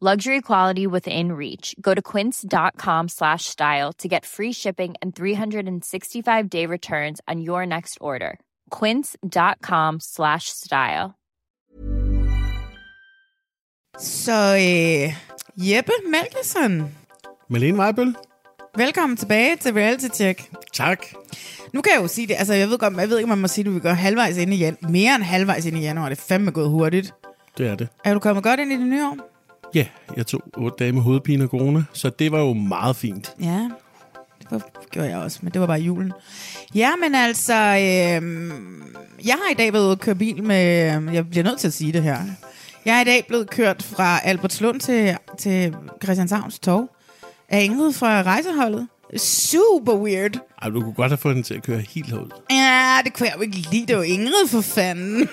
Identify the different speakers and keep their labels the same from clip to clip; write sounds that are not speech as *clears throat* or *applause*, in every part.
Speaker 1: Luxury quality within reach. Go to quince.com slash style to get free shipping and 365 day returns on your next order. Quince.com slash style.
Speaker 2: Så øh, Jeppe Malkesen,
Speaker 3: Malene Weibel?
Speaker 2: velkommen tilbage til Reality Check.
Speaker 3: Tak.
Speaker 2: Nu kan jeg jo sige det, altså jeg ved, godt, jeg ved ikke, om man må sige det, vi går halvvejs ind i januar. Mere end halvvejs ind i januar, det er fandme gået hurtigt.
Speaker 3: Det er det.
Speaker 2: Er du kommet godt ind i det nye år?
Speaker 3: Ja, jeg tog otte dage med hovedpine og corona, så det var jo meget fint.
Speaker 2: Ja, det var, gjorde jeg også, men det var bare julen. Ja, men altså, øh, jeg har i dag været ude at køre bil med, jeg bliver nødt til at sige det her. Jeg er i dag blevet kørt fra Albertslund til, til Christianshavns Torv af Ingrid fra rejseholdet. Super weird.
Speaker 3: Ej, du kunne godt have fået den til at køre helt herud.
Speaker 2: Ja, det kunne jeg jo ikke lide. Det var Ingrid for fanden. *laughs*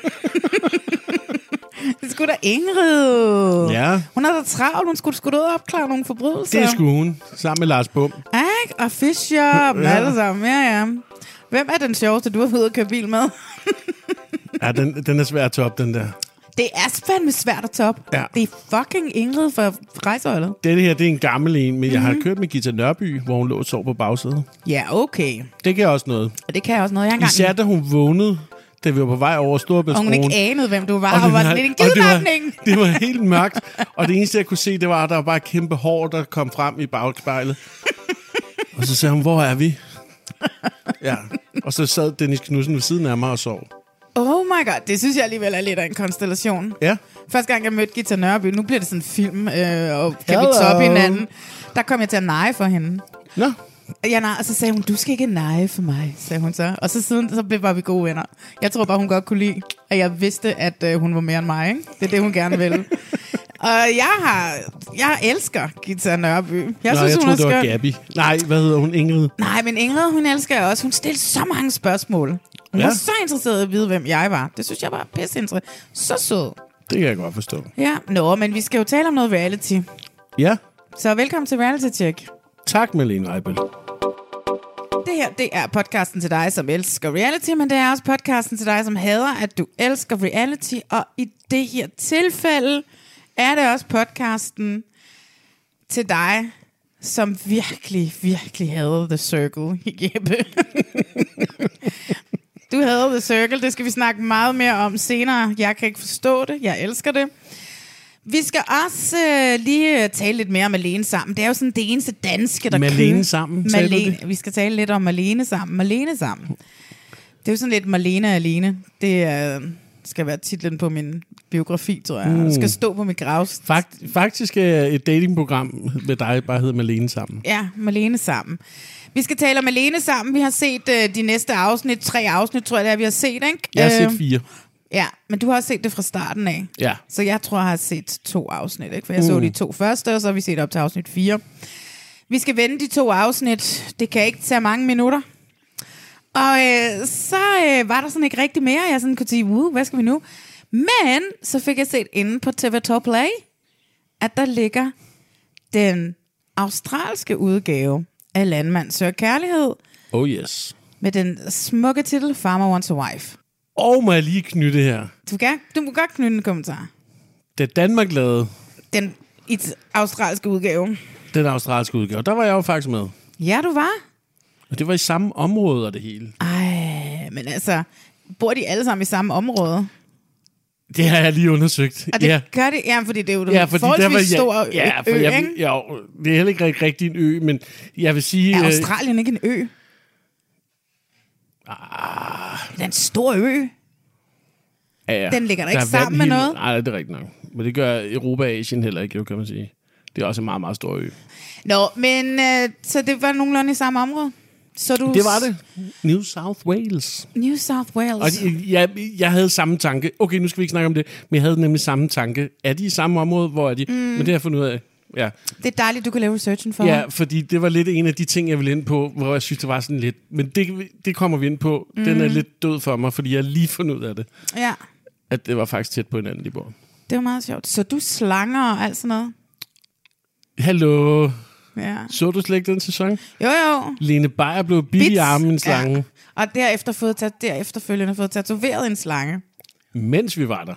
Speaker 2: det skulle da Ingrid.
Speaker 3: Ja.
Speaker 2: Hun havde da travlt. Hun skulle sgu da ud og opklare nogle forbrydelser.
Speaker 3: Det skulle hun, sammen med Lars Bum.
Speaker 2: Ja, ikke? Og Fischer og ja. alle sammen. Ja, ja. Hvem er den sjoveste, du har været ude at køre bil med?
Speaker 3: Ja, den, den er svær at toppe, den der.
Speaker 2: Det er fandme svært at toppe.
Speaker 3: Ja.
Speaker 2: Det er fucking Ingrid fra Rejseholdet.
Speaker 3: Den her, det er en gammel en, men mm-hmm. jeg
Speaker 2: Mhm.
Speaker 3: har kørt med Gita Nørby, hvor hun lå og sov på bagsædet.
Speaker 2: Ja, okay.
Speaker 3: Det kan også noget.
Speaker 2: Og det kan jeg også noget. Jeg har engang...
Speaker 3: Især da hun vågnede, da vi var på vej over
Speaker 2: og hun
Speaker 3: Storebæltsbroen.
Speaker 2: ikke anede, hvem du var. Og, og
Speaker 3: det
Speaker 2: var sådan lidt en
Speaker 3: og det, var,
Speaker 2: kidnapning. *laughs*
Speaker 3: det var helt mørkt, og det eneste, jeg kunne se, det var, at der var bare et kæmpe hår, der kom frem i bagspejlet. og så sagde hun, hvor er vi? ja, og så sad Dennis Knudsen ved siden af mig og sov.
Speaker 2: Oh my god, det synes jeg alligevel er lidt af en konstellation.
Speaker 3: Ja.
Speaker 2: Første gang, jeg mødte Gita Nørby, nu bliver det sådan en film, øh, og kan vi
Speaker 3: Hello.
Speaker 2: toppe hinanden? Der kom jeg til at neje for hende.
Speaker 3: Nå,
Speaker 2: Ja, nej, og så sagde hun, du skal ikke neje for mig, sagde hun så. Og så siden, så blev bare vi gode venner. Jeg tror bare, hun godt kunne lide, at jeg vidste, at øh, hun var mere end mig. Ikke? Det er det, hun gerne ville. og jeg har, jeg elsker Gita Nørby. Jeg
Speaker 3: jeg, Nå,
Speaker 2: synes,
Speaker 3: jeg
Speaker 2: hun
Speaker 3: troede, det
Speaker 2: er
Speaker 3: var
Speaker 2: skøn.
Speaker 3: Gabby. Nej, hvad hedder hun? Ingrid?
Speaker 2: Nej, men Ingrid, hun elsker jeg også. Hun stillede så mange spørgsmål. Hun ja.
Speaker 3: Ja.
Speaker 2: var så interesseret i at vide, hvem jeg var. Det synes jeg var pisse interessant. Så sød.
Speaker 3: Det kan jeg godt forstå.
Speaker 2: Ja, nå, men vi skal jo tale om noget reality.
Speaker 3: Ja,
Speaker 2: Så velkommen til Reality Check.
Speaker 3: tak Malene Weibel.
Speaker 2: Det her, det er podcasten til dig, som elsker reality, men det er også podcasten til dig, som hader, at du elsker reality. Og i det her tilfælde er det også podcasten til dig, som virkelig, virkelig hader The Circle,
Speaker 3: *laughs*
Speaker 2: Jeppe. du hader The Circle, det skal vi snakke meget mere om senere. Jeg kan ikke forstå det, jeg elsker det. Vi skal også øh, lige øh, tale lidt mere om Malene sammen. Det er jo sådan det eneste danske, der
Speaker 3: Malene sammen, sagde du
Speaker 2: Malene, Vi skal tale lidt om Malene sammen. Malene sammen. Det er jo sådan lidt Malene alene. Det øh, skal være titlen på min biografi, tror jeg. Mm. skal stå på mit gravsted.
Speaker 3: Fakt, Uh. faktisk er et datingprogram med dig bare hedder Malene sammen.
Speaker 2: Ja, Malene sammen. Vi skal tale om Malene sammen. Vi har set øh, de næste afsnit. Tre afsnit, tror jeg, det er, vi har set, ikke?
Speaker 3: Jeg har set
Speaker 2: Øh,
Speaker 3: fire.
Speaker 2: Ja, men du har også set det fra starten af.
Speaker 3: Ja.
Speaker 2: Så jeg tror, jeg har set to afsnit, ikke? For jeg så de to første, og så har vi set op til afsnit 4. Vi skal vende de to afsnit. Det kan ikke tage mange minutter. Og øh, så øh, var der sådan ikke rigtig mere. Jeg sådan kunne sige, uh, hvad skal vi nu? Men så fik jeg set inde på TV2 Play, at der ligger den australske udgave af Landmand Sør Kærlighed
Speaker 3: Oh yes.
Speaker 2: med den smukke titel Farmer Wants a Wife.
Speaker 3: Og må jeg lige knytte her.
Speaker 2: Du, kan, du må godt knytte en kommentar.
Speaker 3: Da Danmark lavede
Speaker 2: den i den australske udgave.
Speaker 3: den australske udgave, der var jeg jo faktisk med.
Speaker 2: Ja, du var.
Speaker 3: Og det var i samme område og det hele.
Speaker 2: Ej, men altså, bor de alle sammen i samme område?
Speaker 3: Det har jeg lige undersøgt.
Speaker 2: Og det
Speaker 3: ja.
Speaker 2: gør det, ja, fordi det er jo
Speaker 3: Ja,
Speaker 2: en
Speaker 3: fordi der var,
Speaker 2: forholdsvis
Speaker 3: jeg,
Speaker 2: stor
Speaker 3: ja, for
Speaker 2: ø,
Speaker 3: jeg,
Speaker 2: ikke?
Speaker 3: vil- ja, det er heller ikke rigtig- rigtig en ø, men jeg vil sige...
Speaker 2: Er
Speaker 3: øh,
Speaker 2: Australien ikke en ø? Ah. Det er en stor ø.
Speaker 3: ja, ja.
Speaker 2: den ligger da ikke
Speaker 3: er vand
Speaker 2: sammen med
Speaker 3: hele-
Speaker 2: noget?
Speaker 3: Nej, det er rigtigt nok. Men det gør Europa og Asien heller ikke, jo, kan man sige. Det er også en meget, meget stor ø.
Speaker 2: Nå, men øh, så det var nogenlunde i samme område? Så du
Speaker 3: Det var det. New South Wales.
Speaker 2: New South Wales.
Speaker 3: Og jeg, jeg havde samme tanke. Okay, nu skal vi ikke snakke om det, men jeg havde nemlig samme tanke. Er de i samme område? Hvor er de? Mm. Men det har jeg fundet ud af. Ja.
Speaker 2: Det er dejligt, du kan lave researchen for
Speaker 3: ja,
Speaker 2: mig.
Speaker 3: fordi det var lidt en af de ting, jeg ville ind på, hvor jeg synes, det var sådan lidt... Men det, det kommer vi ind på. Mm. Den er lidt død for mig, fordi jeg har lige fundet ud af det.
Speaker 2: Ja,
Speaker 3: At det var faktisk tæt på hinanden, de bor.
Speaker 2: det var meget sjovt. Så du slanger og alt sådan noget?
Speaker 3: Hallo.
Speaker 2: Ja.
Speaker 3: Så du slet ikke den sæson?
Speaker 2: Jo, jo.
Speaker 3: Lene Beyer blev bidt i
Speaker 2: Bits.
Speaker 3: armen en slange,
Speaker 2: Ja. Og derefter fået tat- derefterfølgende fået tatoveret en slange.
Speaker 3: ja. mens vi var der.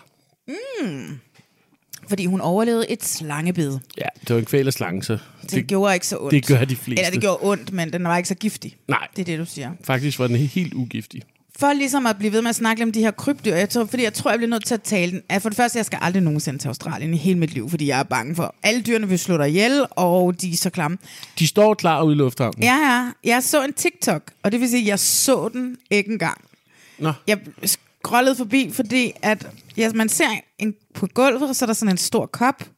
Speaker 2: Fordi hun overlevede et slangebid. Det,
Speaker 3: Ja, det var en kvæl af slange, så
Speaker 2: det
Speaker 3: det,
Speaker 2: gjorde ikke så ondt.
Speaker 3: det gør de fleste.
Speaker 2: Eller det gjorde ondt, men den var ikke så giftig.
Speaker 3: Nej.
Speaker 2: Det er det, du siger.
Speaker 3: faktisk var den helt ugiftig.
Speaker 2: For ligesom at blive ved med at snakke om de her krybdyr, jeg tror, fordi jeg tror, jeg bliver nødt til at tale den. at For det første, jeg skal aldrig nogensinde til Australien i hele mit liv, fordi jeg er bange for, alle dyrene vil slå dig ihjel, og de er så klamme.
Speaker 3: De står klar ude i lufthavnen.
Speaker 2: Ja, ja. Jeg så en TikTok, og det vil sige, at jeg så den ikke engang.
Speaker 3: Nå.
Speaker 2: Jeg scrollede forbi, fordi at, ja, man ser en, på gulvet, og så er der sådan en stor kop,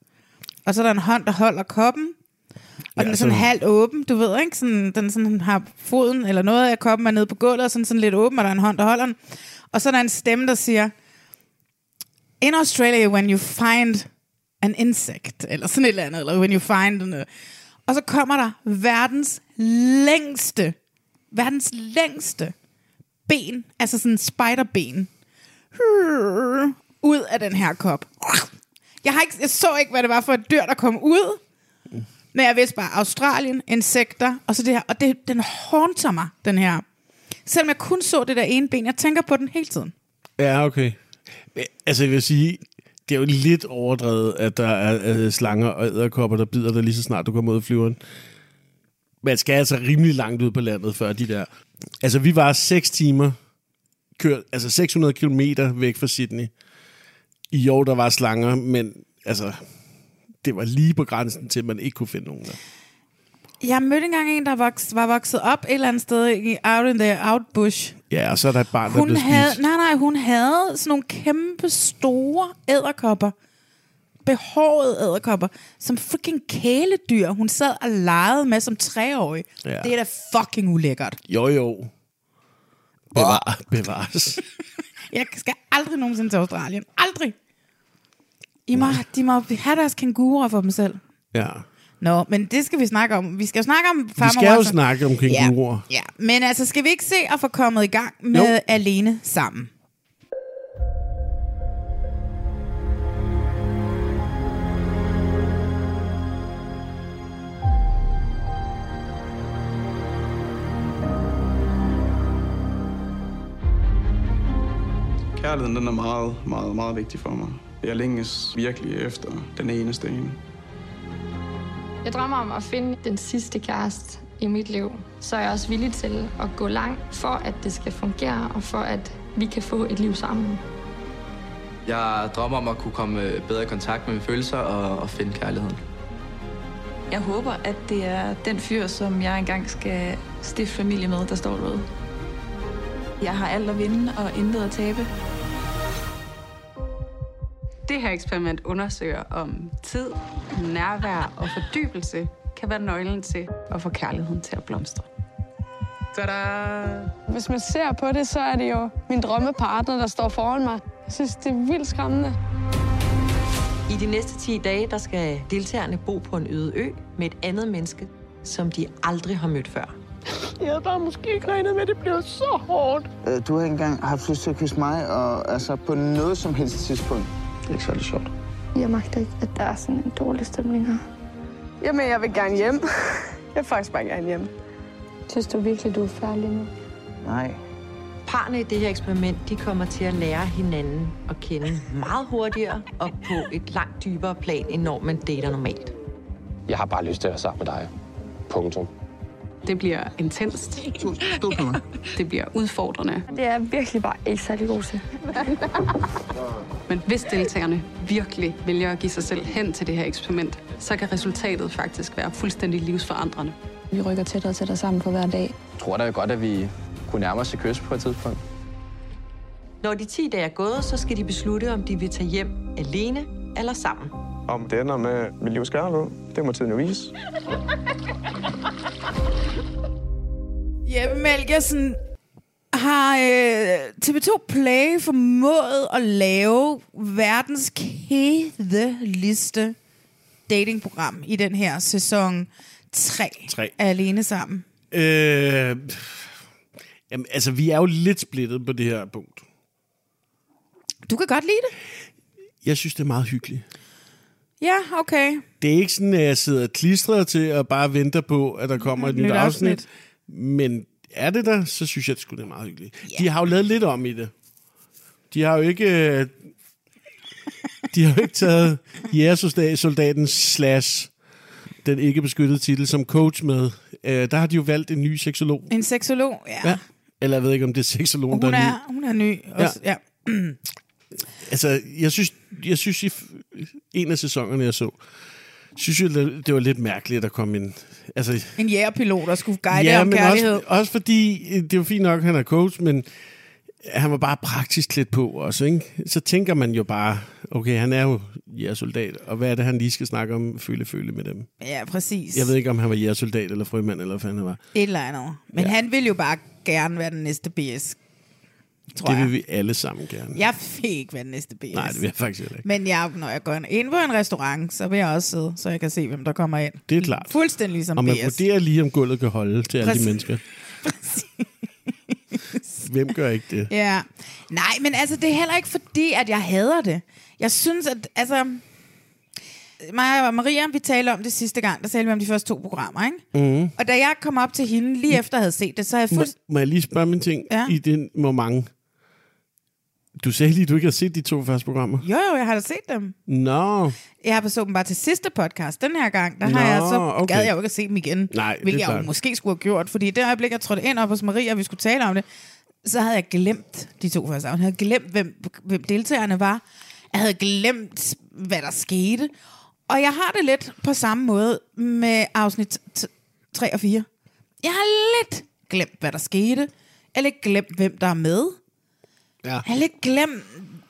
Speaker 2: og så er der en hånd, der holder koppen, og ja, den er sådan
Speaker 3: så-
Speaker 2: halvt åben, du ved, ikke? Sådan, den sådan har foden, eller noget af koppen er nede på gulvet, og sådan, sådan lidt åben, og der er en hånd, der holder den. Og så er der en stemme, der siger, In Australia, when you find an insect, eller sådan et eller andet, eller when you find an... øh, Og så kommer der verdens længste, verdens længste ben, altså sådan en spiderben, ud af den her kop. Jeg, har ikke, jeg så ikke, hvad det var for et dyr, der kom ud. Men jeg vidste bare, Australien, insekter, og så det her. Og det, den haunter mig, den her. Selvom jeg kun så det der ene ben, jeg tænker på den hele tiden.
Speaker 3: Ja, okay. Men, Altså, jeg vil sige, det er jo lidt overdrevet, at der er øh, slanger og æderkopper, der bider dig lige så snart du kommer ud af flyveren. Man skal altså rimelig langt ud på landet, før de der... Altså, vi var 6 timer, kørt, altså 600 kilometer væk fra Sydney. I år, der var slanger, men altså, det var lige på grænsen til, at man ikke kunne finde nogen der.
Speaker 2: Jeg mødte engang en, der voks, var vokset op et eller andet sted i out in the outbush.
Speaker 3: Ja, og så er der et barn, der
Speaker 2: Hun
Speaker 3: blev
Speaker 2: havde,
Speaker 3: spist.
Speaker 2: nej, nej, hun havde sådan nogle kæmpe store æderkopper. Behårede æderkopper. Som freaking kæledyr, hun sad og legede med som treårig.
Speaker 3: Ja.
Speaker 2: Ja. Det er da fucking ulækkert.
Speaker 3: Jo, jo. Bevar, *laughs* bevares.
Speaker 2: Jeg skal aldrig nogensinde til Australien. Aldrig. I må, de må have deres kænguruer for dem selv.
Speaker 3: Ja.
Speaker 2: Nå, men det skal vi snakke om. Vi skal jo snakke om farmor
Speaker 3: Vi skal jo
Speaker 2: Watson.
Speaker 3: snakke om kænguruer.
Speaker 2: Ja, ja, men altså, skal vi ikke se at få kommet i gang med
Speaker 3: Jo.
Speaker 2: Alene Sammen?
Speaker 4: Kærligheden den er meget, meget, meget vigtig for mig. Jeg længes virkelig efter den eneste ene.
Speaker 5: Jeg drømmer om at finde den sidste kæreste i mit liv, så er jeg også villig til at gå langt for, at det skal fungere, og for, at vi kan få et liv sammen.
Speaker 6: Jeg drømmer om at kunne komme øh, bedre i kontakt med mine følelser og, og finde kærligheden.
Speaker 7: Jeg håber, at det er den fyr, som jeg engang skal stifte familie med, der står derude. Jeg har alt at vinde og intet at tabe.
Speaker 8: Det her eksperiment undersøger, om tid, nærvær og fordybelse kan være nøglen til at få kærligheden til at blomstre.
Speaker 9: Hvis man ser på det, så er det jo min drømmepartner, der står foran mig. Jeg synes, det er vildt skræmmende.
Speaker 10: I de næste 10 dage, der skal deltagerne bo på en øde ø med et andet menneske, som de aldrig har mødt før.
Speaker 9: Jeg havde bare måske ikke regnet med, at det blev så hårdt.
Speaker 6: Øh, Du har ikke engang haft lyst til at kysse mig, og altså på noget som helst tidspunkt.
Speaker 4: Det er ikke særlig sjovt.
Speaker 5: Jeg magter ikke, at der er sådan en dårlig stemning her.
Speaker 8: Jamen, jeg vil gerne hjem. *laughs* Jeg vil faktisk bare gerne hjem.
Speaker 5: Synes du virkelig, du er færdig nu?
Speaker 6: Nej.
Speaker 10: Parne i det her eksperiment, de kommer til at lære hinanden at kende meget hurtigere og på et langt dybere plan, end når man dater normalt.
Speaker 6: Jeg har bare lyst til at være sammen med dig. Punktum.
Speaker 8: Det bliver intenst.
Speaker 4: Stå på mig.
Speaker 8: Det bliver udfordrende.
Speaker 9: Det er jeg virkelig bare ikke særlig god til.
Speaker 8: Men hvis deltagerne virkelig vælger at give sig selv hen til det her eksperiment, så kan resultatet faktisk være fuldstændig livsforandrende.
Speaker 9: Vi rykker tættere og tættere sammen for hver dag.
Speaker 6: Jeg tror da godt, at vi kunne nærme os et kys på et tidspunkt.
Speaker 10: Når de 10 dage er gået, så skal de beslutte, om de vil tage hjem alene eller sammen.
Speaker 4: Om det ender med mit livs kærlighed, det må tiden jo vise.
Speaker 2: Jeppe Melgersen har øh, TV2 Play formået at lave verdens kedeligste datingprogram i den her sæson 3
Speaker 3: Tre.
Speaker 2: af Alene Sammen.
Speaker 3: Øh, jamen, altså, vi er jo lidt splittet på det her punkt.
Speaker 2: Du kan godt lide det?
Speaker 3: Jeg synes, det er meget hyggeligt.
Speaker 2: Ja, okay.
Speaker 3: Det er ikke sådan, at jeg sidder klistret til og bare venter på, at der kommer et
Speaker 2: Nyt
Speaker 3: Mm-hmm. nyt, afsnit.
Speaker 2: afsnit.
Speaker 3: Men er det der, så synes jeg, det skulle det er meget hyggeligt. Yeah. De har jo lavet lidt om i det. De har jo ikke... øh, De har jo ikke taget jægersoldaten slash den ikke beskyttede titel som coach med. Øh, der har de jo valgt en ny seksolog.
Speaker 2: En seksolog, ja.
Speaker 3: Ja. Eller jeg ved ikke, om det er seksologen,
Speaker 2: Hun
Speaker 3: der er ny.
Speaker 2: er, hun er ny. Også, ja. ja.
Speaker 3: Altså, jeg synes, jeg synes i f- en af sæsonerne, jeg så, synes jeg, det var lidt mærkeligt, at der kom en... Altså,
Speaker 2: En jægerpilot, der skulle guide ja, om
Speaker 3: men
Speaker 2: kærlighed.
Speaker 3: Også, også fordi, øh, det er jo fint nok, at han er coach, men øh, han var bare praktisk klædt på også, ikke? Så tænker man jo bare, okay, han er jo jægersoldat, og hvad er det, han lige skal snakke om føle-føle med dem?
Speaker 2: Ja, præcis.
Speaker 3: Jeg ved ikke, om han var jægersoldat eller frømand, eller hvad fanden han var.
Speaker 2: Et eller andet. Men ja. han vil jo bare gerne være den næste BS. Tror
Speaker 3: det vil
Speaker 2: jeg.
Speaker 3: vi alle sammen gerne.
Speaker 2: Jeg vil ikke være den næste BS.
Speaker 3: Nej, det vil jeg faktisk heller ikke.
Speaker 2: Men jeg, når jeg går ind på en restaurant, så vil jeg også sidde, så jeg kan se, hvem der kommer ind.
Speaker 3: Det er klart.
Speaker 2: Fuldstændig ligesom
Speaker 3: og man
Speaker 2: BS.
Speaker 3: vurderer lige, om gulvet kan holde til alle
Speaker 2: Præcis.
Speaker 3: de mennesker. Hvem gør ikke det?
Speaker 2: Ja. Nej, men altså, det er heller ikke fordi, at jeg hader det. Jeg synes, at... Altså, mig og Maria, vi talte om det sidste gang, der talte vi om de første to programmer, ikke?
Speaker 3: Mm.
Speaker 2: Og da jeg kom op til hende, lige efter jeg havde set det, så er jeg
Speaker 3: Må,
Speaker 2: fuldstændig...
Speaker 3: må jeg lige spørge min ting
Speaker 2: Ja.
Speaker 3: ja. i den moment? Du sagde lige, at du ikke har set de to første programmer.
Speaker 2: Jo, jo, jeg har da set dem.
Speaker 3: Nå,
Speaker 2: Jeg har besøgt dem bare til sidste podcast den her gang. Der har
Speaker 3: Nå,
Speaker 2: jeg så
Speaker 3: okay.
Speaker 2: gad jeg jo ikke at se dem igen.
Speaker 3: Nej, det er
Speaker 2: hvilket jeg jo
Speaker 3: klart.
Speaker 2: måske skulle have gjort, fordi i det øjeblik, jeg trådte ind op hos Maria, og vi skulle tale om det, så havde jeg glemt de to første afsnit. Jeg havde glemt, hvem, hvem deltagerne var. Jeg havde glemt, hvad der skete. Og jeg har det lidt på samme måde med afsnit t- 3 og 4. Jeg har lidt glemt, hvad der skete. Jeg har lidt glemt, hvem der er med.
Speaker 3: Ja. Jeg
Speaker 2: har lidt glemt...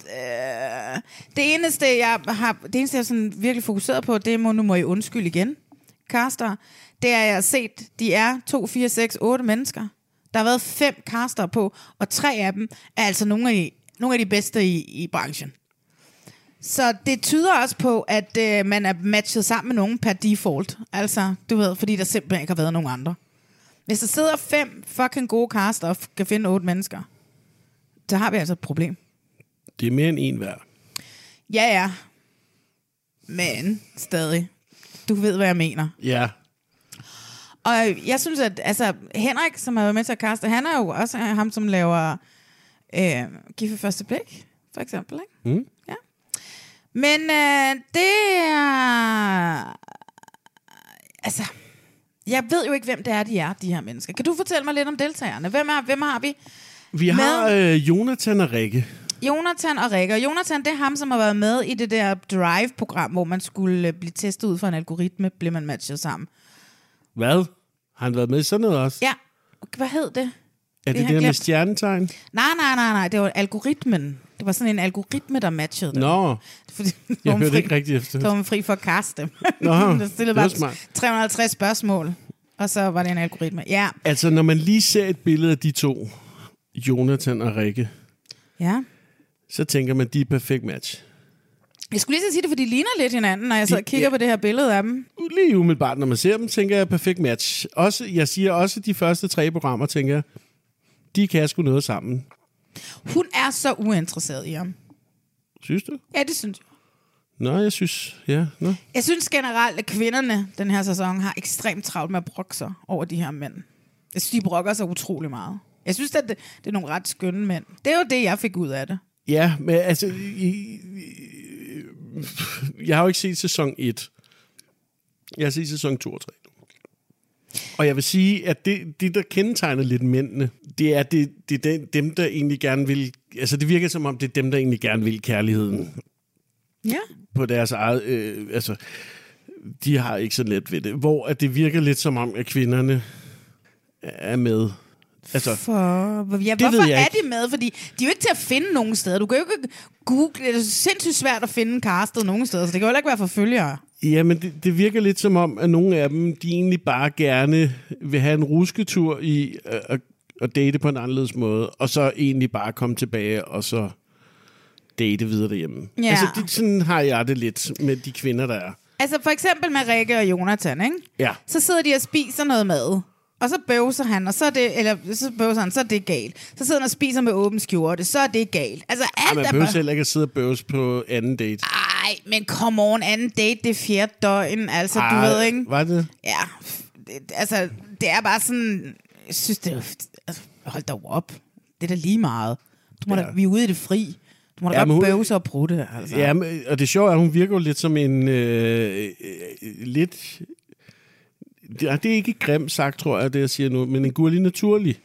Speaker 2: Øh, det, eneste, jeg har, det eneste, jeg sådan virkelig fokuseret på, det må, nu må I undskylde igen, caster. Det er, jeg har set, de er 2, 4, 6, 8 mennesker. Der har været fem caster på, og tre af dem er altså nogle af de, nogle af de bedste i, i branchen. Så det tyder også på, at øh, man er matchet sammen med nogen per default. Altså, du ved, fordi der simpelthen ikke har været nogen andre. Hvis der sidder fem fucking gode caster og f- kan finde otte mennesker, så har vi altså et problem.
Speaker 3: det er mere end en hver.
Speaker 2: Ja, ja. Men stadig. Du ved, hvad jeg mener.
Speaker 3: Ja.
Speaker 2: Og jeg synes, at altså, Henrik, som har været med til at kaste, han er jo også ham, som laver øh, Gift ved første blik, for eksempel. Ikke?
Speaker 3: Mm.
Speaker 2: Men øh, det er... Altså, jeg ved jo ikke, hvem det er, de er, de her mennesker. Kan du fortælle mig lidt om deltagerne? Hvem, er, hvem har vi?
Speaker 3: Vi har øh, Jonathan og Rikke.
Speaker 2: Jonathan og Rikke. Og Jonathan, det er ham, som har været med i det der Drive-program, hvor man skulle øh, blive testet ud for en algoritme, blev man matchet sammen.
Speaker 3: Hvad? Har han været med i sådan noget også?
Speaker 2: Ja, hvad hed det?
Speaker 3: er
Speaker 2: har jeg
Speaker 3: det det der med
Speaker 2: glemt.
Speaker 3: stjernetegn?
Speaker 2: Nej, nej, nej, nej, det var algoritmen. Det var sådan en algoritme, der matchede dem.
Speaker 3: Nå,
Speaker 2: *laughs* Fordi
Speaker 3: jeg
Speaker 2: nogen
Speaker 3: hørte
Speaker 2: fri-
Speaker 3: ikke rigtig efter.
Speaker 2: Så var man fri for at kaste dem. *laughs*
Speaker 3: Nå,
Speaker 2: der
Speaker 3: det var
Speaker 2: stillede bare
Speaker 3: smart.
Speaker 2: 350 spørgsmål, og så var det en algoritme. Ja,
Speaker 3: Altså, når man lige ser et billede af de to, Jonathan og Rikke,
Speaker 2: ja.
Speaker 3: så tænker man, de er et perfekt match.
Speaker 2: Jeg skulle lige så sige det, for de ligner lidt hinanden, når jeg sidder og kigger på det her billede af dem.
Speaker 3: Lige umiddelbart, når man ser dem, tænker jeg, perfekt match. Også, jeg siger også, de første tre programmer, tænker jeg, de kan sgu noget sammen.
Speaker 2: Hun er så uinteresseret i ham.
Speaker 3: Synes du?
Speaker 2: Ja, det synes jeg.
Speaker 3: Nå, jeg synes, ja. Nå.
Speaker 2: Jeg synes generelt, at kvinderne den her sæson har ekstremt travlt med at brokke sig over de her mænd. Jeg synes, de brokker sig utrolig meget. Jeg synes, at det, det er nogle ret skønne mænd. Det er jo det, jeg fik ud af det.
Speaker 3: Ja, men altså... I, i, jeg har jo ikke set sæson 1. Jeg har set sæson 2 og 3. Og jeg vil sige, at det, det der kendetegner lidt mændene, det er, det, det er den- dem, der egentlig gerne vil... Altså, det virker som om, det er dem, der egentlig gerne vil kærligheden
Speaker 2: Ja.
Speaker 3: på deres eget... Øh, altså, de har ikke så let ved det. Hvor at det virker lidt som om, at kvinderne er med. Altså,
Speaker 2: For, ja,
Speaker 3: Det ved
Speaker 2: hvorfor
Speaker 3: jeg
Speaker 2: er
Speaker 3: ikke.
Speaker 2: de med? Fordi de er jo ikke til at finde nogen steder. Du kan jo ikke google. Det er sindssygt svært at finde castet nogen steder, så det kan jo heller ikke være for følgere.
Speaker 3: Jamen, det, det virker lidt som om, at nogle af dem, de egentlig bare gerne vil have en rusketur i øh, at, at date på en anderledes måde, og så egentlig bare komme tilbage og så date videre derhjemme.
Speaker 2: Ja.
Speaker 3: Altså, det, sådan har jeg det lidt med de kvinder, der er.
Speaker 2: Altså for eksempel med Rikke og Jonathan, ikke?
Speaker 3: Ja.
Speaker 2: Så sidder de og spiser noget mad. Og så bøvser han, og så er det, eller så bøvser han, så er det galt. Så sidder han og spiser med åben skjorte, så er det galt. Altså
Speaker 3: Ej,
Speaker 2: alt
Speaker 3: man
Speaker 2: er
Speaker 3: behøver
Speaker 2: bare...
Speaker 3: heller ikke at sidde og bøves på anden date.
Speaker 2: Ej, men come on, anden date, det er fjerde døgn, altså Ej. du
Speaker 3: Ej,
Speaker 2: ved, ikke?
Speaker 3: Var det?
Speaker 2: Ja, det, altså det er bare sådan, jeg synes det er, altså, hold da op, det er da lige meget. Du må ja. da, vi er ude i det fri. Du må da
Speaker 3: Ja,
Speaker 2: ja,
Speaker 3: men
Speaker 2: godt
Speaker 3: hun-
Speaker 2: bøvse og prutte, altså.
Speaker 3: Ja, men, og det sjove er, at hun virker jo lidt som en øh, øh, øh, lidt... Ja, det er ikke grimt sagt, tror jeg, det jeg siger nu, men en gurlig naturlig.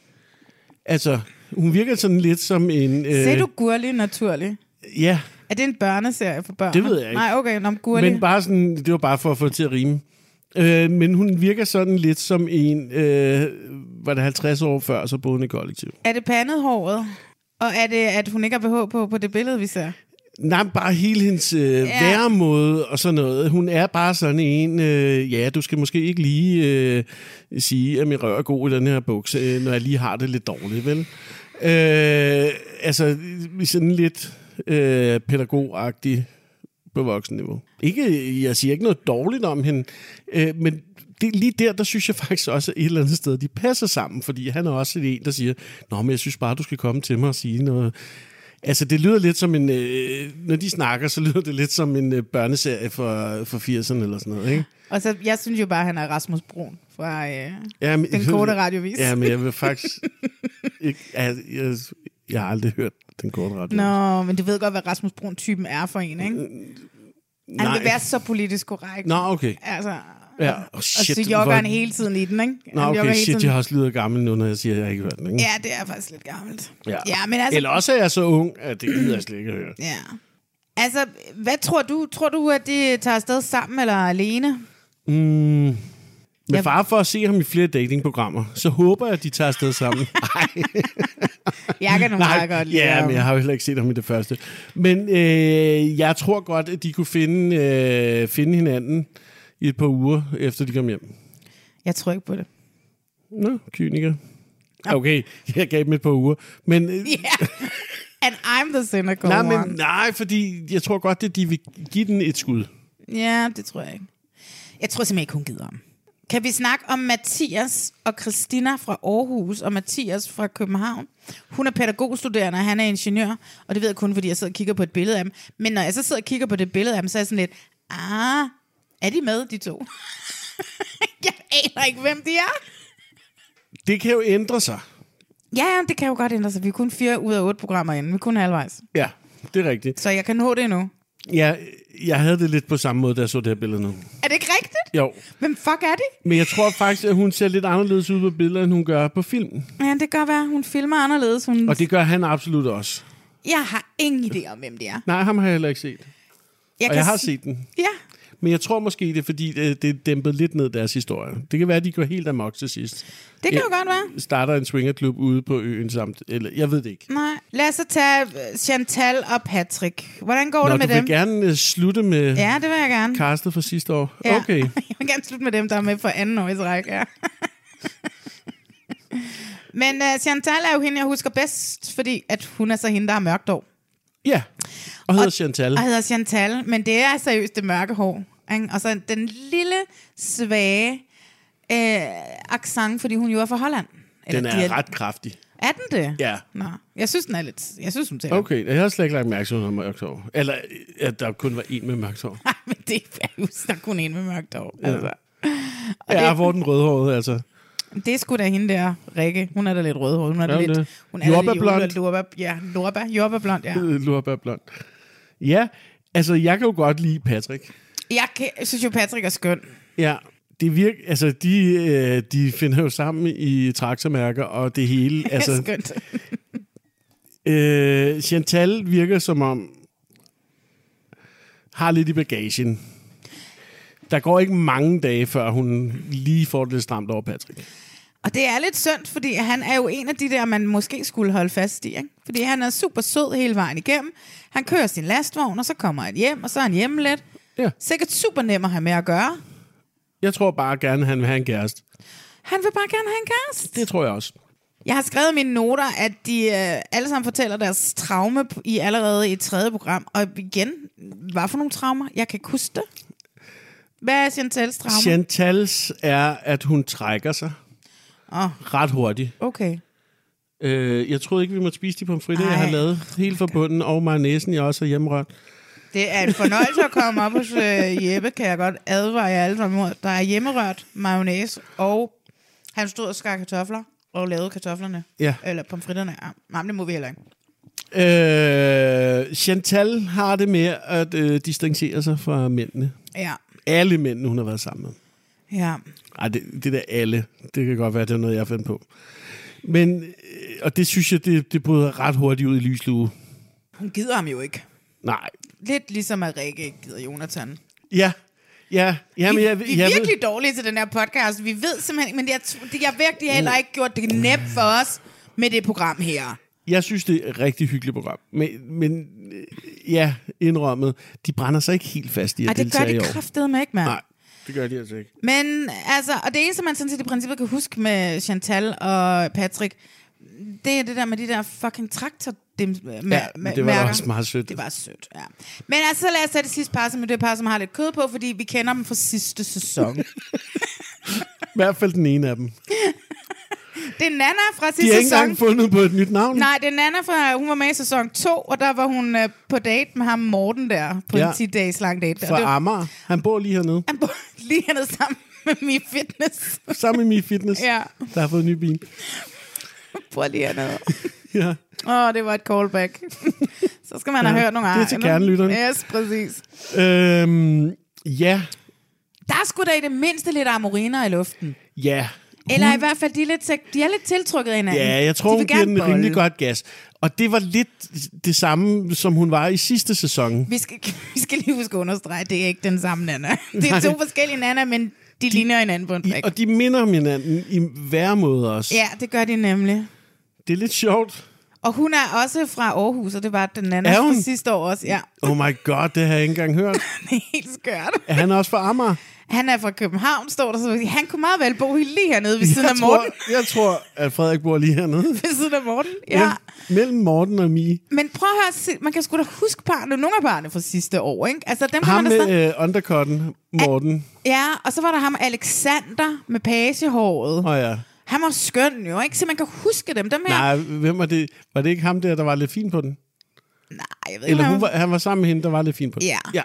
Speaker 3: Altså, hun virker sådan lidt som en... Øh,
Speaker 2: Ser du gurlig naturlig?
Speaker 3: Ja,
Speaker 2: Er det en børneserie for børn?
Speaker 3: Det ved jeg ikke.
Speaker 2: Nej, okay, nå, men gurlig.
Speaker 3: men bare sådan... Det var bare for at få det til at rime. Øh, men hun virker sådan lidt som en... Øh, var det 50 år før, så boede hun i kollektiv.
Speaker 2: Er det pandehåret? Og er det, at hun ikke har BH på på det billede, vi ser?
Speaker 3: Nej, men bare hele hendes øh, ja. væremåde og sådan noget. Hun er bare sådan en, øh, ja, du skal måske ikke lige øh, sige, at min rør er god i den her bukse, øh, når jeg lige har det lidt dårligt, vel? Øh, altså, sådan lidt øh, pædagogagtig på voksenniveau. Ikke, jeg siger ikke noget dårligt om hende, øh, men det, lige der, der synes jeg faktisk også, at et eller andet sted, de passer sammen, fordi han er også en, der siger, Nå, men jeg synes bare, du skal komme til mig og sige noget. Altså, det lyder lidt som en... Øh, når de snakker, så lyder det lidt som en øh, børneserie for, for 80'erne eller sådan noget, ikke?
Speaker 2: Og så, jeg synes jo bare, at han er Rasmus Brun fra øh,
Speaker 3: Ja, men-
Speaker 2: den korte radiovis.
Speaker 3: Ja, men jeg vil faktisk... ikke, jeg, jeg, jeg har aldrig hørt den korte radio.
Speaker 2: Nå, men du ved godt, hvad Rasmus Brun-typen er for en, ikke? Han
Speaker 3: nej.
Speaker 2: vil være så politisk korrekt.
Speaker 3: Nå, okay.
Speaker 2: Altså,
Speaker 3: Ja. Oh,
Speaker 2: og
Speaker 3: shit,
Speaker 2: så jogger han
Speaker 3: hvor-
Speaker 2: hele tiden i den, ikke?
Speaker 3: Nå,
Speaker 2: han jogger
Speaker 3: okay,
Speaker 2: hele
Speaker 3: shit,
Speaker 2: tiden.
Speaker 3: jeg har også lyder gammel nu, når jeg siger, at jeg ikke har hørt den, ikke?
Speaker 2: Ja, det er faktisk lidt gammelt. ja men altså,
Speaker 3: Eller også er jeg så ung, at det gider jeg slet ikke at høre.
Speaker 2: Ja. Altså, hvad tror du? Tror du, at de tager afsted sammen eller alene?
Speaker 3: Mm. Med far for at se ham i flere datingprogrammer, så håber jeg, at de tager afsted
Speaker 2: *laughs*
Speaker 3: sammen.
Speaker 2: Jeg
Speaker 3: *laughs*
Speaker 2: kan nu meget godt lide
Speaker 3: ja,
Speaker 2: ham.
Speaker 3: men jeg har jo heller ikke set ham i det første. Men øh, jeg tror godt, at de kunne finde, øh, finde hinanden i et par uger, efter de kom hjem.
Speaker 2: Jeg tror ikke på det.
Speaker 3: Nå, kyniker. Okay, *laughs* jeg gav dem et par uger. Men, øh,
Speaker 2: And I'm the cynical
Speaker 3: nej,
Speaker 2: one.
Speaker 3: men, nej, fordi jeg tror godt, at de vil give den et skud.
Speaker 2: Ja, det tror jeg ikke. Jeg tror simpelthen ikke, hun gider om. Kan vi snakke om Mathias og Christina fra Aarhus og Mathias fra København? Hun er pædagogstuderende, og han er ingeniør, og det ved jeg kun, fordi jeg sidder og kigger på et billede af dem. Men når jeg så sidder og kigger på det billede af dem, så er jeg sådan lidt, ah, er de med, de to? *laughs* jeg aner ikke, hvem de er.
Speaker 3: Det kan jo ændre sig.
Speaker 2: Ja, ja, det kan jo godt ændre sig. Vi er kun fire ud af otte programmer inde. Vi er kun halvvejs.
Speaker 3: Ja, det er rigtigt.
Speaker 2: Så jeg kan nå det endnu.
Speaker 3: Ja, jeg havde det lidt på samme måde, da jeg så det her billede nu.
Speaker 2: Er det ikke rigtigt?
Speaker 3: Jo.
Speaker 2: Hvem fuck er det?
Speaker 3: Men jeg tror faktisk, at hun ser lidt anderledes ud på billedet, end hun gør på filmen.
Speaker 2: Ja, det kan godt være. Hun filmer anderledes. Hun...
Speaker 3: Og det gør han absolut også.
Speaker 2: Jeg har ingen idé om, hvem de
Speaker 3: *laughs*
Speaker 2: er.
Speaker 3: Nej, ham har jeg heller ikke set. Jeg og
Speaker 2: kan
Speaker 3: jeg har
Speaker 2: s-
Speaker 3: set den.
Speaker 2: Ja.
Speaker 3: Men jeg tror måske, det er fordi, det, det er dæmpet lidt ned deres historie. Det kan være, at de går helt amok til sidst.
Speaker 2: Det kan jo godt være.
Speaker 3: Starter en swingerklub ude på øen samt... Eller, jeg ved det ikke.
Speaker 2: Nej. Lad os så tage øh, Chantal og Patrick. Hvordan går det
Speaker 3: du
Speaker 2: med
Speaker 3: vil
Speaker 2: dem?
Speaker 3: gerne øh, slutte med
Speaker 2: Ja, det vil jeg gerne.
Speaker 3: castet fra sidste år.
Speaker 2: Ja.
Speaker 3: Okay.
Speaker 2: *laughs* Jeg vil gerne slutte med dem, der er med for anden år i træk, ja. *laughs* Men uh, Chantal er jo hende, jeg husker bedst, fordi at hun er så hende, der har mørkt hår.
Speaker 3: Ja. Og hedder Chantal.
Speaker 2: Og hedder Chantal, men det er seriøst det mørke hår. Ikke? Og så den lille, svage øh, accent, fordi hun jo er fra Holland.
Speaker 3: Den er
Speaker 2: dialekt.
Speaker 3: ret kraftig.
Speaker 2: Er den det?
Speaker 3: Ja.
Speaker 2: Nå, jeg synes, den er lidt... Jeg synes, hun *laughs* taler.
Speaker 3: Okay, jeg har slet ikke lagt mærke til, at hun har mørkt hår. Eller, øh, at der kun var en med mørkt hår.
Speaker 2: Men det er jo snart kun en med mørkt hår.
Speaker 3: Ja.
Speaker 2: Altså. Og
Speaker 3: Ja,
Speaker 2: det-
Speaker 3: hvor er den rødhårede, altså.
Speaker 2: Det er sgu da hende der, Rikke. Hun er da lidt rødhåret. Hun er
Speaker 3: Er
Speaker 2: da
Speaker 3: hun
Speaker 2: lidt...
Speaker 3: det?
Speaker 2: Hun er da lidt
Speaker 3: Jordbærblond?
Speaker 2: jule- Lorba, ja, lorba, jordbær blond, ja.
Speaker 3: Øh, Lurba Blond. Ja, altså, jeg kan jo godt lide Patrick.
Speaker 2: Jeg kan, jeg synes jo, Patrick er skøn.
Speaker 3: Ja, det virker, altså, de, øh, de finder jo sammen i traktormærker og det hele. Altså,
Speaker 2: Skønt.
Speaker 3: øh, Chantal virker som om, har lidt i bagagen. Der går ikke mange dage, før hun lige får det lidt stramt over Patrick.
Speaker 2: Og det er lidt synd, fordi han er jo en af de der, man måske skulle holde fast i. Ikke? Fordi han er super sød hele vejen igennem. Han kører sin lastvogn, og så kommer han hjem, og så er han hjemme lidt.
Speaker 3: Ja.
Speaker 2: Sikkert super nem at have med at gøre.
Speaker 3: Jeg tror bare gerne, han vil have en kæreste.
Speaker 2: Han vil bare gerne have en kæreste.
Speaker 3: Det tror jeg også.
Speaker 2: Jeg har skrevet i mine noter, at de øh, alle sammen fortæller deres traume p- i allerede i et tredje program. Og igen, hvad for nogle traumer? Jeg kan ikke huske det. Hvad er Chantels traume?
Speaker 3: Chantals er, at hun trækker sig
Speaker 2: oh.
Speaker 3: ret hurtigt.
Speaker 2: okay.
Speaker 3: Øh, jeg troede ikke, vi måtte spise de pomfritter, jeg har lavet helt fra bunden, og mayonnaisen, jeg også har hjemmerørt.
Speaker 2: Det er en fornøjelse at komme op hos øh, Jeppe, kan jeg godt advare jer alle sammen mod. Der er hjemmerørt mayonnaise, og han stod og skar kartofler, og lavede kartoflerne.
Speaker 3: Ja.
Speaker 2: Eller pomfritterne. Ja. Nej, men det må vi heller ikke.
Speaker 3: Øh, Chantal har det med at øh, distancere sig fra mændene.
Speaker 2: Ja.
Speaker 3: Alle mændene, hun har været sammen med.
Speaker 2: Ja.
Speaker 3: Ej, det, det der alle, det kan godt være, det er noget, jeg fandt på. Men, øh, og det synes jeg, det, det bryder ret hurtigt ud i lyslue.
Speaker 2: Hun gider ham jo ikke.
Speaker 3: Nej.
Speaker 2: Lidt ligesom at Rikke ikke gider Jonathan.
Speaker 3: Ja, ja. Jamen, jeg, jeg,
Speaker 2: Vi er
Speaker 3: jeg,
Speaker 2: virkelig dårlige til den her podcast. Vi ved simpelthen ikke, men jeg, tr- det- jeg har virkelig
Speaker 3: Oh.
Speaker 2: heller ikke gjort det nemt for os med det program her.
Speaker 3: jeg synes, det er et rigtig hyggeligt program. Men, men øh, ja, indrømmet, de brænder sig ikke helt fast i at
Speaker 2: Ej, det gør
Speaker 3: deltage i
Speaker 2: de
Speaker 3: år.
Speaker 2: kraftedeme ikke, mand.
Speaker 3: Nej, det gør de altså ikke.
Speaker 2: Men altså, og det eneste, man sådan set i princippet kan huske med Chantal og Patrick, det er det der med de der fucking traktor dem,
Speaker 3: Ja, men det var da også meget sødt.
Speaker 2: Det var sødt, ja. Men altså, så lad os tage det sidste par, som er det par, som har lidt kød på, fordi vi kender dem fra sidste
Speaker 3: *laughs*
Speaker 2: sæson.
Speaker 3: I hvert fald den ene af dem.
Speaker 2: det er Nana fra sidste
Speaker 3: De har ikke
Speaker 2: sæson.
Speaker 3: engang fundet på et nyt navn.
Speaker 2: Nej, det er Nana fra, hun var med i sæson 2, og der var hun øh, på date med ham Morten der, på ja.
Speaker 3: Ja.
Speaker 2: en 10 dages lang date. Og
Speaker 3: Fra
Speaker 2: det var
Speaker 3: Amager. Han bor lige
Speaker 2: *laughs*
Speaker 3: hernede.
Speaker 2: Han bor lige hernede sammen med Mi Fitness.
Speaker 3: Sammen med Mi Fitness,
Speaker 2: Ja.
Speaker 3: der har fået en ny bil.
Speaker 2: *laughs* Bor lige hernede.
Speaker 3: ja.
Speaker 2: Åh, oh, det var et
Speaker 3: *laughs*
Speaker 2: callback. Så skal man have
Speaker 3: Ja,
Speaker 2: hørt nogle
Speaker 3: det er til
Speaker 2: andre.
Speaker 3: kernelytterne.
Speaker 2: Yes, præcis.
Speaker 3: Øhm, ja,
Speaker 2: Der er sgu da i det mindste lidt amoriner i luften.
Speaker 3: ja.
Speaker 2: Eller i hvert fald, de er lidt, tæk- de er lidt tiltrykket af hinanden.
Speaker 3: Ja, jeg tror,
Speaker 2: de
Speaker 3: hun
Speaker 2: vil
Speaker 3: giver
Speaker 2: gerne
Speaker 3: den
Speaker 2: bolle.
Speaker 3: rimelig godt gas. Og det var lidt det samme, som hun var i sidste sæson.
Speaker 2: Vi skal, *laughs* vi skal lige huske at understrege, det er ikke den samme
Speaker 3: *laughs*
Speaker 2: Nana. Det er
Speaker 3: Nej.
Speaker 2: to forskellige Nana, men de, de ligner hinanden på en flæk.
Speaker 3: Og de minder om hinanden i hver måde også.
Speaker 2: Ja, det gør de nemlig.
Speaker 3: Det er lidt sjovt.
Speaker 2: Og hun er også fra Aarhus, og det var den anden
Speaker 3: Er hun?
Speaker 2: fra sidste år også. Ja, *laughs*
Speaker 3: Oh my god, det har jeg ikke engang hørt.
Speaker 2: helt skørt.
Speaker 3: Er han også fra Amager?
Speaker 2: Han er fra København, står der, så han kunne meget vel bo lige hernede ved siden af
Speaker 3: Jeg
Speaker 2: Morten. *laughs*
Speaker 3: tror, jeg tror, at Frederik bor lige hernede.
Speaker 2: Ved siden af Morten, ja.
Speaker 3: Mellem Morten og Mie.
Speaker 2: Men prøv at høre, se- man kan sgu da huske parne, nogle af parne fra sidste år, ikke? Altså, dem kan
Speaker 3: Ham
Speaker 2: man da
Speaker 3: med
Speaker 2: sådan...
Speaker 3: øh, undercutten, Morten.
Speaker 2: Ja, og så var der ham Alexander med pagehåret.
Speaker 3: Åh oh, ja.
Speaker 2: Han var skøn jo, ikke? Så man kan huske dem. Dem her...
Speaker 3: Nej, hvem var det? Var det ikke ham der, der var lidt fin på den?
Speaker 2: Nej, jeg ved
Speaker 3: Eller
Speaker 2: ikke,
Speaker 3: hun var, han var sammen med hende, der var lidt fin på den?
Speaker 2: Ja.
Speaker 3: ja.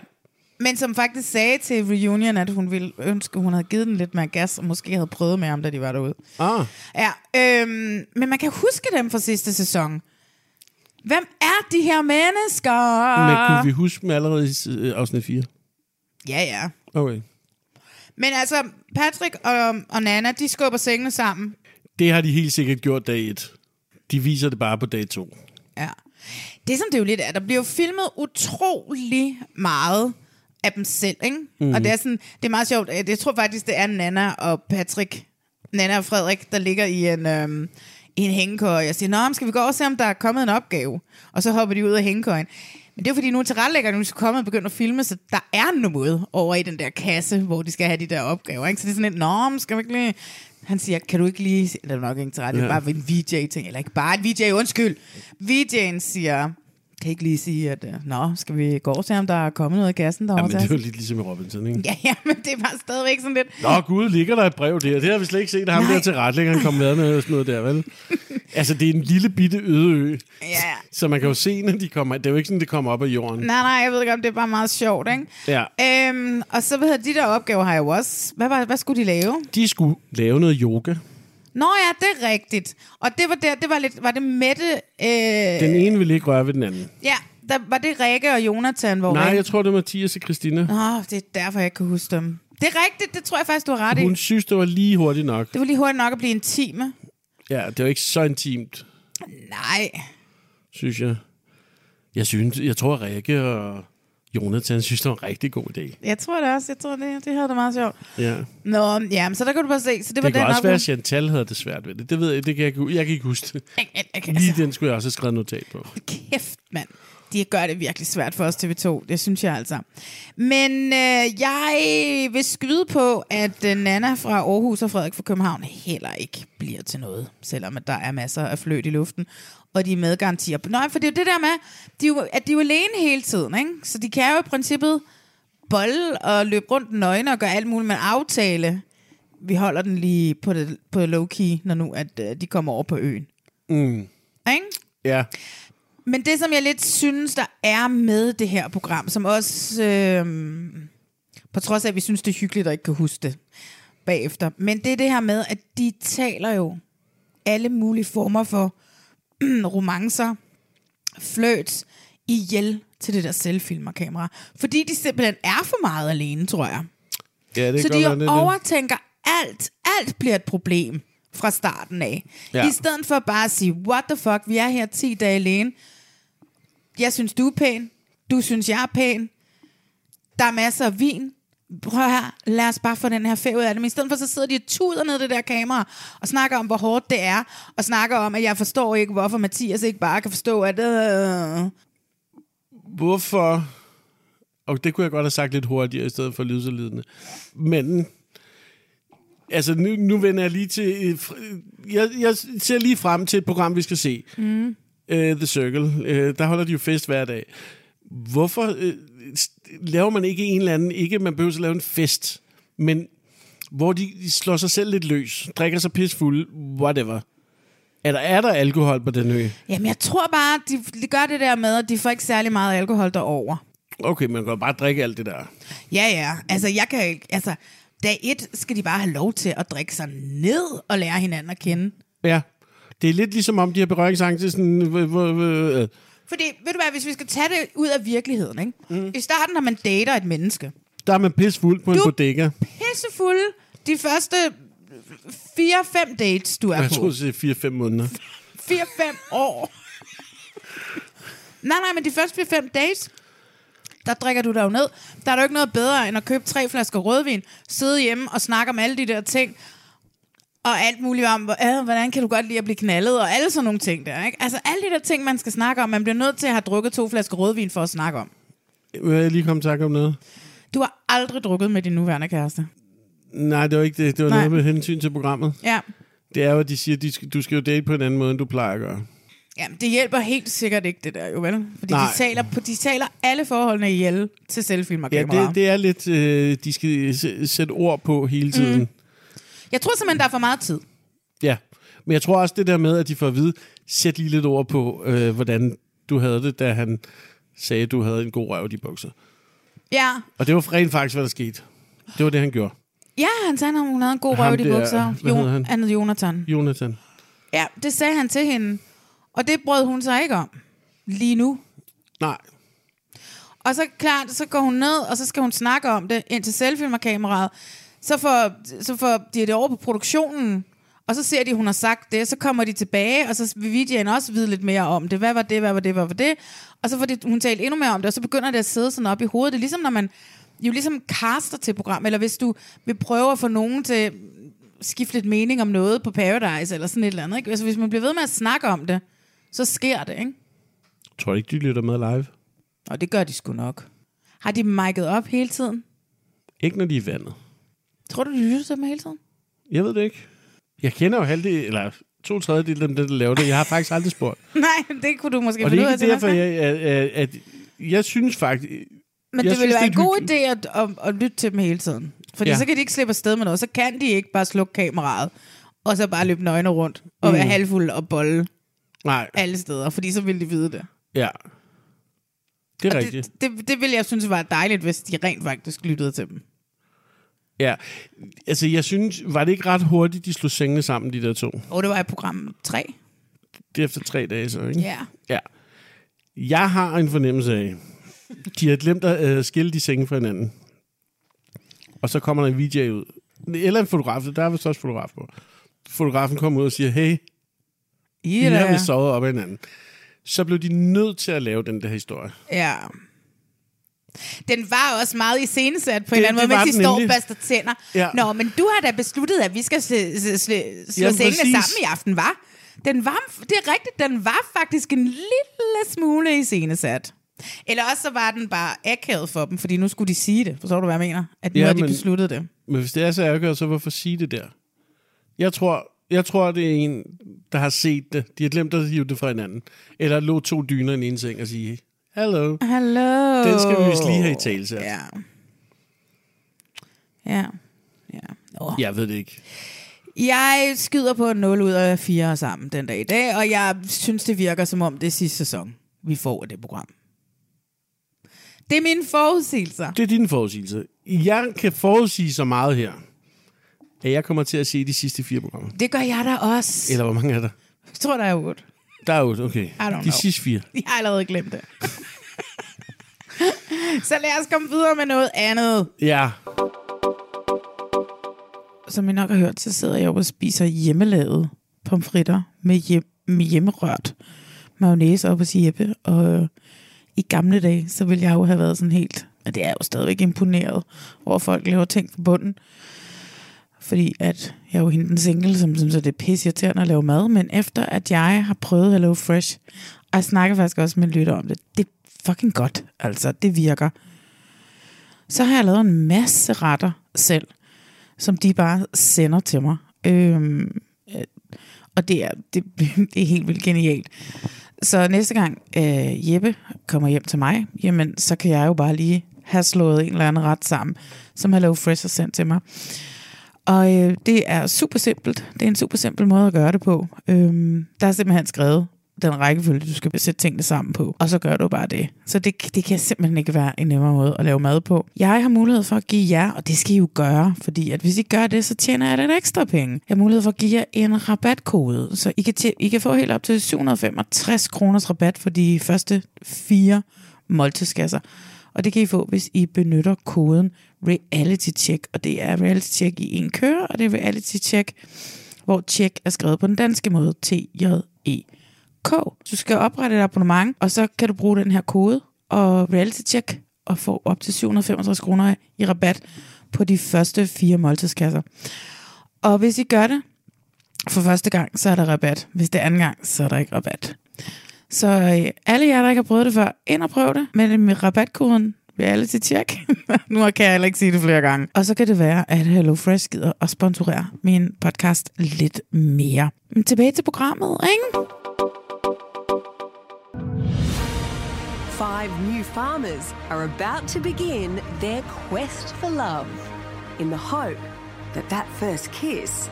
Speaker 2: Men som faktisk sagde til Reunion, at hun ville ønske, hun havde givet den lidt mere gas, og måske havde prøvet med ham, da de var derude.
Speaker 3: Ah.
Speaker 2: Ja, øhm, men man kan huske dem fra sidste sæson. Hvem er de her mennesker?
Speaker 3: Men
Speaker 2: Ah.
Speaker 3: kunne vi huske dem allerede i øh, afsnit 4?
Speaker 2: Ja, ja.
Speaker 3: Okay.
Speaker 2: Men altså, Patrick og, og Nana, de skubber sengene sammen.
Speaker 3: Det har de helt sikkert gjort dag 1. De viser det bare på dag 2.
Speaker 2: Ja. Det, som det jo lidt er, der bliver jo filmet utrolig meget af dem selv, ikke? Mm.
Speaker 3: Mhm.
Speaker 2: Og det er, sådan, det er meget sjovt. at Jeg tror faktisk, det er Nana og Patrick, Nana og Frederik, der ligger i en, øhm, i en hængekøj. Jeg siger, nå, men skal vi gå over og se, om der er kommet en opgave? Og så hopper de ud af hængekøjen. Men det er jo fordi, nu er tilrettelæggerne nu er kommet og begyndt at filme, så der er noget over i den der kasse, hvor de skal have de der opgaver. Ikke? Så det er sådan lidt, nå, men skal vi ikke lige... Han siger, kan du ikke lige... Eller nok ikke til rette, det er
Speaker 3: Ja.
Speaker 2: bare en VJ-ting, eller ikke bare en VJ, undskyld. VJ'en siger, kan I ikke lige sige, at øh, nå, skal vi gå over og se, om der er kommet noget i kassen derovre?
Speaker 3: Jamen, det er
Speaker 2: til
Speaker 3: jo
Speaker 2: os?" *laughs*
Speaker 3: lidt ligesom i Robinson, ikke?
Speaker 2: Ja, ja, men det var stadigvæk sådan lidt...
Speaker 3: Nå gud, ligger der et brev der? Det har vi slet ikke set, at ham
Speaker 2: Nej.
Speaker 3: der til retlæggeren kom med med sådan noget der, vel? Altså, det er en lille bitte øde ø.
Speaker 2: Ja.
Speaker 3: Så man kan jo se, når de kommer... Det er jo ikke sådan, det kommer op af jorden.
Speaker 2: Nej, nej, jeg ved godt, det er bare meget sjovt, ikke?
Speaker 3: Ja.
Speaker 2: Øhm, og så ved jeg, de der opgaver har jeg jo også. Hvad, var, hvad skulle de lave?
Speaker 3: De skulle lave noget yoga.
Speaker 2: Nå ja, det er rigtigt. Og det var der, det var lidt, var det Mette, øh,
Speaker 3: Den ene ville ikke røre ved den anden.
Speaker 2: ja, der, var det Rikke og Jonathan, hvor
Speaker 3: Nej,
Speaker 2: Rikke-
Speaker 3: jeg tror, det var Mathias og Christina.
Speaker 2: Nå, det er derfor, jeg ikke kan huske dem. Det er rigtigt, det tror jeg faktisk, du har ret i.
Speaker 3: Hun synes, det var lige hurtigt nok.
Speaker 2: Det var lige hurtigt nok at blive intime.
Speaker 3: Ja, det var ikke så intimt,
Speaker 2: Nej.
Speaker 3: synes jeg. Jeg, synes, jeg tror, at Rikke og Jonathan synes, det var en rigtig god idé.
Speaker 2: Jeg tror det også. Jeg tror, det, det havde det meget sjovt.
Speaker 3: Ja. Det,
Speaker 2: Nå, ja, men så der kan du bare se. Så det,
Speaker 3: det
Speaker 2: var
Speaker 3: kan
Speaker 2: den
Speaker 3: også
Speaker 2: op-
Speaker 3: være, at Chantal havde det svært ved det. Det ved jeg, det kan jeg, ikke hu- jeg kan ikke huske det. Lige
Speaker 2: altså-
Speaker 3: den skulle jeg også have skrevet notat på.
Speaker 2: Kæft, mand. De gør det virkelig svært for os TV2. Det synes jeg altså. Men øh, jeg vil skyde på, at øh, Nana fra Aarhus og Frederik fra København heller ikke bliver til noget. Selvom at der er masser af fløt i luften. Og de er medgarantier. Nej, for det er jo det der med, de er jo, at de er jo alene hele tiden. Ikke? Så de kan jo i princippet bolle og løbe rundt nøgne og gøre alt muligt. Men aftale, vi holder den lige på, det, på low-key, når nu at, øh, de kommer over på øen.
Speaker 3: Mm.
Speaker 2: Ikke?
Speaker 3: Ja.
Speaker 2: Men det, som jeg lidt synes, der er med det her program, som også, øh, på trods af, at vi synes, det er hyggeligt og ikke kan huske det bagefter, men det er det her med, at de taler jo alle mulige former for *clears throat* romancer, fløt, ihjel til det der selvfilmerkamera. Fordi de simpelthen er for meget alene, tror jeg.
Speaker 3: Ja, det
Speaker 2: Så
Speaker 3: kan
Speaker 2: de
Speaker 3: godt være, det er det.
Speaker 2: overtænker alt. Alt bliver et problem fra starten af.
Speaker 3: Ja.
Speaker 2: Ja. I stedet for bare at sige, what the fuck, vi er her 10 dage alene. Jeg synes, du er pæn. Du synes, jeg er pæn. Der er masser af vin. Prøv her, lad os bare få den her ferie ud af det. Men i stedet for, så sidder de og tuder ned i det der kamera, og snakker om, hvor hårdt det er, og snakker om, at jeg forstår ikke, hvorfor Mathias ikke bare kan forstå, at... Øh,
Speaker 3: Hvorfor... Og det kunne jeg godt have sagt lidt hurtigere, i stedet for at lyde så lidende. Men... Altså, nu, nu vender jeg lige til... øh, Jeg, jeg ser lige frem til et program, vi skal se.
Speaker 11: Mm.
Speaker 3: Uh, The Circle. Uh, der holder de jo fest hver dag. Hvorfor uh, laver man ikke en eller anden... Ikke, man behøver at lave en fest, men hvor de de slår sig selv lidt løs, drikker sig pisfulde, whatever. Er der, er der alkohol på den ø?
Speaker 2: Jamen, jeg tror bare, de, de gør det der med, at de får ikke særlig meget alkohol derover.
Speaker 3: Okay, man kan jo bare drikke alt det der.
Speaker 2: Ja, ja. Altså, jeg kan ikke... Altså, dag et skal de bare have lov til at drikke sig ned og lære hinanden at kende.
Speaker 3: Ja. Det er lidt ligesom om, de har berøringsangst til sådan... Øh, øh, øh, øh.
Speaker 2: Fordi, ved du hvad, hvis vi skal tage det ud af virkeligheden, ikke? Mm. I starten, når man dater et menneske,
Speaker 3: Der er man pissfuld på en bodega.
Speaker 2: pissefulde de første 4-5 dates, du er
Speaker 3: Jeg
Speaker 2: på.
Speaker 3: tror, det er 4-5 måneder.
Speaker 2: 4-5 år. nej, nej, men de første 4-5 dates, der drikker du dig jo ned. Der er jo ikke noget bedre, end at købe tre flasker rødvin, sidde hjemme og snakke om alle de der ting, og alt muligt om, hvor- "Ah, hvordan kan du godt lide at blive knaldet, og alle sådan nogle ting der. Ikke? Altså alle de der ting, man skal snakke om, man bliver nødt til at have drukket to flasker rødvin for at snakke om.
Speaker 3: Vil jeg lige komme i tanke om noget?
Speaker 2: Du har aldrig drukket med din nuværende kæreste.
Speaker 3: Nej, det var ikke det. Det var
Speaker 2: Nej.
Speaker 3: Nej. noget med hensyn til programmet.
Speaker 2: Ja.
Speaker 3: Det er jo, at de siger, at du skal jo date på en anden måde, end du plejer at gøre.
Speaker 2: Jamen, det hjælper helt sikkert ikke, det der jo, vel? Fordi
Speaker 3: Nej.
Speaker 2: de taler, på, de taler alle forholdene ihjel til selvfilm og
Speaker 3: Ja,
Speaker 2: kamera.
Speaker 3: det, det er lidt... Øh, de skal s- sætte ord på hele tiden. Mm.
Speaker 2: Jeg tror simpelthen, der er for meget tid.
Speaker 3: Ja. Men jeg tror også, det der med, at de får at vide, sæt lige lidt ord på, øh, hvordan du havde det, da han sagde, at du havde en god røv i de bukser.
Speaker 2: Ja,
Speaker 3: Og det var rent faktisk, hvad der skete. Det var det, han gjorde.
Speaker 2: ja han sagde, at hun havde en god
Speaker 3: Ham
Speaker 2: røv i de
Speaker 3: der,
Speaker 2: bukser.
Speaker 3: hvad hedder han?
Speaker 2: han hed Jonathan.
Speaker 3: Jonathan.
Speaker 2: Ja, det sagde han til hende. Og det brød hun sig ikke om. Lige nu.
Speaker 3: Nej.
Speaker 2: Og så klart, så går hun ned, og så skal hun snakke om det ind til selvfilmerkameraet. Så får, så får de det over på produktionen, og så ser de, at hun har sagt det. Så kommer de tilbage, og så vil Vivian også vide lidt mere om det. Hvad var det, hvad var det, hvad var det? Og så får de, hun talt endnu mere om det, og så begynder det at sidde sådan op i hovedet. Det er ligesom, når man jo ligesom caster til program, eller hvis du vil prøve at få nogen til skifte lidt mening om noget på Paradise, eller sådan et eller andet. Ikke? Altså, hvis man bliver ved med at snakke om det, så sker det, ikke?
Speaker 3: Tror du ikke, de lytter med live?
Speaker 2: Og det gør de sgu nok. Har de mic'et op hele tiden?
Speaker 3: Ikke når de er i vandet.
Speaker 2: Tror du, de lytter til dem hele tiden?
Speaker 3: Jeg ved det ikke. Jeg kender jo halvdelen, eller to tredjedel af dem, der laver det. Jeg har faktisk aldrig *laughs* spurgt.
Speaker 2: *laughs* Nej, det kunne du måske
Speaker 3: Og det
Speaker 2: finde
Speaker 3: er
Speaker 2: ud af til
Speaker 3: ikke derfor,
Speaker 2: næste gang.
Speaker 3: jeg, at, at, at jeg synes faktisk...
Speaker 2: Men
Speaker 3: jeg
Speaker 2: det ville
Speaker 3: synes,
Speaker 2: være en
Speaker 3: er
Speaker 2: god idé at, at, at lytte til dem hele tiden. Fordi
Speaker 3: Ja.
Speaker 2: ja. så kan de ikke slippe afsted med noget. Så kan de ikke bare slukke kameraet, og så bare løbe nøgne rundt, og
Speaker 3: Mm.
Speaker 2: være halvfuld og bolle
Speaker 3: Nej.
Speaker 2: alle steder. Fordi så ville de vide det.
Speaker 3: Ja. Det er
Speaker 2: Og
Speaker 3: rigtigt.
Speaker 2: Det, det, det ville jeg synes var dejligt, hvis de rent faktisk lyttede til dem.
Speaker 3: Ja. Altså, jeg synes... Var det ikke ret hurtigt, de slog sengene sammen, de der to?
Speaker 2: Og det var i program 3.
Speaker 3: Det er efter tre dage, så, ikke?
Speaker 2: Ja.
Speaker 3: Ja. Jeg har en fornemmelse af, de har glemt at øh, skille de senge fra hinanden. og så kommer der en VJ ud. Eller en fotograf, der er vist også fotograf på. Fotografen kommer ud og siger, hey, I,
Speaker 2: er der,
Speaker 3: har
Speaker 2: ja."
Speaker 3: vi sovet op ad hinanden. Så blev de nødt til at lave den der historie.
Speaker 2: Ja. Den var også meget iscenesat på en
Speaker 3: Det-
Speaker 2: eller anden
Speaker 3: det
Speaker 2: måde,
Speaker 3: var
Speaker 2: mens
Speaker 3: den
Speaker 2: de står og
Speaker 3: nemlig.
Speaker 2: børster tænder.
Speaker 3: Ja.
Speaker 2: Nå, men du har da besluttet, at vi skal sl- sl- sl- slå
Speaker 3: Jamen,
Speaker 2: sengene
Speaker 3: præcis.
Speaker 2: sammen i aften, var? Den var, det er rigtigt, den var faktisk en lille smule iscenesat. Eller også så var den bare akavet for dem, fordi nu skulle de sige det. Forstår du, hvad jeg mener? At nu ja,
Speaker 3: Ja,
Speaker 2: har de
Speaker 3: men-
Speaker 2: besluttet det.
Speaker 3: Men hvis det er så ærgerligt, så hvorfor sige det der? Jeg tror, jeg tror, det er en, der har set det. De har glemt at hive det fra hinanden. Eller lå to dyner i den ene seng og sige, hello.
Speaker 2: Hallo.
Speaker 3: Den skal vi vist lige have i tale til.
Speaker 2: Ja. Ja. Nå.
Speaker 3: Jeg ved det ikke.
Speaker 2: Jeg skyder på 0 ud af 4 sammen den dag i dag, og jeg synes, det virker som om det er sidste sæson, vi får af det program. Det er mine forudsigelser.
Speaker 3: Det er din forudsigelse. Jeg kan forudsige så meget her, at jeg kommer til at se de sidste fire programmer.
Speaker 2: Det gør jeg da også.
Speaker 3: Eller hvor mange er der?
Speaker 2: Jeg tror, der er 8.
Speaker 3: Der er jo, okay.
Speaker 2: don't know.
Speaker 3: De sidste fire.
Speaker 2: Jeg har allerede glemt det. Så lad os komme videre med noget andet.
Speaker 3: Ja.
Speaker 2: Som I nok har hørt, så sidder jeg jo og spiser hjemmelavet pomfritter med, hjem, med hjemmerørt mayonnaise op hos Jeppe. Og øh, i gamle dage, så ville jeg jo have været sådan helt... Og det er jeg jo stadigvæk imponeret over, at folk laver ting fra bunden. Fordi at jeg er jo hende den single, som synes, at det er pisse irriterende at lave mad. Men efter at jeg har prøvet Hello Fresh, og jeg snakker faktisk også med en lytter om det, det er fucking godt. Altså, det virker. Så har jeg lavet en masse retter selv, som de bare sender til mig. Øhm, øh, og det er, det, *laughs* det er helt vildt genialt. Så næste gang øh, Jeppe kommer hjem til mig, jamen så kan jeg jo bare lige have slået en eller anden ret sammen, som Hello Fresh har sendt til mig. Og øh, det er super simpelt. Det er en super simpel måde at gøre det på. Øhm, der er simpelthen skrevet den rækkefølge, du skal sætte tingene sammen på. Og så gør du bare det. Så det, det kan simpelthen ikke være en nemmere måde at lave mad på. Jeg har mulighed for at give jer, og det skal I jo gøre, fordi at hvis I gør det, så tjener jeg lidt ekstra penge. Jeg har mulighed for at give jer en rabatkode, så I kan, tje- I kan få helt op til 765 kroners rabat for de første fire måltidskasser. Og det kan I få, hvis I benytter koden reality check, og det er reality check i en køre, og det er reality check, hvor check er skrevet på den danske måde, t j e k. Du skal oprette et abonnement, og så kan du bruge den her kode og reality check og få op til 765 kroner i rabat på de første fire måltidskasser. Og hvis I gør det, for første gang, så er der rabat. Hvis det er anden gang, så er der ikke rabat. Så øh, alle jer, der ikke har prøvet det før, ind og prøv det med, med rabatkoden reality check. *laughs* nu kan jeg heller ikke sige det flere gange. Og så kan det være, at HelloFresh gider at sponsorere min podcast lidt mere. Men tilbage til programmet, ikke?
Speaker 11: Five new farmers are about to begin their quest for love in the hope that that first kiss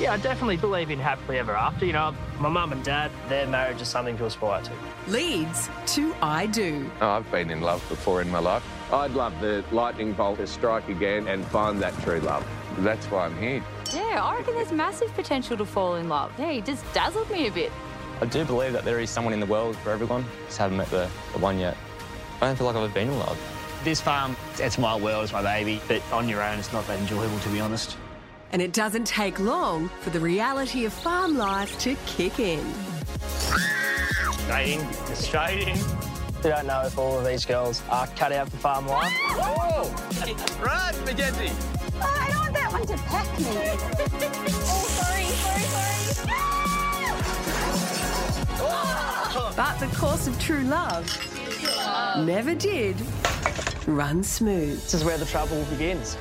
Speaker 12: Yeah, I definitely believe in happily ever after. You know, my mum and dad, their marriage is something to aspire to.
Speaker 11: leads to I Do.
Speaker 13: I've been in love before in my life. I'd love the lightning bolt to strike again and find that true love. That's why I'm here.
Speaker 14: Yeah, I reckon there's massive potential to fall in love. Yeah, he just dazzled me a bit.
Speaker 15: I do believe that there is someone in the world for everyone. Just haven't met the, the one yet. I don't feel like I've ever been in love.
Speaker 12: This farm, it's my world, it's my baby, but on your own, it's not that enjoyable, to be honest.
Speaker 11: And it doesn't take long for the reality of farm life to kick in.
Speaker 12: Straight in, just straight in. You don't know if all of these girls are cut out for farm life.
Speaker 13: Whoa! Run, Mackenzie!
Speaker 16: I don't want that one to peck me. *laughs* oh, sorry, sorry, sorry.
Speaker 11: But the course of true love never did run smooth. This
Speaker 12: is where the trouble begins.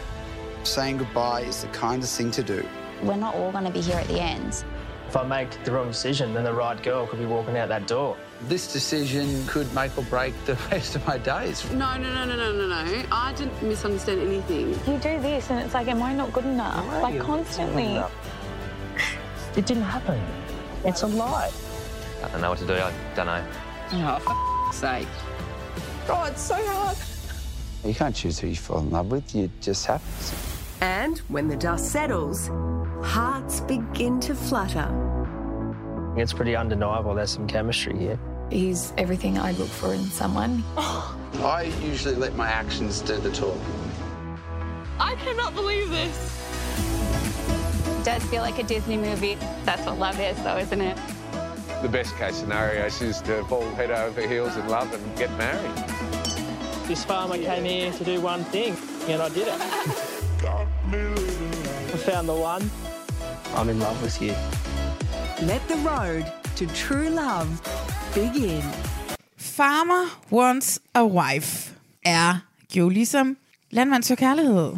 Speaker 17: Saying goodbye is the kindest thing to do.
Speaker 16: We're not all going to be here at the end.
Speaker 12: If I make the wrong decision, then the right girl could be walking out that door.
Speaker 17: This decision could make or break the rest of my days.
Speaker 18: No, no, no, no, no, no, no. I didn't misunderstand anything. You do this, and it's like, am I not good enough? Like constantly.
Speaker 12: It didn't happen. It's a lie.
Speaker 15: I don't know what to do. I don't know.
Speaker 18: Oh, f- sake.
Speaker 11: Oh, it's so hard.
Speaker 17: You can't choose who you fall in love with, it just happens.
Speaker 11: And when the dust settles, hearts begin to flutter.
Speaker 12: It's pretty undeniable there's some chemistry here.
Speaker 8: He's everything I look for in someone.
Speaker 17: I usually let my actions do the talking.
Speaker 16: I cannot believe this.
Speaker 19: It does feel like a Disney movie. That's what love is, though, isn't it?
Speaker 13: The best case scenario is to fall head over heels in love and get married.
Speaker 12: This farmer came here to do one thing, and I did it. I found the one. I'm in love with you.
Speaker 11: Let the road to true love begin.
Speaker 2: Farmer Wants a Wife er jo ligesom Landmand Søger Kærlighed,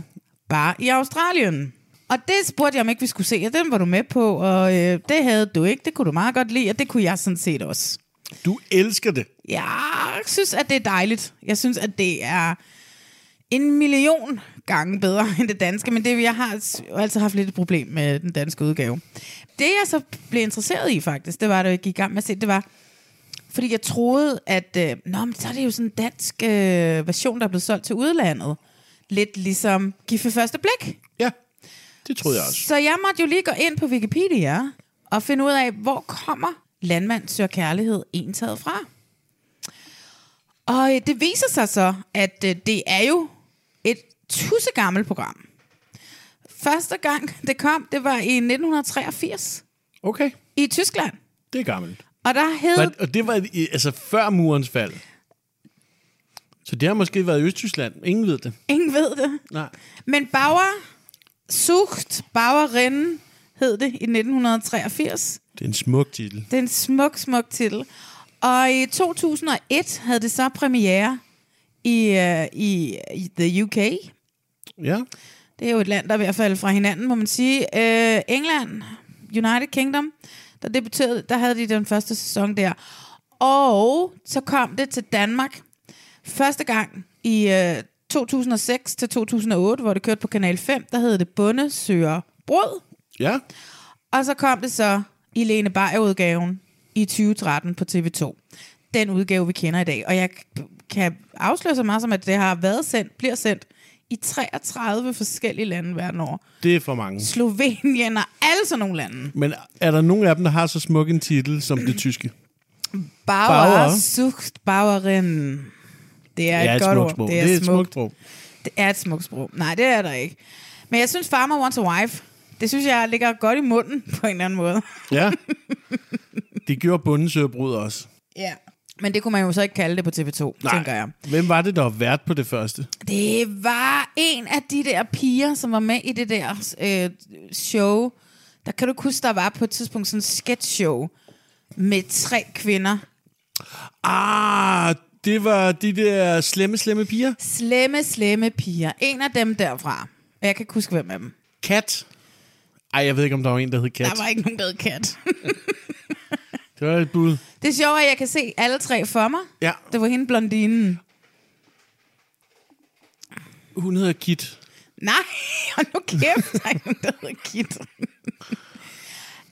Speaker 2: bare i Australien. Og det spurgte jeg, om ikke vi skulle se, og den var du med på, og øh, det havde du ikke, det kunne du meget godt lide, og det kunne jeg sådan set også.
Speaker 3: Du elsker det.
Speaker 2: Jeg synes, at det er dejligt. Jeg synes, at det er en million gange bedre end det danske, men det jeg har s- altid haft lidt et problem med den danske udgave. Det jeg så blev interesseret i faktisk, det var, da jeg gik i gang med at se, det var, fordi jeg troede, at øh, nå, men så er det jo sådan en dansk øh, version, der er blevet solgt til udlandet. Lidt ligesom Gift ved første blik.
Speaker 3: Ja, det troede jeg også.
Speaker 2: Så jeg måtte jo lige gå ind på Wikipedia og finde ud af, hvor kommer Landmand Søger Kærlighed entaget fra? Og øh, det viser sig så, at øh, det er jo et tussegammelt program. Første gang det kom, det var i 1983.
Speaker 3: Okay.
Speaker 2: I Tyskland.
Speaker 3: Det er gammelt.
Speaker 2: Og der hed...
Speaker 3: Var, og det var i- altså før murens fald. Så det har måske været i Østtyskland. Ingen ved det.
Speaker 2: Ingen ved det.
Speaker 3: Nej.
Speaker 2: Men Bauer Sucht Bauerinnen hed det i 1983.
Speaker 3: Det er en smuk titel.
Speaker 2: Det er en smuk, smuk titel. Og i 2001 havde det så premiere i, øh, i, i the UK.
Speaker 3: Ja.
Speaker 2: Det er jo et land, der er ved at falde fra hinanden, må man sige. Øh, England, United Kingdom, der debuterede, der havde de den første sæson der. Og så kom det til Danmark første gang i øh, 2006 til 2008, hvor det kørte på Kanal 5, der hed det Bunde Søger Brød.
Speaker 3: Ja.
Speaker 2: Og så kom det så i Lene Beyer-udgaven i 2013 på TV2. Den udgave, vi kender i dag. Og jeg k- kan afsløre så meget som, at det har været sendt, bliver sendt i 33 forskellige lande verden over.
Speaker 3: Det er for mange.
Speaker 2: Slovenien og alle sådan nogle lande.
Speaker 3: Men er der nogen af dem, der har så smuk en titel som det tyske?
Speaker 2: Bauer,
Speaker 3: Bauer.
Speaker 2: Bauer. Sucht, Bauerin. Det er
Speaker 3: Det er
Speaker 2: et,
Speaker 3: et
Speaker 2: godt
Speaker 3: smukt
Speaker 2: ord.
Speaker 3: sprog. Det er et smukt sprog.
Speaker 2: Det er et smukt sprog. Nej, det er der ikke. Men jeg synes, Farmer Wants a Wife, det synes jeg ligger godt i munden på en eller anden måde.
Speaker 3: *laughs* Ja. Det gjorde bundesøbrud også.
Speaker 2: Ja. Men det kunne man jo så ikke kalde det på TV2, Nej. tænker jeg.
Speaker 3: Hvem var det, der var vært på det første?
Speaker 2: Det var en af de der piger, som var med i det der øh, show. Der kan du ikke huske, der var på et tidspunkt sådan et sketchshow med tre kvinder.
Speaker 3: Ah, det var de der slemme, slemme piger.
Speaker 2: Slemme, slemme piger. En af dem derfra. Og Jeg kan ikke huske, hvem af dem.
Speaker 3: Kat. Ej, jeg ved ikke, om der var en, der hed Kat.
Speaker 2: Der var ikke nogen, der hed Kat. *laughs*
Speaker 3: Det var et bud.
Speaker 2: Det er sjovt, at jeg kan se alle tre for mig.
Speaker 3: Ja.
Speaker 2: Det var hende blondinen.
Speaker 3: Hun hedder Kit.
Speaker 2: Nej, *laughs* og nu kæft, der er ikke nogen, der hedder Kit.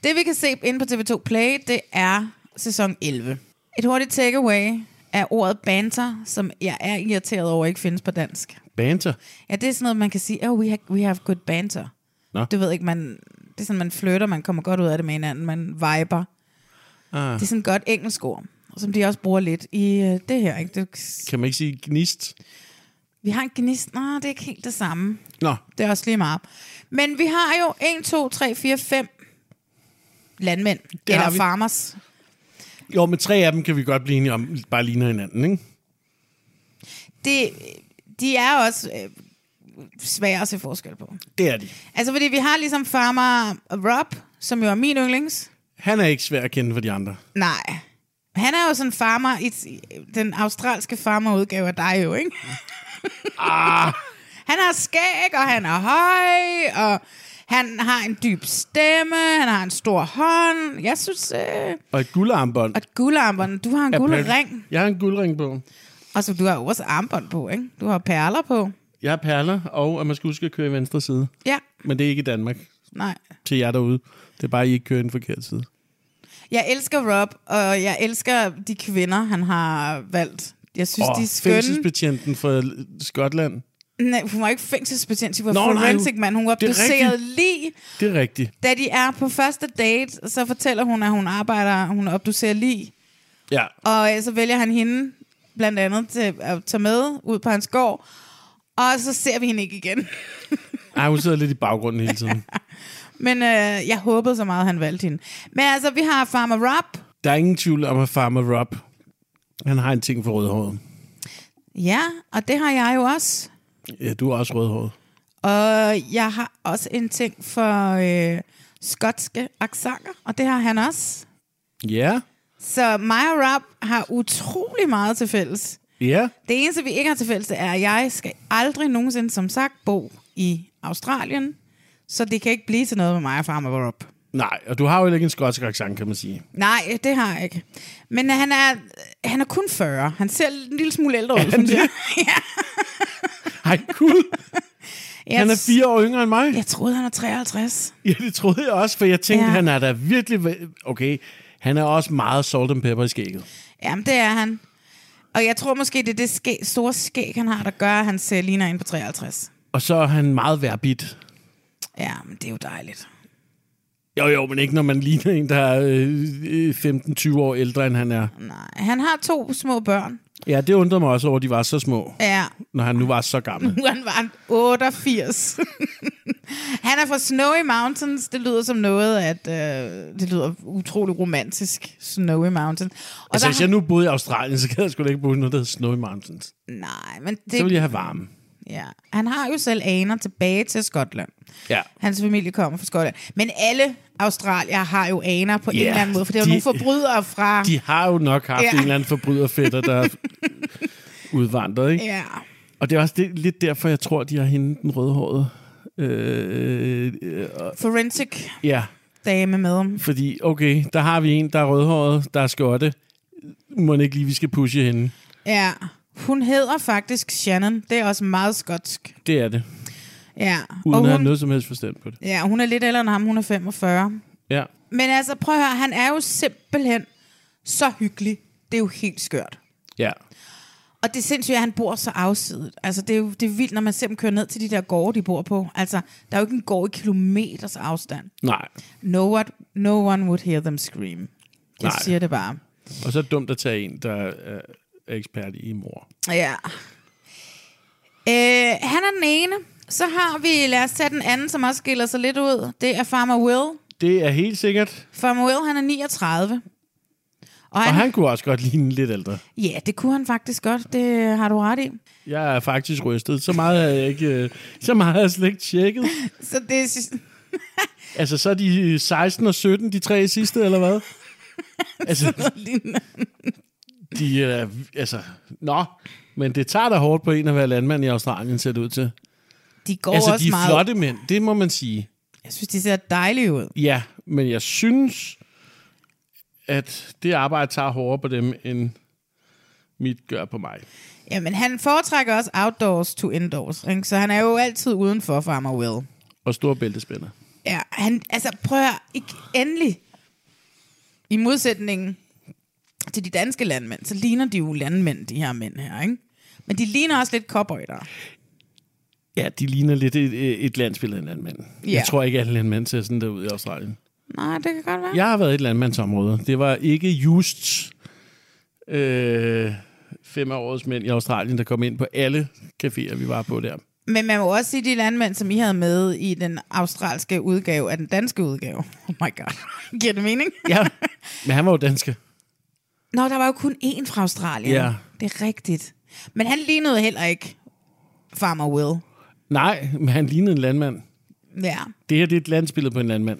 Speaker 2: Det vi kan se inde på TV2 Play, det er sæson 11. Et hurtigt takeaway er ordet banter, som jeg er irriteret over ikke findes på dansk.
Speaker 3: Banter.
Speaker 2: Ja, det er sådan noget, man kan sige, oh, we have, we have good banter.
Speaker 3: Nå.
Speaker 2: Du ved ikke, man, det er sådan, man flytter, man kommer godt ud af det med hinanden, man viber.
Speaker 3: Ah,
Speaker 2: Det er sådan et godt engelsk ord, som de også bruger lidt i øh, det her. Ikke? Det,
Speaker 3: Kan man ikke sige gnist?
Speaker 2: vi har en gnist, nej, det er ikke helt det samme.
Speaker 3: Nå,
Speaker 2: Det er også lige meget. Men vi har jo 1, 2, 3, 4, 5 landmænd. Det
Speaker 3: har
Speaker 2: eller
Speaker 3: vi.
Speaker 2: farmers.
Speaker 3: jo, med tre af dem kan vi godt blive enige om, bare ligner hinanden, ikke?
Speaker 2: Det, de er også øh, svære at se forskel på.
Speaker 3: Det er de.
Speaker 2: Altså, fordi vi har ligesom farmer Rob, som jo er min yndlings.
Speaker 3: Han er ikke svær at kende for de andre.
Speaker 2: Nej. Han er jo sådan farmer i t- den australske farmerudgave af dig jo, ikke?
Speaker 3: Ah,
Speaker 2: *laughs* Han har skæg, og han er høj, og han har en dyb stemme, han har en stor hånd. Jeg synes, øh,
Speaker 3: og et guldarmbånd.
Speaker 2: at guldarmbånden, du har en guldring.
Speaker 3: Jeg har en guldring på.
Speaker 2: Og så du har jo også armbånd på, ikke? Du har perler på.
Speaker 3: Jeg har perler, og at man skal huske at køre i venstre side.
Speaker 2: Ja,
Speaker 3: Men det er ikke i Danmark.
Speaker 2: nej.
Speaker 3: Til jer derude. Det er bare, at I ikke kører i den forkerte side.
Speaker 2: Jeg elsker Rob, og jeg elsker de kvinder, han har valgt. Jeg synes,
Speaker 3: Åh,
Speaker 2: oh, de er skønne.
Speaker 3: Fængselsbetjenten fra Skotland.
Speaker 2: Nej, hun var ikke fængselsbetjent, hun var
Speaker 3: Nå, nej, hun-
Speaker 2: forensic man. Hun var
Speaker 3: det er
Speaker 2: placeret
Speaker 3: rigtigt.
Speaker 2: lige.
Speaker 3: Det er rigtigt.
Speaker 2: Da de er på første date, så fortæller hun, at hun arbejder, hun obducerer lige.
Speaker 3: Ja.
Speaker 2: Og øh, så vælger han hende blandt andet til at tage med ud på hans gård. Og så ser vi hende ikke igen.
Speaker 3: Ej, hun sidder lidt i baggrunden hele tiden.
Speaker 2: Men øh, jeg håbede så meget, at han valgte hende. Men altså, vi har Farmer Rob.
Speaker 3: Der er ingen tvivl om, at Farmer Rob, han har en ting for rødhåret.
Speaker 2: Ja, og det har jeg jo også.
Speaker 3: Ja, du er også rødhåret.
Speaker 2: Og jeg har også en ting for øh, skotske aksanger, og det har han også.
Speaker 3: Ja,
Speaker 2: Så mig og Rob har utrolig meget til fælles.
Speaker 3: ja.
Speaker 2: Det eneste, vi ikke har til fælles, det er, at jeg skal aldrig nogensinde, som sagt, bo i Australien. Så det kan ikke blive til noget med mig og Farmer Rob.
Speaker 3: Nej, og du har jo heller ikke en skotsk accent, kan man sige.
Speaker 2: Nej, det har jeg ikke. Men han er, han er kun 40. Han ser en lille smule ældre ud, synes jeg. *laughs*
Speaker 3: Ej, gud.
Speaker 2: Jeg
Speaker 3: Han er
Speaker 2: s-
Speaker 3: fire år yngre end mig.
Speaker 2: Jeg troede, han er 53.
Speaker 3: Ja, det troede jeg også, for jeg tænkte,
Speaker 2: Ja.
Speaker 3: ja. han er da virkelig... Okay, han er også meget salt and pepper i skægget.
Speaker 2: Jamen, det er han. Og jeg tror måske, det er det skæg, store skæg, han har, der gør, at han ser ligner en på 53.
Speaker 3: Og så er han meget værbit.
Speaker 2: Ja, men det er jo dejligt.
Speaker 3: Jo, jo, men ikke når man ligner en, der er øh, 15-20 år ældre, end han er.
Speaker 2: Nej. Han har to små børn.
Speaker 3: Ja, det undrede mig også over, at de var så små,
Speaker 2: Ja, *laughs*
Speaker 3: når han nu var så gammel.
Speaker 2: nu er han var 88. *laughs* han er fra Snowy Mountains. Det lyder som noget, at øh, det lyder utrolig romantisk. Snowy Mountains. Og
Speaker 3: altså,
Speaker 2: der
Speaker 3: hvis
Speaker 2: har-
Speaker 3: jeg nu boede i Australien, så gad jeg sgu da ikke bo i noget, der hedder Snowy Mountains.
Speaker 2: Nej, men det...
Speaker 3: Det... Så ville jeg have varme.
Speaker 2: Ja. Han har jo selv aner tilbage til Skotland.
Speaker 3: Ja.
Speaker 2: Hans familie kommer fra Skotland. Men alle australier har jo aner på en
Speaker 3: Ja,
Speaker 2: eller anden måde, for det er jo
Speaker 3: de-
Speaker 2: nogle forbrydere fra...
Speaker 3: De har jo nok haft
Speaker 2: Ja.
Speaker 3: ja. en eller anden forbryderfætter, der er udvandret, ikke?
Speaker 2: Ja.
Speaker 3: Og det er også det, lidt derfor, jeg tror, de har hende den rødhårede. Øh, øh, og-
Speaker 2: Forensic
Speaker 3: ja,
Speaker 2: dame med ham.
Speaker 3: fordi okay, der har vi en, der er rødhåret, der er skotte. Må ikke lige, vi skal pushe hende.
Speaker 2: Ja. Hun hedder faktisk Shannon. Det er også meget skotsk.
Speaker 3: Det er det.
Speaker 2: Ja.
Speaker 3: Uden
Speaker 2: og
Speaker 3: at
Speaker 2: hun,
Speaker 3: have noget som helst forstand på det.
Speaker 2: ja, hun er lidt ældre end ham. Hun er 45.
Speaker 3: Ja.
Speaker 2: Men altså, prøv at høre. Han er jo simpelthen så hyggelig. Det er jo helt skørt.
Speaker 3: Ja.
Speaker 2: Og det er sindssygt, at han bor så afsidet. Altså, det er jo det er vildt, når man ser dem køre ned til de der gårde, de bor på. Altså, der er jo ikke en gård i kilometers afstand.
Speaker 3: Nej.
Speaker 2: No, what, no one would hear them scream. Jeg
Speaker 3: Nej.
Speaker 2: siger det bare.
Speaker 3: Og så er det dumt at tage en, der er er ekspert i mor.
Speaker 2: Ja. Øh, han er den ene. Så har vi, lad os tage den anden, som også skiller sig lidt ud. Det er Farmer Will.
Speaker 3: Det er helt sikkert.
Speaker 2: Farmer Will, han er 39. Og
Speaker 3: Og
Speaker 2: han,
Speaker 3: han kunne også godt ligne en lidt ældre.
Speaker 2: ja, det kunne han faktisk godt. Det har du ret i.
Speaker 3: Jeg er faktisk rystet. Så meget har jeg ikke... øh, Så meget har jeg slet ikke tjekket.
Speaker 2: Så det er...
Speaker 3: Altså, så er de 16 og 17, de tre sidste,
Speaker 2: *laughs*
Speaker 3: eller hvad? Altså, de er... Altså, nå. Men det tager da hårdt på en at være landmand i Australien, ser det ud til.
Speaker 2: De går
Speaker 3: altså,
Speaker 2: også
Speaker 3: de er
Speaker 2: meget...
Speaker 3: flotte mænd, det må man sige.
Speaker 2: Jeg synes, de ser dejlige ud.
Speaker 3: Ja, men jeg synes, at det arbejde tager hårdere på dem, end mit gør på mig.
Speaker 2: Jamen, han foretrækker også outdoors to indoors, ikke? så han er jo altid udenfor, Farmer Will.
Speaker 3: Og store bæltespænder.
Speaker 2: Ja, han, altså prøv at høre, ikke, endelig, i modsætningen til de danske landmænd, så ligner de jo landmænd, de her mænd her, ikke? Men de ligner også lidt cowboydere.
Speaker 3: Ja, de ligner lidt et, et landsbillede af en landmand.
Speaker 2: Ja.
Speaker 3: Ja. Jeg tror ikke, alle landmænd ser sådan der ud i Australien.
Speaker 2: Nej, det kan godt være.
Speaker 3: Jeg har været i et landmandsområde. Det var ikke just øh, fem af årets mænd i Australien, der kom ind på alle caféer, vi var på der.
Speaker 2: Men man må også sige, de landmænd, som I havde med i den australske udgave af den danske udgave. Oh my god. *laughs* Giver det mening?
Speaker 3: Ja, men han var jo dansker.
Speaker 2: Nå, der var jo kun én fra Australien.
Speaker 3: Ja.
Speaker 2: Det er rigtigt. Men han lignede heller ikke Farmer Will.
Speaker 3: Nej, men han lignede en landmand.
Speaker 2: Ja.
Speaker 3: Det her det er et landsbillede på en landmand.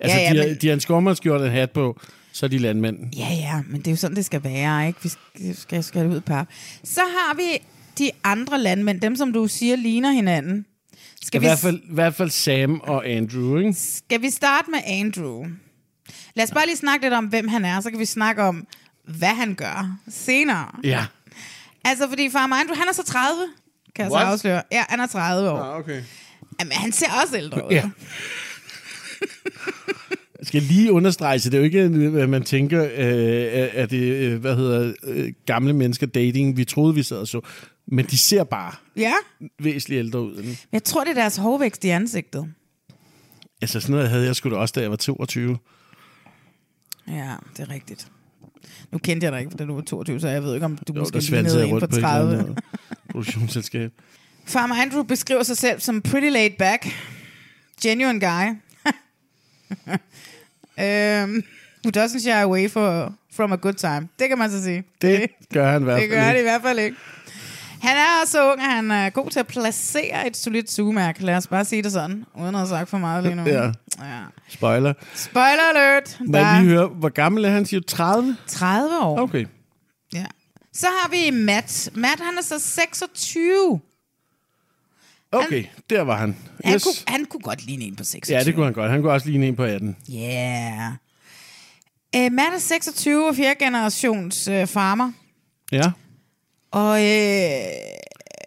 Speaker 3: Altså,
Speaker 2: Ja,
Speaker 3: ja,
Speaker 2: ja,
Speaker 3: ja, de, har,
Speaker 2: men-
Speaker 3: de har en skovmandskjort og en hat på, så er de landmænd.
Speaker 2: Ja, ja, men det er jo sådan, det skal være, ikke? Vi skal, skal, skal ud par. Så har vi de andre landmænd, dem som du siger ligner hinanden.
Speaker 3: Skal
Speaker 2: Skal
Speaker 3: I,
Speaker 2: vi,
Speaker 3: hvert fald, I hvert fald Sam og Andrew, ikke?
Speaker 2: skal vi starte med Andrew? Lad os bare lige snakke lidt om, hvem han er, så kan vi snakke om, hvad han gør senere.
Speaker 3: Ja.
Speaker 2: Altså, fordi farmer Andrew, han er så 30, kan jeg så
Speaker 3: What?
Speaker 2: afsløre. Ja, han er 30 år.
Speaker 3: Ah, okay.
Speaker 2: Jamen, han ser også ældre ud.
Speaker 3: Ja. Jeg skal lige understrege, så det er jo ikke, hvad man tænker, øh, er- er det, øh, hvad hedder, øh, gamle mennesker dating, vi troede, vi sad og så. Men de ser bare
Speaker 2: ja.
Speaker 3: væsentligt ældre ud. End.
Speaker 2: Jeg tror, det er deres hårvækst i ansigtet.
Speaker 3: Altså sådan noget havde jeg sgu da også, da jeg var 22.
Speaker 2: Ja, det er rigtigt. Nu kendte jeg dig ikke, da du var 22, så jeg ved ikke, om du jo,
Speaker 3: Jo,
Speaker 2: måske
Speaker 3: der svansede
Speaker 2: lignede
Speaker 3: jeg
Speaker 2: en på
Speaker 3: rundt på et eller
Speaker 2: 30.
Speaker 3: andet produktionsselskab.
Speaker 2: Farmer Andrew beskriver sig selv som pretty laid back. Genuine guy. *laughs* um, who doesn't shy away for, from a good time. Det kan man så sige.
Speaker 3: Det gør han i hvert
Speaker 2: Det
Speaker 3: fald
Speaker 2: gør han i
Speaker 3: ikke.
Speaker 2: hvert fald ikke. Han er så ung, at han er god til at placere et solidt sugemærke. Lad os bare sige det sådan, uden at have sagt for meget lige nu.
Speaker 3: Ja.
Speaker 2: ja.
Speaker 3: Spoiler.
Speaker 2: Spoiler alert!
Speaker 3: Må
Speaker 2: Der-
Speaker 3: jeg lige høre, hvor gammel er han? Siger du 30?
Speaker 2: 30 år.
Speaker 3: Okay.
Speaker 2: Ja. Så har vi Matt. Matt, han er så 26.
Speaker 3: Okay, der var han.
Speaker 2: Han, yes. kunne, han kunne godt ligne en på 26.
Speaker 3: Ja, det kunne han godt. Han kunne også ligne en på 18.
Speaker 2: Yeah. Øh, Matt er 26 og fjerde generations øh, farmer.
Speaker 3: Ja.
Speaker 2: Og øh,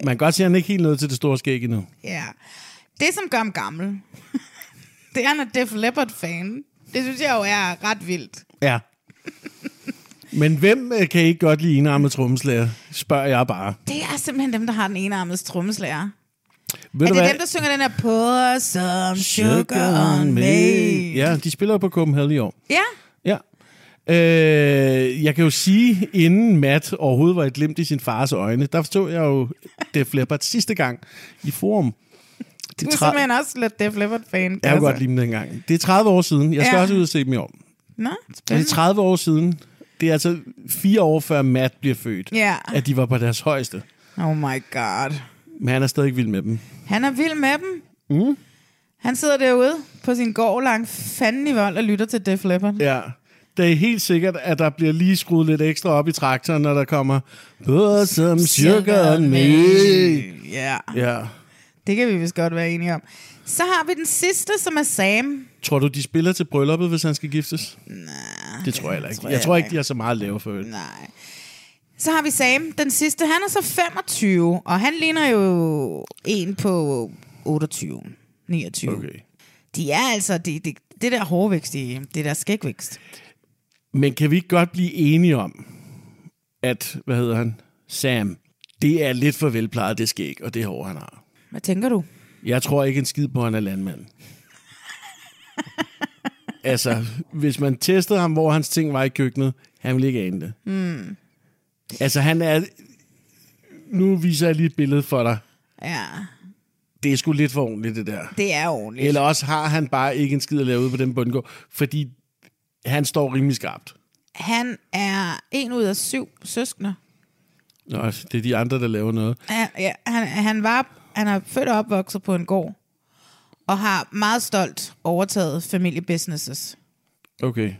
Speaker 3: Man kan godt se, at han ikke helt nået til det store skæg endnu.
Speaker 2: ja. det, som gør ham gammel, *laughs* det er, han er Def Leppard-fan. Det synes jeg jo er ret vildt.
Speaker 3: Ja. Men hvem øh, kan ikke godt lide enarmet trommeslager? Spørger jeg bare.
Speaker 2: Det er simpelthen dem, der har den enarmede trommeslager.
Speaker 3: Ved
Speaker 2: er
Speaker 3: du
Speaker 2: det
Speaker 3: hvad?
Speaker 2: dem, der synger den her Pour some sugar on me?
Speaker 3: Ja, de spiller jo på Copenhagen i år.
Speaker 2: Ja,
Speaker 3: Ja. Øh, jeg kan jo sige, inden Matt overhovedet var et glimt i sin fars øjne, der forstod jeg jo Def Leppard sidste gang i Forum.
Speaker 2: du
Speaker 3: Det
Speaker 2: er
Speaker 3: er 30,
Speaker 2: simpelthen også lidt Def Leppard-fan.
Speaker 3: jeg er jo godt lide dem dengang. Det er 30 år siden. Jeg skal
Speaker 2: Ja.
Speaker 3: Altså- ja. Mhm. også ud og se dem i år.
Speaker 2: Nå,
Speaker 3: Det er 30 år siden. Det er altså fire år før Matt bliver født,
Speaker 2: Ja.
Speaker 3: at de var på deres højeste.
Speaker 2: Oh my god.
Speaker 3: Men han er stadig vild med dem.
Speaker 2: Han er vild med dem.
Speaker 3: Mm.
Speaker 2: Han sidder derude på sin gård langt fanden i vold og lytter til Def Leppard.
Speaker 3: Ja. Det er helt sikkert, at der bliver lige skruet lidt ekstra op i traktoren, når der kommer Put some sugar on me.
Speaker 2: Ja,
Speaker 3: Ja.
Speaker 2: det kan vi vist godt være enige om. Så har vi den sidste, som er Sam.
Speaker 3: Tror du, de spiller til brylluppet, hvis han skal giftes? Nej. Det tror jeg heller ikke.
Speaker 2: Ah, tror
Speaker 3: jeg,
Speaker 2: jeg
Speaker 3: tror ikke, de har så meget at lave for øvrigt.
Speaker 2: Nej. Så har vi Sam, den sidste. Han er så 25, og han ligner jo en på 28, 29.
Speaker 3: Okay.
Speaker 2: De er altså, de, de, det der hårvækst, de, det der skægvækst.
Speaker 3: Men kan vi ikke godt blive enige om, at, hvad hedder han, Sam, det er lidt for velplejet, det skæg, og det hår, han har.
Speaker 2: Hvad tænker du?
Speaker 3: Jeg tror ikke en skid på, at han er landmand. altså, hvis man testede ham, hvor hans ting var i køkkenet, han ville ikke ane det.
Speaker 2: Mm.
Speaker 3: Altså, han er... Nu viser jeg lige et billede for dig.
Speaker 2: Ja,
Speaker 3: Det er sgu lidt for ordentligt, det der.
Speaker 2: det er ordentligt.
Speaker 3: Eller også har han bare ikke en skid at lave ude på den bundgård, fordi han står rimelig skarpt.
Speaker 2: Han er en ud af syv søskende.
Speaker 3: Nå, det er de andre, der laver noget.
Speaker 2: Han, ja, han, han, var, han er født og opvokset på en gård, og har meget stolt overtaget familiebusinesses.
Speaker 3: Okay,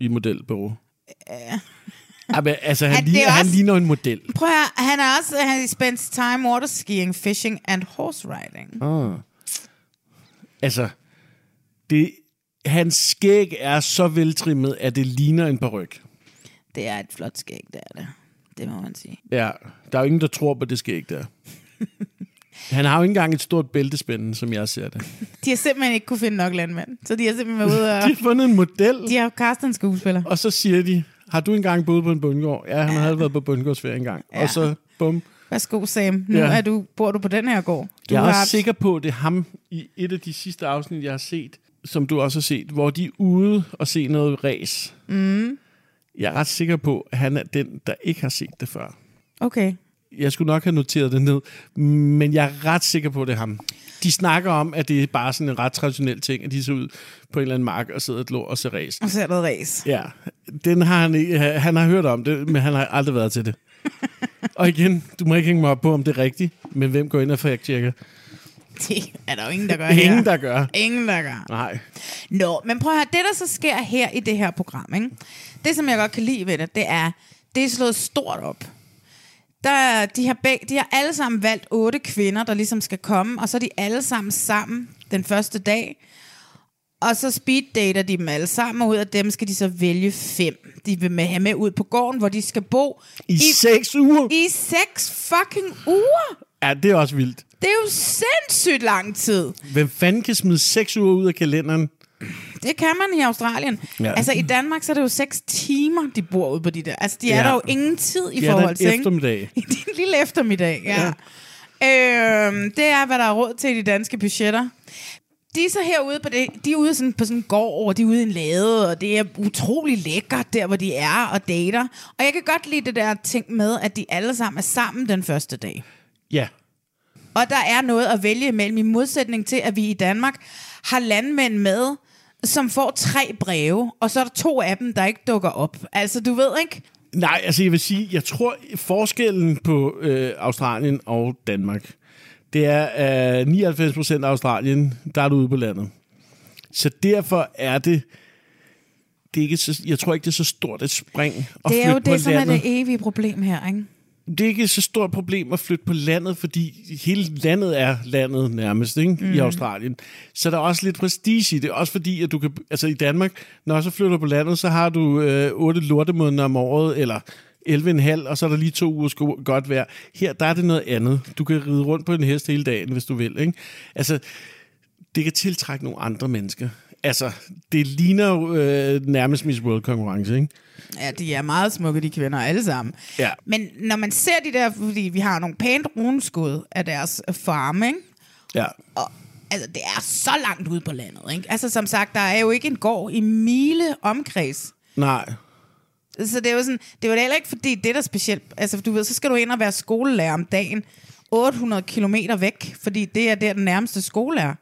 Speaker 3: i modelbureau. Ja. men, altså, han,
Speaker 2: det er
Speaker 3: ligner, han
Speaker 2: også-
Speaker 3: ligner en model.
Speaker 2: Prøv at høre, han er også, han spends time water skiing, fishing and horse riding.
Speaker 3: Ah. Altså, det, hans skæg er så veltrimmet, at det ligner en peruk.
Speaker 2: Det er et flot skæg, det er det. Det må man sige.
Speaker 3: Ja, der er jo ingen, der tror på det skæg
Speaker 2: *laughs*
Speaker 3: der. Han har jo ikke engang et stort bæltespænde, som jeg ser det.
Speaker 2: De har simpelthen ikke kunne finde nok landmænd, så de har simpelthen været ude og...
Speaker 3: *laughs* De har fundet en model.
Speaker 2: De har kastet en skuespiller.
Speaker 3: Og så siger de, har du engang boet på en bundgård? Ja, han ja. havde været på bundgårdsferie engang. Ja. Og så, bum.
Speaker 2: Værsgo, Sam. Nu
Speaker 3: Ja.
Speaker 2: er du, bor du på den her gård. Du
Speaker 3: Jeg er
Speaker 2: har-
Speaker 3: også sikker på, at det er ham i et af de sidste afsnit, jeg har set, som du også har set, hvor de er ude og se noget ræs.
Speaker 2: Mm,
Speaker 3: Jeg er ret sikker på, at han er den, der ikke har set det før.
Speaker 2: okay.
Speaker 3: Jeg skulle nok have noteret det ned, men jeg er ret sikker på, at det er ham. De snakker om, at det er bare sådan en ret traditionel ting, at de ser ud på en eller anden mark og sidder og glor og ser ræs.
Speaker 2: Og så er der ræs. *laughs*
Speaker 3: Ja, den har han, ikke- han har hørt om det, men han har aldrig
Speaker 2: *laughs*
Speaker 3: været til det. og igen, du må ikke hænge mig op på, om det er rigtigt, men hvem går ind og fact-checker?
Speaker 2: Det er der jo ingen, der gør
Speaker 3: Ingen,
Speaker 2: her.
Speaker 3: der gør.
Speaker 2: Ingen, der gør.
Speaker 3: Nej.
Speaker 2: Nå, men prøv at høre, det der så sker her i det her program, ikke? det som jeg godt kan lide ved det, det er, det er slået stort op. Der, de, har beg, de har alle sammen valgt otte kvinder, der ligesom skal komme, og så er de alle sammen sammen den første dag. Og så speeddater de dem alle sammen, og ud af dem skal de så vælge fem. De vil med, have med ud på gården, hvor de skal bo.
Speaker 3: I, seks uger?
Speaker 2: I seks fucking uger!
Speaker 3: Ja, det er også vildt.
Speaker 2: Det er jo sindssygt lang tid.
Speaker 3: Hvem fanden kan smide seks uger ud af kalenderen?
Speaker 2: Det kan man i Australien. Ja.
Speaker 3: Ja.
Speaker 2: Altså i Danmark, så er det jo seks timer, de bor ude på de der. Altså de ja. er
Speaker 3: Ja.
Speaker 2: der jo ingen tid i
Speaker 3: De er der
Speaker 2: forhold
Speaker 3: en
Speaker 2: til, ikke?
Speaker 3: eftermiddag.
Speaker 2: *laughs* I din lille eftermiddag, ja. ja. Øhm, det er, hvad der er råd til i de danske budgetter. De er så herude på det, de er ude sådan på sådan en gård, og de er ude i en lade, og det er utrolig lækkert der, hvor de er og dater. Og jeg kan godt lide det der ting med, at de alle sammen er sammen den første dag.
Speaker 3: Ja.
Speaker 2: Og der er noget at vælge imellem i modsætning til, at vi i Danmark har landmænd med, som får tre breve, og så er der to af dem, der ikke dukker op. Altså, du ved ikke?
Speaker 3: Nej, altså jeg vil sige, jeg tror forskellen på øh, Australien og Danmark, det er øh, 99 procent af Australien, der er du ude på landet. Så derfor er det, det er ikke så, jeg tror ikke, det er så stort et spring at
Speaker 2: det
Speaker 3: flytte
Speaker 2: er jo
Speaker 3: på
Speaker 2: det, som er
Speaker 3: landet.
Speaker 2: det evige problem her, ikke?
Speaker 3: det er ikke et så stort problem at flytte på landet, fordi hele landet er landet nærmest ikke? Mm. i
Speaker 2: Mm.
Speaker 3: Australien. Så der er også lidt prestige i det. Også fordi, at du kan... Altså i Danmark, når så flytter du på landet, så har du øh, 8 lortemåneder om året, eller 11,5, og så er der lige to uger sko- godt vejr. Her, der er det noget andet. Du kan ride rundt på en hest hele dagen, hvis du vil. Ikke? Altså, det kan tiltrække nogle andre mennesker. Altså, det ligner jo øh, nærmest Miss World-konkurrence, ikke?
Speaker 2: Ja, de er meget smukke, de kvinder, alle sammen.
Speaker 3: Ja.
Speaker 2: Men når man ser de der, fordi vi har nogle pænt runeskud af deres farme, ikke?
Speaker 3: Ja.
Speaker 2: altså, det er så langt ude på landet, ikke? Altså, som sagt, der er jo ikke en gård i mile omkreds.
Speaker 3: Nej.
Speaker 2: Så det er jo sådan, det var heller ikke, fordi det er der specielt. Altså, du ved, så skal du ind og være skolelærer om dagen 800 kilometer væk, fordi det er der den nærmeste skole er.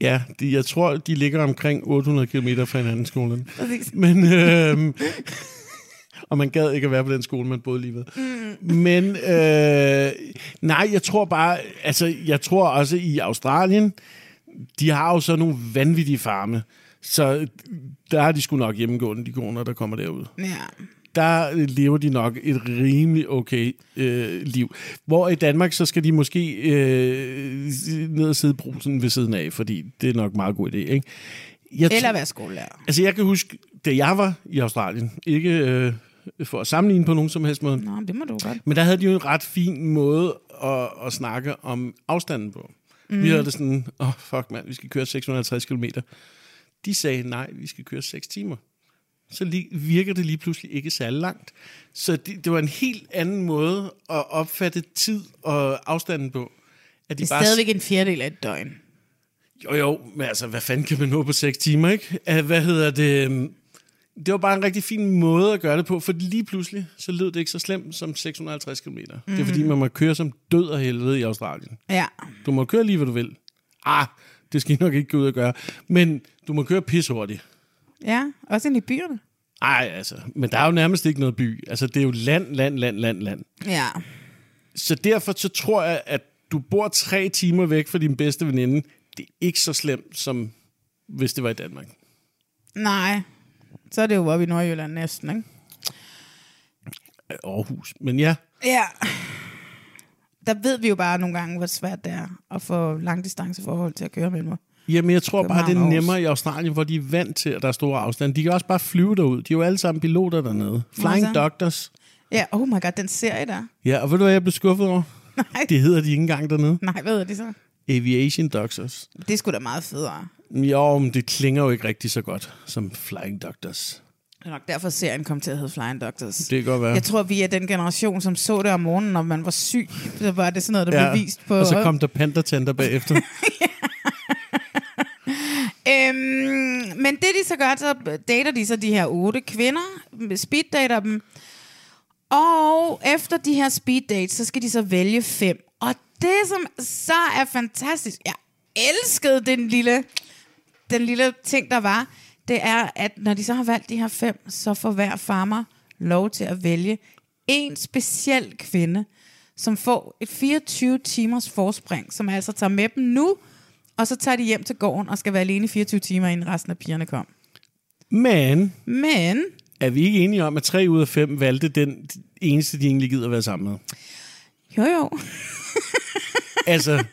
Speaker 3: Ja, de, jeg tror, de ligger omkring 800 km fra hinanden skolen. Men, øh, og man gad ikke at være på den skole, man boede lige ved. Mm. Men øh, nej, jeg tror bare, altså jeg tror også i Australien, de har jo så nogle vanvittige farme, så der har de sgu nok hjemmegående, de koner, der kommer derud.
Speaker 2: Ja.
Speaker 3: Der lever de nok et rimelig okay øh, liv. Hvor i Danmark, så skal de måske øh, ned og sidde i brusen ved siden af, fordi det er nok en meget god idé. Ikke? t-
Speaker 2: Eller være skolelærer.
Speaker 3: Altså, jeg kan huske, da jeg var i Australien, ikke øh, for at sammenligne på nogen som helst måde,
Speaker 2: Nå, det må du godt.
Speaker 3: men der havde de jo en ret fin måde at, at snakke om afstanden på. Mm. Vi
Speaker 2: Mm.
Speaker 3: havde det sådan, åh oh, fuck mand, vi skal køre 650 km. De sagde, nej, vi skal køre 6 timer. Så lige, virker det lige pludselig ikke særlig langt. Så det, det var en helt anden måde at opfatte tid og afstanden på. At
Speaker 2: Det er stadigvæk en fjerdedel af et døgn.
Speaker 3: jo, jo, men altså, hvad fanden kan man nå på 6 timer, ikke? Uh, hvad hedder det? øhm, Det var bare en rigtig fin måde at gøre det på, for lige pludselig, så lød det ikke så slemt som 650 km. Mm-hmm. Det er
Speaker 2: Mhm.
Speaker 3: fordi, man må køre som død og helvede i Australien.
Speaker 2: Ja.
Speaker 3: Du må køre lige, hvad du vil. Ah, det skal I nok ikke gå ud og gøre. Men du må køre pishurtigt.
Speaker 2: Ja, også ind i byerne.
Speaker 3: Ej, altså, men der er jo nærmest ikke noget by. Altså, det er jo land, land, land, land, land.
Speaker 2: Ja.
Speaker 3: Så derfor så tror jeg, at du bor tre timer væk fra din bedste veninde. Det er ikke så slemt, som hvis det var i Danmark.
Speaker 2: Nej. Så er det jo oppe i Nordjylland næsten, ikke?
Speaker 3: Aarhus. Men ja,
Speaker 2: Ja. Der ved vi jo bare nogle gange, hvor svært det er at få langdistanceforhold til at køre mellem.
Speaker 3: jamen jeg tror bare, det er
Speaker 2: København, Aarhus.
Speaker 3: nemmere i Australien, hvor de er vant til, at der er store afstande. De kan også bare flyve derud. De er jo alle sammen piloter dernede. Flying
Speaker 2: Altså.
Speaker 3: Doctors.
Speaker 2: Ja, oh my god, den serie der.
Speaker 3: Ja, og ved du, hvad jeg blev skuffet over?
Speaker 2: Nej.
Speaker 3: Det hedder de ikke engang dernede.
Speaker 2: Nej, hvad hedder det så?
Speaker 3: Aviation Doctors.
Speaker 2: Det er sgu da meget federe.
Speaker 3: Jo, men det klinger jo ikke rigtig så godt som Flying Doctors.
Speaker 2: Det er nok derfor, serien kom til at hedde Flying Doctors.
Speaker 3: Det kan godt være.
Speaker 2: Jeg tror, vi er den generation, som så det om morgenen, når man var syg. Så var det sådan noget, der ja. blev vist på...
Speaker 3: Og så kom der pandertenter
Speaker 2: *laughs*
Speaker 3: bagefter.
Speaker 2: Øhm, men det de så gør, så dater de så de her otte kvinder, speeddater dem, og efter de her speeddates, så skal de så vælge fem. Og det, som så er fantastisk, jeg elskede den lille, den lille ting, der var, det er, at når de så har valgt de her fem, så får hver farmer lov til at vælge en speciel kvinde, som får et 24 timers forspring, som altså tager med dem nu, og så tager de hjem til gården og skal være alene i 24 timer, inden resten af pigerne kom.
Speaker 3: men
Speaker 2: Men
Speaker 3: er vi ikke enige om, at tre ud af fem valgte den eneste, de egentlig gider at være sammen med?
Speaker 2: Jo, jo.
Speaker 3: altså,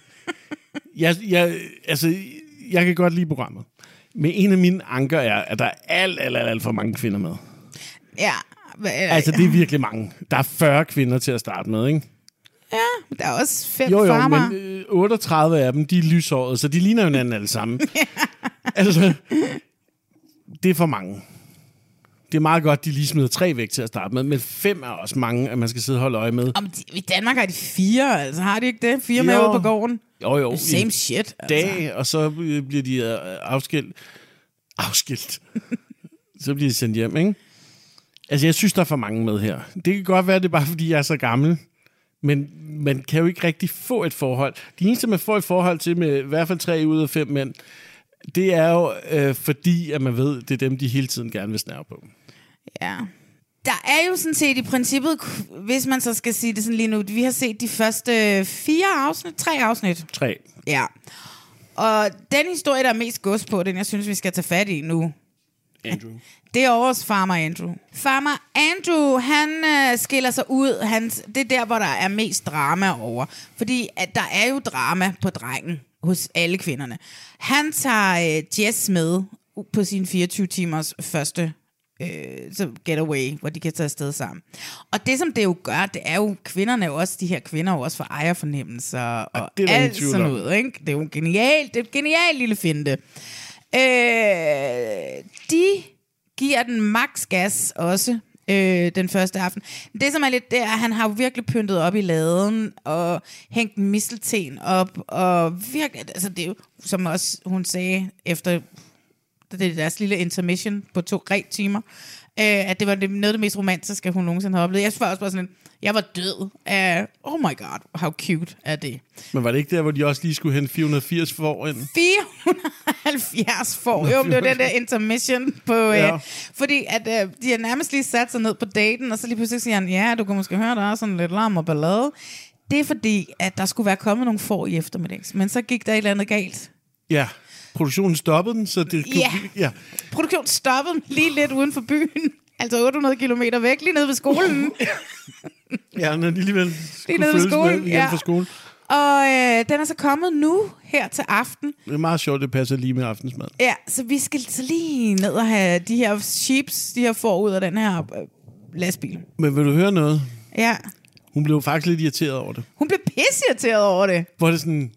Speaker 3: jeg, jeg, altså, jeg kan godt lide programmet. Men en af mine anker er, at der er alt, alt, alt, alt for mange kvinder med.
Speaker 2: Ja. hva-
Speaker 3: Altså, det er virkelig mange. Der er 40 kvinder til at starte med, ikke?
Speaker 2: Ja, men der er også fem
Speaker 3: Jo, jo,
Speaker 2: farmer.
Speaker 3: men øh, 38 af dem, de er lyshårede, så de ligner jo hinanden alle
Speaker 2: *laughs*
Speaker 3: sammen. altså, det er for mange. Det er meget godt, de lige smider tre væk til at starte med, men fem er også mange, at man skal sidde og holde øje med.
Speaker 2: Om de, I Danmark har de fire, altså har de ikke det? Fire med
Speaker 3: Jo.
Speaker 2: ude på gården?
Speaker 3: Jo, jo.
Speaker 2: Same
Speaker 3: en
Speaker 2: shit, altså.
Speaker 3: Dag, og så øh, bliver de øh, afskilt.
Speaker 2: *laughs*
Speaker 3: Afskilt. så bliver de sendt hjem, ikke? Altså, jeg synes, der er for mange med her. Det kan godt være, det er bare, fordi jeg er så gammel. Men man kan jo ikke rigtig få et forhold. Det eneste, man får et forhold til med i hvert fald tre ud af fem mænd, det er jo øh, fordi, at man ved, det er dem, de hele tiden gerne vil snære på.
Speaker 2: Ja. Der er jo sådan set i princippet, hvis man så skal sige det sådan lige nu, vi har set de første fire afsnit, tre afsnit.
Speaker 3: Tre.
Speaker 2: Ja. Og den historie, der er mest gods på, den jeg synes, vi skal tage fat i nu,
Speaker 3: Andrew.
Speaker 2: det er vores farmer Andrew. Farmer Andrew, han øh, skiller sig ud. Han, det er der, hvor der er mest drama over. Fordi at der er jo drama på drengen hos alle kvinderne. Han tager øh, Jess med på sin 24-timers første øh, så getaway, hvor de kan tage afsted sammen. Og det, som det jo gør, det er jo kvinderne er jo også, de her kvinder er jo også for ejerfornemmelser og
Speaker 3: det er der ingen
Speaker 2: alt
Speaker 3: tvivl
Speaker 2: sådan
Speaker 3: om.
Speaker 2: noget. Ikke? Det er jo en genial, det er et genial lille finte. Øh, de giver den max gas også øh, den første aften. Men Det, som er lidt, det er, at han har jo virkelig pyntet op i laden, og hængt mistelten op, og virkelig, altså det er jo, som også hun sagde efter det er deres lille intermission på to-tre timer, øh, at det var det, noget af det mest romantiske, hun nogensinde har oplevet. Jeg var også bare sådan, jeg var død af, oh my god, how cute er det.
Speaker 3: Men var det ikke der, hvor de også lige skulle hente 480 for ind?
Speaker 2: 470 får. Jo, men det var den der intermission på... Ja.
Speaker 3: Ja.
Speaker 2: Øh, fordi at, øh, de har nærmest lige sat sig ned på daten, og så lige pludselig siger han, ja, du kan måske høre, der er sådan lidt larm og ballade. Det er fordi, at der skulle være kommet nogle får i eftermiddags, men så gik der et eller andet galt.
Speaker 3: Ja. Produktionen stoppede den, så det...
Speaker 2: Ja.
Speaker 3: ja.
Speaker 2: Produktionen stoppede dem lige lidt uden for byen, *laughs* altså 800 km væk, lige nede ved skolen.
Speaker 3: Ja, når de alligevel skulle
Speaker 2: nede ved
Speaker 3: følges med
Speaker 2: skolen,
Speaker 3: igen
Speaker 2: ja.
Speaker 3: fra skole.
Speaker 2: og øh, den er så kommet nu, her til aften.
Speaker 3: Det er meget sjovt, det passer lige med aftensmad.
Speaker 2: Ja, så vi skal så lige ned og have de her sheeps, de her får ud af den her øh, lastbil.
Speaker 3: Men vil du høre noget?
Speaker 2: Ja.
Speaker 3: Hun blev faktisk lidt irriteret over det.
Speaker 2: Hun blev pissirriteret over det.
Speaker 3: Hvor det sådan,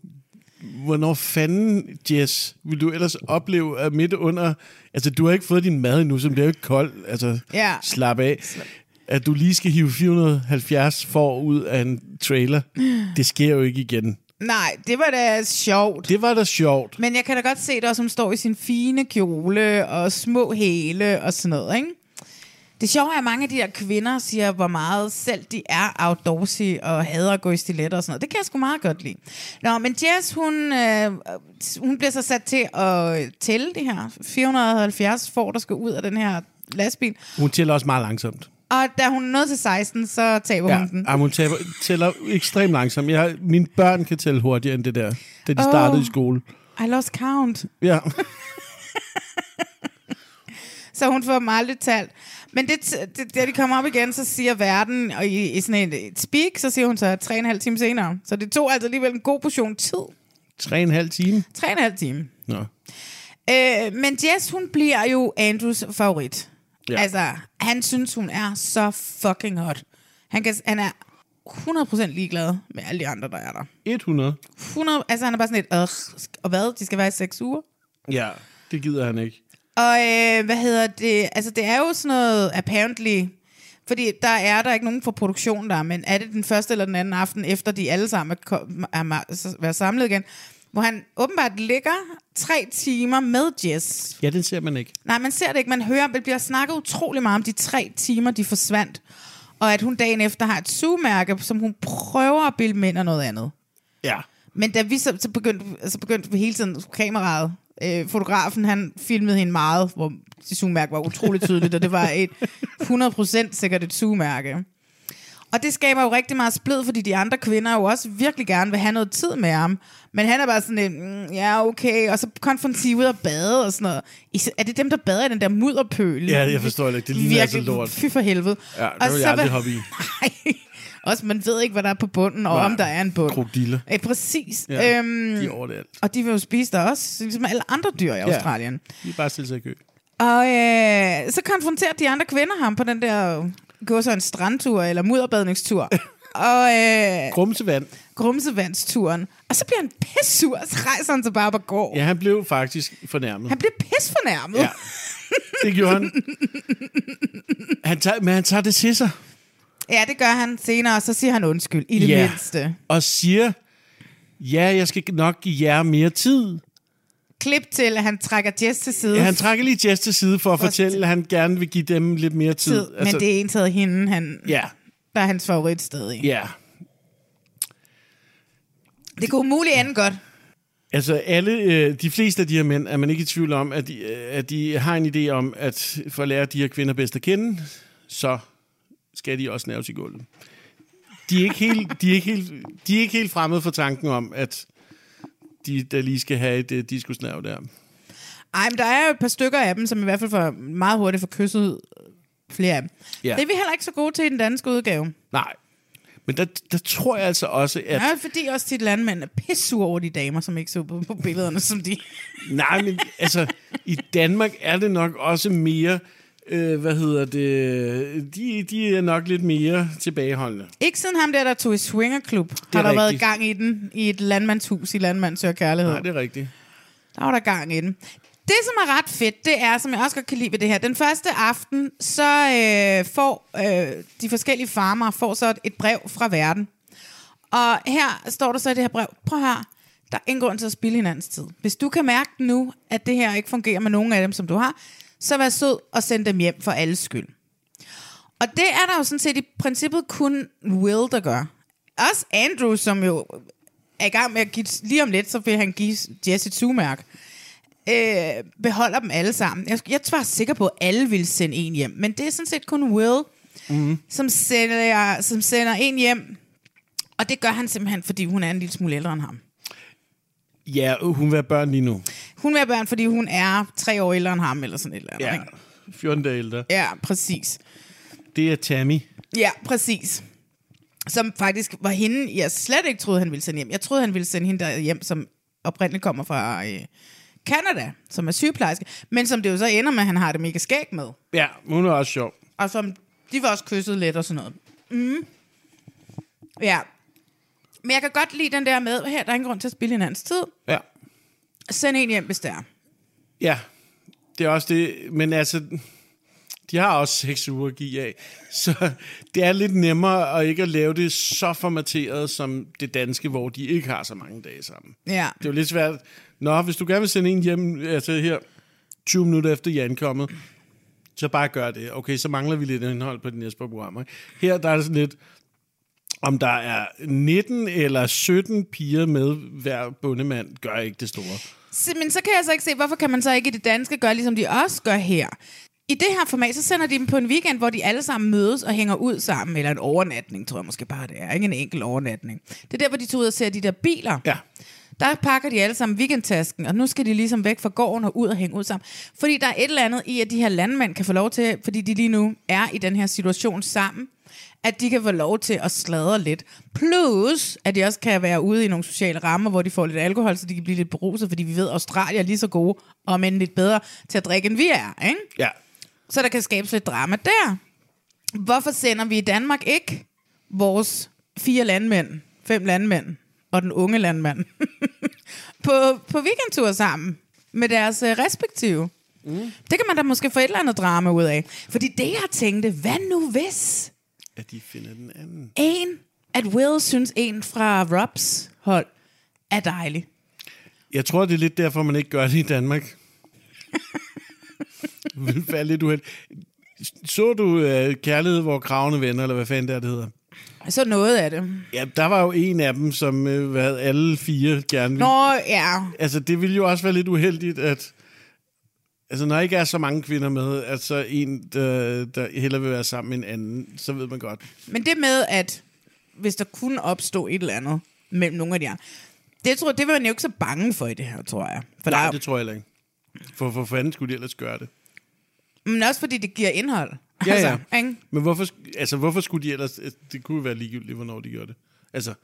Speaker 3: hvornår fanden, Jess, vil du ellers opleve at midt under... Altså, du har ikke fået din mad endnu, så det er jo ikke kold. Altså,
Speaker 2: Ja.
Speaker 3: slap af. At du lige skal hive 470 for ud af en trailer. Det sker jo ikke igen.
Speaker 2: Nej, det var da sjovt.
Speaker 3: Det var da sjovt.
Speaker 2: Men jeg kan da godt se det også, hun står i sin fine kjole og små hæle og sådan noget, ikke? Det sjove er, at mange af de der kvinder siger, hvor meget selv de er outdoorsy og hader at gå i stiletter og sådan noget. Det kan jeg sgu meget godt lide. Nå, men Jess, hun, øh, hun bliver så sat til at tælle det her. 470 får, der skal ud af den her lastbil.
Speaker 3: Hun tæller også meget langsomt.
Speaker 2: Og da hun er nået til 16, så taber hun den.
Speaker 3: Ja, hun tæller, tæller ekstremt langsomt. Jeg, mine børn kan tælle hurtigere end det der, da de
Speaker 2: Åh.
Speaker 3: startede i skole.
Speaker 2: I lost count.
Speaker 3: Ja. *laughs*
Speaker 2: så hun får dem aldrig talt. Men det, det, da de kommer op igen, så siger verden, og i, i sådan et, et speak, så siger hun så tre og en halv time senere. Så det tog altså alligevel en god portion tid.
Speaker 3: Tre og en halv time.
Speaker 2: Tre og en halv time.
Speaker 3: Nå.
Speaker 2: Øh, men Jess, hun bliver jo Andrews favorit. Ja.
Speaker 3: Ja.
Speaker 2: Altså, han synes, hun er så fucking hot. Han, kan, han er 100% ligeglad med alle de andre, der er der.
Speaker 3: 100.
Speaker 2: 100, altså, han er bare sådan et, "Ugh, og hvad, de skal være i seks uger?
Speaker 3: Ja, det gider han ikke.
Speaker 2: Og øh, hvad hedder det? Altså, det er jo sådan noget, apparently... Fordi der er der ikke nogen fra produktionen der, men er det den første eller den anden aften, efter de alle sammen er, kom, er, ma- s- er samlet igen, hvor han åbenbart ligger tre timer med Jess.
Speaker 3: Ja, den ser man ikke.
Speaker 2: Nej, man ser det ikke, man hører, det bliver snakket utrolig meget om de tre timer, de forsvandt. Og at hun dagen efter har et sugemærke, som hun prøver at bilde mænd og noget andet.
Speaker 3: Ja.
Speaker 2: Men da vi så, så begyndte, så begyndte vi hele tiden kameraet, øh, fotografen, han filmede hende meget, hvor det sugemærke var utroligt tydeligt, og det var et 100% sikkert et sugemærke. Og det skaber jo rigtig meget splid, fordi de andre kvinder jo også virkelig gerne vil have noget tid med ham. Men han er bare sådan lidt, mm, ja okay, og så konfronterer ud og bade og sådan noget. I- Er det dem, der bader i den der mudderpøl?
Speaker 3: Ja, jeg forstår det ikke. Det ligner
Speaker 2: Virkelig,
Speaker 3: altså lort.
Speaker 2: Fy for helvede.
Speaker 3: Ja,
Speaker 2: Og
Speaker 3: det
Speaker 2: så
Speaker 3: vil jeg aldrig
Speaker 2: vil-
Speaker 3: hoppe
Speaker 2: *laughs*
Speaker 3: i.
Speaker 2: Også man ved ikke, hvad der er på bunden, og
Speaker 3: Nej.
Speaker 2: om der er en bund.
Speaker 3: Krokodiller.
Speaker 2: Ja, præcis.
Speaker 3: Ja,
Speaker 2: Øhm,
Speaker 3: de er overalt.
Speaker 2: Og de vil jo spise der også, ligesom alle andre dyr i ja. Australien.
Speaker 3: Ja, de er bare stille sig i kø.
Speaker 2: Og øh, så konfronterer de andre kvinder ham på den der gå så en strandtur eller
Speaker 3: *laughs*
Speaker 2: mudderbadningstur. og øh,
Speaker 3: Grumsevand.
Speaker 2: grumsevandsturen. Og så bliver han pissur, og så rejser han sig bare op og går.
Speaker 3: Ja, han blev faktisk fornærmet.
Speaker 2: Han bliver pis fornærmet.
Speaker 3: Ja. Det gjorde han. han tager, men han tager det til sig.
Speaker 2: ja, det gør han senere, og så siger han undskyld i det
Speaker 3: Ja.
Speaker 2: mindste.
Speaker 3: Og siger, ja, jeg skal nok give jer mere tid.
Speaker 2: Klip til, at han trækker Jess til side.
Speaker 3: Ja, han trækker lige Jess til side for at
Speaker 2: For-
Speaker 3: fortælle, at han gerne vil give dem lidt mere tid. Altså,
Speaker 2: tid, altså, men det er entaget hende, han,
Speaker 3: Ja,
Speaker 2: der er hans favorit stadig.
Speaker 3: ja.
Speaker 2: Det kunne umuligt ende godt.
Speaker 3: Altså alle, øh, de fleste af de her mænd, er man ikke i tvivl om, at de, øh, at de har en idé om, at for at lære de her kvinder bedst at kende, så skal de også næves i gulvet. De er ikke helt, de er ikke helt, de er ikke helt fremmede for tanken om, at de der lige skal have et øh, diskusnerv der.
Speaker 2: Ej, men der er jo et par stykker af dem, som i hvert fald for meget hurtigt får kysset flere af dem.
Speaker 3: Ja.
Speaker 2: Ja. Det er vi heller ikke så gode til i den danske udgave.
Speaker 3: Nej. Men der, der tror jeg altså også, at...
Speaker 2: Ja, fordi også tit landmænd er pissure over de damer, som ikke så på, på billederne, som de...
Speaker 3: Nej, men altså, i Danmark er det nok også mere, øh, hvad hedder det, de, de er nok lidt mere tilbageholdende.
Speaker 2: Ikke siden ham der, der tog i swingerklub, har
Speaker 3: er
Speaker 2: der rigtigt. været
Speaker 3: rigtigt.
Speaker 2: gang i den i et landmandshus i Landmands og Kærlighed.
Speaker 3: Nej, det er rigtigt.
Speaker 2: Der var der gang i den. Det, som er ret fedt, det er, som jeg også godt kan lide ved det her, den første aften, så øh, får øh, de forskellige farmer får så et, et brev fra verden. Og her står der så i det her brev, prøv her, der er ingen grund til at spille hinandens tid. Hvis du kan mærke nu, at det her ikke fungerer med nogen af dem, som du har, så vær sød og send dem hjem for alles skyld. Og det er der jo sådan set i princippet kun Will, der gør. Også Andrew, som jo er i gang med at give, lige om lidt, så vil han give Jesse et sugemærk. Øh, beholder dem alle sammen. Jeg, jeg var sikker på, at alle ville sende en hjem, men det er sådan set kun Will,
Speaker 16: Mm.
Speaker 2: som sender, som sender en hjem. Og det gør han simpelthen, fordi hun er en lille smule ældre end ham.
Speaker 3: Ja, hun vil have børn lige nu.
Speaker 2: Hun vil have børn, fordi hun er tre år ældre end ham, eller sådan et eller andet.
Speaker 3: Ja,
Speaker 2: ikke?
Speaker 3: 14 dage ældre.
Speaker 2: Ja, præcis.
Speaker 3: Det er Tammy.
Speaker 2: Ja, præcis. Som faktisk var hende, jeg slet ikke troede, han ville sende hjem. Jeg troede, han ville sende hende der hjem, som oprindeligt kommer fra øh, Canada, som er sygeplejerske. Men som det jo så ender med, at han har det mega skæg med.
Speaker 3: Ja, hun er også sjov.
Speaker 2: Og som, de var også kysset lidt og sådan noget. Mm. Ja. Men jeg kan godt lide den der med, her der er ingen grund til at spille hinandens tid.
Speaker 3: Ja.
Speaker 2: Send en hjem, hvis der er.
Speaker 3: Ja, det er også det. Men altså, de har også seks uger at give af. Så det er lidt nemmere at ikke at lave det så formateret som det danske, hvor de ikke har så mange dage sammen.
Speaker 2: Ja.
Speaker 3: Det er jo lidt svært. Nå, hvis du gerne vil sende en hjem, altså her, 20 minutter efter I er ankommet, så bare gør det. Okay, så mangler vi lidt indhold på de næste par programmer. ikke? Her der er det sådan lidt, om der er 19 eller 17 piger med hver bundemand, gør ikke det store.
Speaker 2: Så, men så kan jeg så ikke se, hvorfor kan man så ikke i det danske gøre, ligesom de også gør her. I det her format, så sender de dem på en weekend, hvor de alle sammen mødes og hænger ud sammen, eller en overnatning, tror jeg måske bare, det er. Ikke en enkelt overnatning. Det er der, hvor de tog ud og ser de der biler.
Speaker 3: Ja.
Speaker 2: Der pakker de alle sammen weekendtasken, og nu skal de ligesom væk fra gården og ud og hænge ud sammen. Fordi der er et eller andet i, at de her landmænd kan få lov til, fordi de lige nu er i den her situation sammen, at de kan få lov til at sladre lidt. Plus, at de også kan være ude i nogle sociale rammer, hvor de får lidt alkohol, så de kan blive lidt beruset, fordi vi ved, at Australien er lige så gode, og men lidt bedre til at drikke, end vi er. Ikke?
Speaker 3: Ja.
Speaker 2: Så der kan skabes lidt drama der. Hvorfor sender vi i Danmark ikke vores fire landmænd, fem landmænd og den unge landmand *laughs* på, på weekendtur sammen med deres øh, respektive? Mm. Det kan man da måske få et eller andet drama ud af. Fordi det, jeg tænkte, hvad nu hvis
Speaker 3: At de finder den anden.
Speaker 2: en, at Will synes en fra Robs hold er dejlig?
Speaker 3: Jeg tror, det er lidt derfor, man ikke gør det i Danmark. *laughs* det vil være lidt uheld. Så du øh, Kærlighed, hvor kravene vender, eller hvad fanden det er, det hedder?
Speaker 2: Så noget af det.
Speaker 3: Ja, der var jo en af dem, som øh, hvad, alle fire gerne ville.
Speaker 2: Nå, ja.
Speaker 3: Altså, det ville jo også være lidt uheldigt, at... Altså, når der ikke er så mange kvinder med, at så en, der, der hellere vil være sammen med en anden, så ved man godt.
Speaker 2: Men det med, at hvis der kunne opstå et eller andet mellem nogle af de andre, det, tror, det var man jo ikke så bange for i det her, tror jeg. For
Speaker 3: Nej,
Speaker 2: der er-
Speaker 3: det tror jeg heller ikke. For, for fanden skulle de ellers gøre det?
Speaker 2: Men også fordi det giver indhold.
Speaker 3: Ja,
Speaker 2: altså,
Speaker 3: ja.
Speaker 2: Ikke?
Speaker 3: Men hvorfor, sk- altså, hvorfor skulle de ellers... Det kunne jo være ligegyldigt, hvornår de gjorde det. Altså,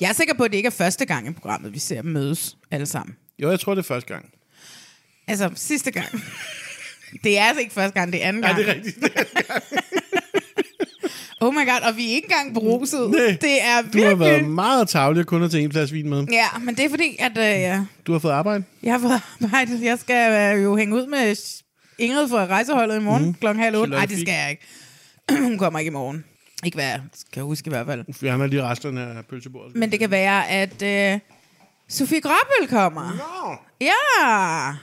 Speaker 2: Jeg er sikker på, at det ikke er første gang i programmet, vi ser dem mødes alle sammen.
Speaker 3: jo, jeg tror, det er første gang.
Speaker 2: Altså, sidste gang.
Speaker 3: *laughs*
Speaker 2: det er altså ikke første gang, det er anden
Speaker 3: Ja,
Speaker 2: gang.
Speaker 3: det er rigtigt.
Speaker 2: Oh my god, og vi er ikke engang beruset. Det er
Speaker 3: Du har
Speaker 2: virkelig...
Speaker 3: været meget tavlig og kun har til en plads vin med.
Speaker 2: Ja, men det er fordi, at øh, ja,
Speaker 3: Du har fået arbejde.
Speaker 2: jeg har fået arbejdet. Jeg skal øh, jo hænge ud med Ingrid fra rejseholdet i morgen
Speaker 3: Mhm.
Speaker 2: mm. klokken halv otte.
Speaker 3: Charlotte
Speaker 2: Nej, det
Speaker 3: Fik.
Speaker 2: skal jeg ikke. Hun kommer ikke *clears throat* i morgen. Ikke hvad jeg skal huske i hvert fald.
Speaker 3: Vi har lige resterne af pølsebordet.
Speaker 2: Men det kan være, at øh, Sofie Gråbøl kommer.
Speaker 3: No.
Speaker 2: Ja.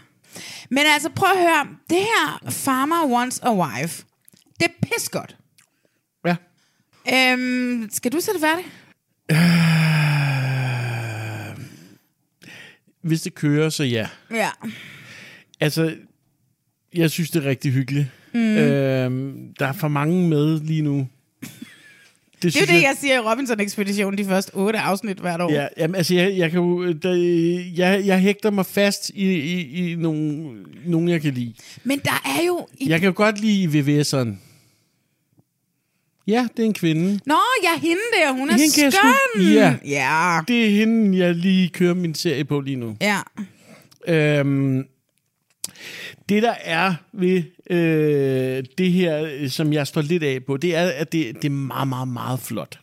Speaker 2: Men altså, prøv at høre. Det her Farmer Wants a Wife, det er pis godt.
Speaker 3: Ja.
Speaker 2: Øhm, skal du sætte færdig?
Speaker 3: Hvis det kører, så ja.
Speaker 2: Ja.
Speaker 3: Altså, jeg synes, det er rigtig hyggeligt.
Speaker 2: Mm.
Speaker 3: Mm. Øhm, der er for mange med lige nu.
Speaker 2: Det, det er jo det, jeg siger i Robinson-ekspeditionen, de første otte afsnit hvert år.
Speaker 3: Ja, jamen, altså, jeg, jeg, kan jo, der, jeg, jeg hægter mig fast i, i, i nogle, nogle, jeg kan lide.
Speaker 2: Men der er jo... I...
Speaker 3: Jeg kan jo godt lide VVS'eren. Ja, det er en kvinde.
Speaker 2: Nå, ja, hende der, hun er
Speaker 3: Hende kan jeg sgu-
Speaker 2: skøn!
Speaker 3: Ja.
Speaker 2: ja.
Speaker 3: Det er hende, jeg lige kører min serie på lige nu.
Speaker 2: ja.
Speaker 3: Øhm, det, der er ved øh, det her, øh, som jeg står lidt af på, det er, at det, det er meget, meget, meget flot.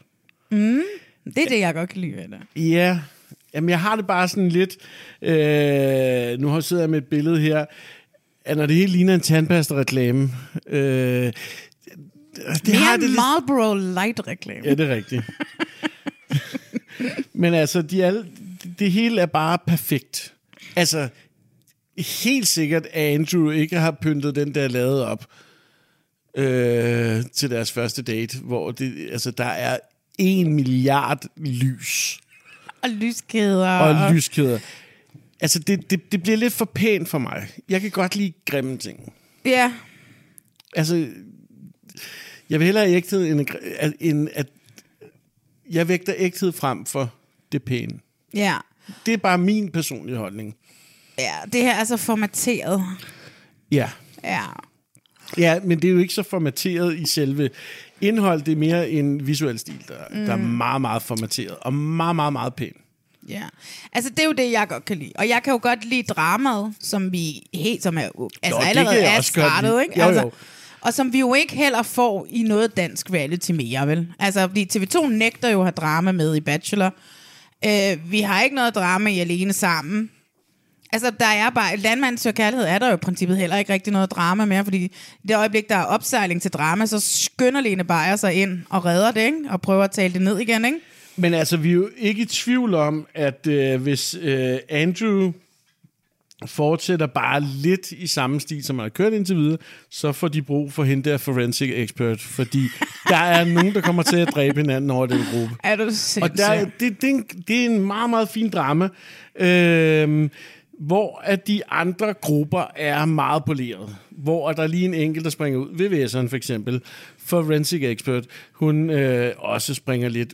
Speaker 2: Mm. Det er det, jeg godt kan lide ved det.
Speaker 3: Ja, jamen jeg har det bare sådan lidt, øh, nu har sidder jeg med et billede her, at når det hele ligner en tandpasta-reklame, øh, det, det
Speaker 2: Mere
Speaker 3: har
Speaker 2: en
Speaker 3: det lidt,
Speaker 2: Marlboro Light-reklame.
Speaker 3: Ja, det er rigtigt. *laughs* Men altså, de alle, det hele er bare perfekt. Altså, helt sikkert, at Andrew ikke har pyntet den der lavet op øh, til deres første date, hvor det, altså, der er en milliard lys
Speaker 2: Og lyskæder.
Speaker 3: og lyskæder. Altså, det, det, det bliver lidt for pænt for mig. Jeg kan godt lide grimme ting.
Speaker 2: Ja.
Speaker 3: Altså, jeg vil hellere have ægthed, end, at gr- at, end at... Jeg vægter ægthed frem for det pæne.
Speaker 2: Ja.
Speaker 3: Det er bare min personlige holdning.
Speaker 2: ja, det her er så formateret.
Speaker 3: Ja.
Speaker 2: Ja.
Speaker 3: Ja, men det er jo ikke så formateret i selve indhold. Det er mere en visuel stil, der, mm. der er
Speaker 2: Mm.
Speaker 3: meget, meget formateret. Og meget, meget, meget pæn.
Speaker 2: Ja, altså det er jo det, jeg godt kan lide. Og jeg kan jo godt lide dramaet, som vi helt, som er, altså
Speaker 3: det
Speaker 2: jo,
Speaker 3: kan
Speaker 2: allerede
Speaker 3: jeg
Speaker 2: er
Speaker 3: også godt
Speaker 2: startet,
Speaker 3: lide.
Speaker 2: ikke?
Speaker 3: Jo,
Speaker 2: altså,
Speaker 3: jo.
Speaker 2: Og som vi jo ikke heller får i noget dansk reality mere, vel? Altså, fordi TV2 nægter jo at have drama med i Bachelor. Øh, vi har ikke noget drama i Alene Sammen. Altså, der er bare... Landmand søger kærlighed er der jo i princippet heller ikke rigtig noget drama mere, fordi i det øjeblik, der er opsejling til drama, så skynder Lene Beyer sig ind og redder det, ikke? Og prøver at tale det ned igen, ikke?
Speaker 3: Men altså, vi er jo ikke i tvivl om, at øh, hvis øh, Andrew fortsætter bare lidt i samme stil, som han har kørt indtil videre, så får de brug for hende der forensic expert, fordi der er nogen, der kommer til at dræbe hinanden over den gruppe.
Speaker 2: Er du
Speaker 3: Og der,
Speaker 2: sindssyg?
Speaker 3: det, det, er en, det er en meget, meget fin drama, øh, hvor at de andre grupper er meget poleret. Hvor der er lige en enkelt, der springer ud. VVS'eren for eksempel, forensic expert, hun øh, også springer lidt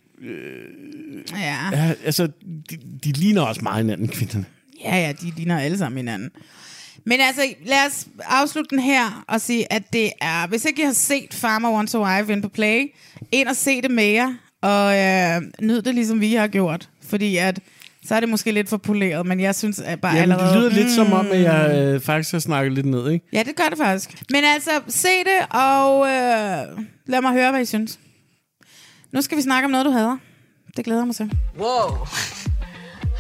Speaker 2: Ja.
Speaker 3: Ja, altså, de, de ligner også meget hinanden, kvinderne.
Speaker 2: Ja, ja, de ligner alle sammen hinanden. Men altså, lad os afslutte den her og sige, at det er... Hvis ikke I har set Farmer One Survive ind på Play, ind og se det med jer, og øh, nyd det, ligesom vi har gjort. Fordi at, så er det måske lidt for poleret, men jeg synes at bare
Speaker 3: Jamen,
Speaker 2: allerede...
Speaker 3: det lyder lidt som om, at
Speaker 2: Mm.
Speaker 3: jeg øh, faktisk har snakket lidt ned, ikke?
Speaker 2: Ja, det gør det faktisk. Men altså, se det, og øh, lad mig høre, hvad I synes. Nu skal vi snakke om noget, du hader. Det glæder jeg mig til.
Speaker 20: Whoa. *laughs*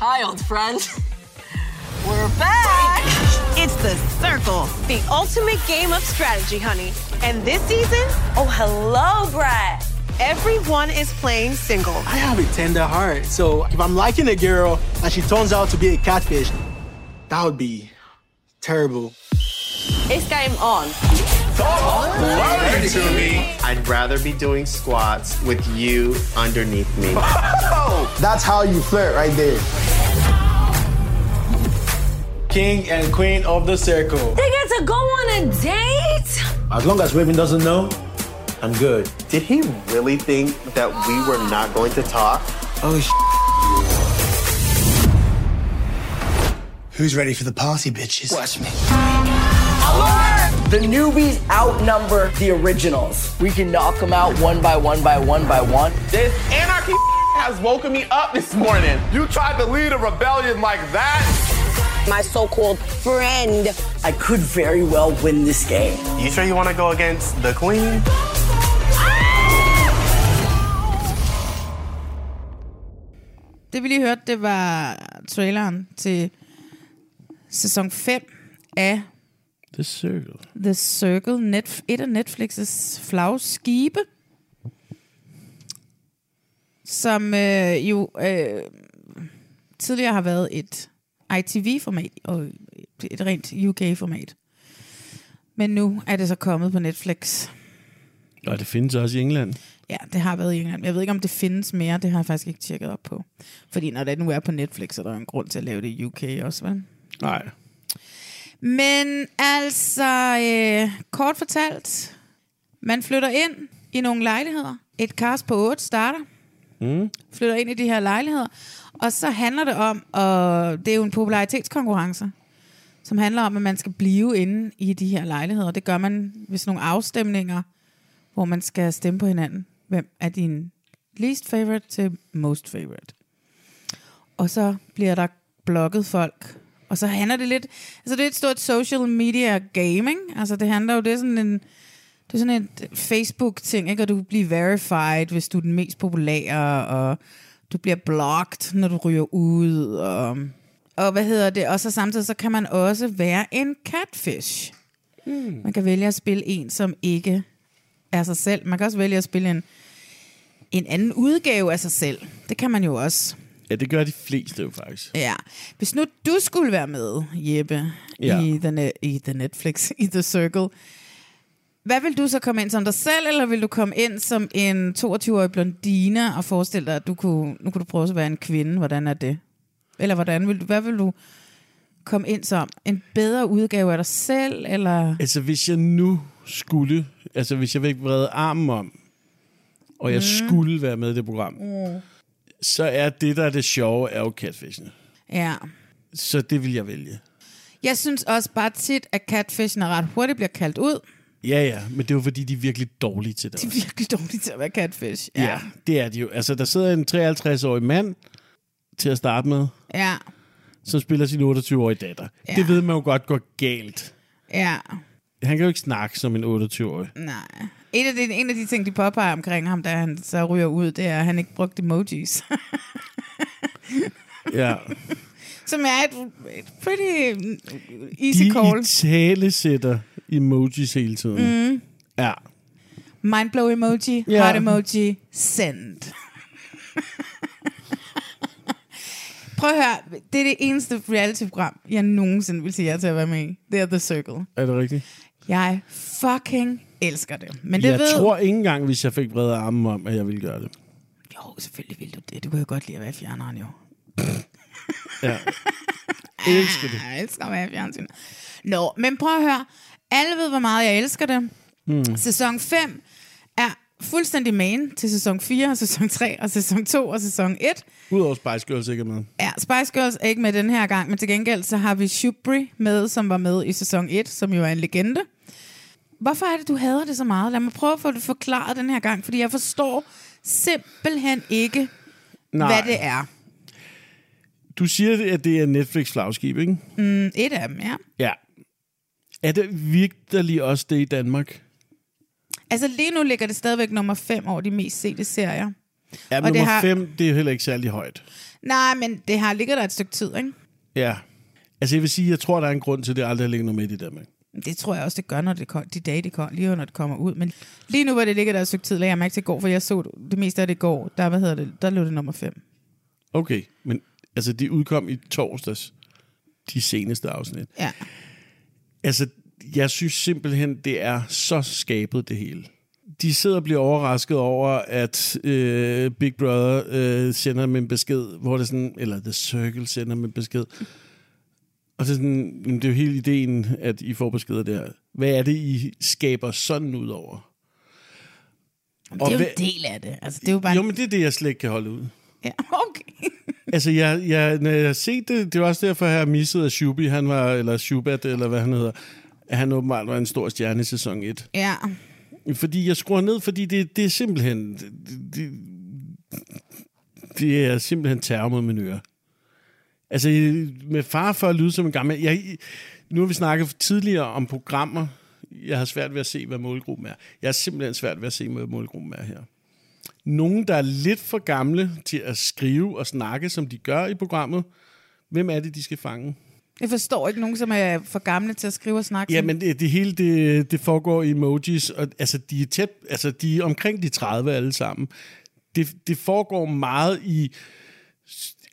Speaker 20: Hi, old friend. We're back.
Speaker 11: It's the circle, the ultimate game of strategy, honey. And this season, oh, hello, Brad. Everyone is playing single.
Speaker 21: I have a tender heart, so if I'm liking a girl and she turns out to be a catfish, that would be terrible.
Speaker 20: It's game on.
Speaker 22: I'd rather be doing squats with you underneath me.
Speaker 21: That's how you flirt right there. King and queen of the circle.
Speaker 20: They get to go on a date?
Speaker 22: As long as Raven doesn't know, I'm good. Did he really think that we were not going to talk? Oh,
Speaker 21: Who's ready for the party, bitches? Watch me.
Speaker 23: The newbies outnumber the originals. We can knock them out one by one by one by one.
Speaker 22: This anarchy has woken me up this morning. You tried to lead a rebellion like that?
Speaker 23: My so called friend. I could very well win this game.
Speaker 22: You sure you want to go against the queen?
Speaker 11: Ah!
Speaker 2: Det vi lige hørte, det var traileren til sæson 5 af
Speaker 3: The Circle.
Speaker 2: The Circle, Netf- et af Netflix's flagskibe, som øh, jo øh, tidligere har været et ITV-format og et rent UK-format. Men nu er det så kommet på Netflix.
Speaker 3: Og det findes også i England.
Speaker 2: Ja, det har været i England. Jeg ved ikke, om det findes mere. Det har jeg faktisk ikke tjekket op på. Fordi når det nu er på Netflix, så er der jo en grund til at lave det i UK også, vel?
Speaker 3: Nej.
Speaker 2: Men altså, øh, kort fortalt, man flytter ind i nogle lejligheder. Et cast på 8 starter,
Speaker 3: Mm.
Speaker 2: flytter ind i de her lejligheder. Og så handler det om, og det er jo en popularitetskonkurrence, som handler om, at man skal blive inde i de her lejligheder. Det gør man ved sådan nogle afstemninger, hvor man skal stemme på hinanden. Hvem er din least favorite til most favorite? Og så bliver der blokket folk. Og så handler det lidt... Altså, det er et stort social media gaming. Altså, det handler jo... Det er sådan en... Det er sådan et Facebook-ting, ikke? Og du kan blive verified, hvis du er den mest populære, og du bliver blocked, når du ryger ud, og... Og hvad hedder det? Og så samtidig, så kan man også være en catfish.
Speaker 3: Mm.
Speaker 2: Man kan vælge at spille en, som ikke er sig selv. Man kan også vælge at spille en, en anden udgave af sig selv. Det kan man jo også.
Speaker 3: Ja, det gør de fleste jo faktisk.
Speaker 2: Ja. Hvis nu du skulle være med, Jeppe,
Speaker 3: Ja.
Speaker 2: ja. i, the ne- i the Netflix, *laughs* i The Circle, hvad vil du så komme ind som dig selv, eller vil du komme ind som en 22-årig blondine og forestille dig, at du kunne, nu kunne du prøve at være en kvinde? Hvordan er det? Eller hvordan vil du, hvad vil du komme ind som? En bedre udgave af dig selv, eller...
Speaker 3: Altså, hvis jeg nu skulle... Altså, hvis jeg ikke vrede armen om, og jeg
Speaker 2: Mm.
Speaker 3: mm. skulle være med i det program,
Speaker 2: Mm.
Speaker 3: så er det, der er det sjove, er jo catfishene.
Speaker 2: Ja.
Speaker 3: Så det vil jeg vælge.
Speaker 2: Jeg synes også bare tit, at catfishen er ret hurtigt bliver kaldt ud.
Speaker 3: Ja, ja, men det er jo fordi, de er virkelig dårlige til det.
Speaker 2: De er virkelig dårlige til at være catfish.
Speaker 3: Ja. ja, det er de jo. Altså, der sidder en 53-årig mand til at starte med,
Speaker 2: Ja,
Speaker 3: som spiller sin 28-årige datter.
Speaker 2: Ja.
Speaker 3: Ja. Det ved man jo godt går galt.
Speaker 2: ja.
Speaker 3: Han kan jo ikke snakke som en 28-årig.
Speaker 2: Nej. En af, de, en af de ting, de påpeger omkring ham, da han så ryger ud, det er, at han ikke brugte emojis. *laughs*
Speaker 3: Ja.
Speaker 2: som er et, et pretty *laughs* easy
Speaker 3: De
Speaker 2: call.
Speaker 3: i tale sætter emojis hele tiden.
Speaker 2: Mm.
Speaker 3: Ja.
Speaker 2: Mindblow emoji,
Speaker 3: Ja.
Speaker 2: heart emoji, send. *laughs* Prøv at høre, det er det eneste reality-program, jeg nogensinde vil sige jer til at være med i. Det er The Circle.
Speaker 3: Er det rigtigt?
Speaker 2: Jeg fucking elsker det. Men det
Speaker 3: jeg
Speaker 2: ved...
Speaker 3: tror ikke engang, hvis jeg fik vredet armen om, at jeg ville gøre det.
Speaker 2: Jo, selvfølgelig vil du det. Du kunne jo godt lide at være i fjerneren, jo. *laughs*
Speaker 3: Ja. elsker det.
Speaker 2: Jeg elsker at være i fjernsynet. Nå, men prøv at høre. Alle ved, hvor meget jeg elsker det.
Speaker 3: Mm.
Speaker 2: Sæson 5 er fuldstændig main til sæson 4, og sæson 3, og sæson 2 og sæson 1.
Speaker 3: Udover Spice Girls ikke er med.
Speaker 2: Ja, Spice Girls er ikke med den her gang, men til gengæld så har vi Shubri med, som var med i sæson 1, som jo er en legende. Hvorfor er det, du hader det så meget? Lad mig prøve at få det forklaret den her gang, fordi jeg forstår simpelthen ikke, Nej.
Speaker 3: Nej.
Speaker 2: hvad det er.
Speaker 3: Du siger, at det er Netflix flagskib, ikke?
Speaker 2: Mm, et af dem, ja.
Speaker 3: Ja. Er det virkelig også det i Danmark?
Speaker 2: Altså lige nu ligger det stadigvæk nummer 5 over de mest sete serier.
Speaker 3: Ja,
Speaker 2: Og
Speaker 3: nummer
Speaker 2: det har-
Speaker 3: 5, det er heller ikke særlig højt.
Speaker 2: Nej, men det har ligget der et stykke tid, ikke?
Speaker 3: Ja. Altså, jeg vil sige, jeg tror, der er en grund til, at det aldrig har ligget nummer et i Danmark.
Speaker 2: Det tror jeg også, det gør, når det kom, de dage, det kom, lige når det kommer ud. Men lige nu, hvor det ligger der et stykke tid, lagde jeg mærke til i går, for jeg så det- det meste af det i går. Der, hvad hedder det, der lå det nummer 5.
Speaker 3: Okay, men altså, det udkom i torsdags, de seneste afsnit.
Speaker 2: Ja.
Speaker 3: Altså, jeg synes simpelthen, det er så skabet det hele. De sidder og bliver overrasket over, at øh, Big Brother øh, sender dem en besked, hvor det er sådan, eller The Circle sender dem en besked. Og så er sådan, jamen, det er jo hele ideen, at I får beskeder der. Hvad er det, I skaber sådan ud over?
Speaker 2: Jamen, det er jo en del af det. Altså, det er jo bare...
Speaker 3: Jo, men det er det, jeg slet ikke kan holde ud.
Speaker 2: Ja, *laughs* okay.
Speaker 3: Altså, jeg, jeg, når jeg har set det, det var også derfor, jeg har misset, at Shubi, han var, eller Shubat, eller hvad han hedder, at han åbenbart var en stor stjerne i sæson 1.
Speaker 2: Ja.
Speaker 3: Fordi jeg skruer ned, fordi det, det er simpelthen... Det, det, det er simpelthen terror mod min øre. Altså, med far for at lyde som en gammel... Jeg, nu har vi snakket tidligere om programmer. Jeg har svært ved at se, hvad målgruppen er. Jeg har simpelthen svært ved at se, hvad målgruppen er her. Nogen, der er lidt for gamle til at skrive og snakke, som de gør i programmet, hvem er det, de skal fange?
Speaker 2: Jeg forstår ikke nogen, som er for gamle til at skrive og snakke.
Speaker 3: Ja,
Speaker 2: sådan.
Speaker 3: men det, det hele det, det foregår i emojis, og altså de er tæt, altså de er omkring de 30 alle sammen. Det, det foregår meget i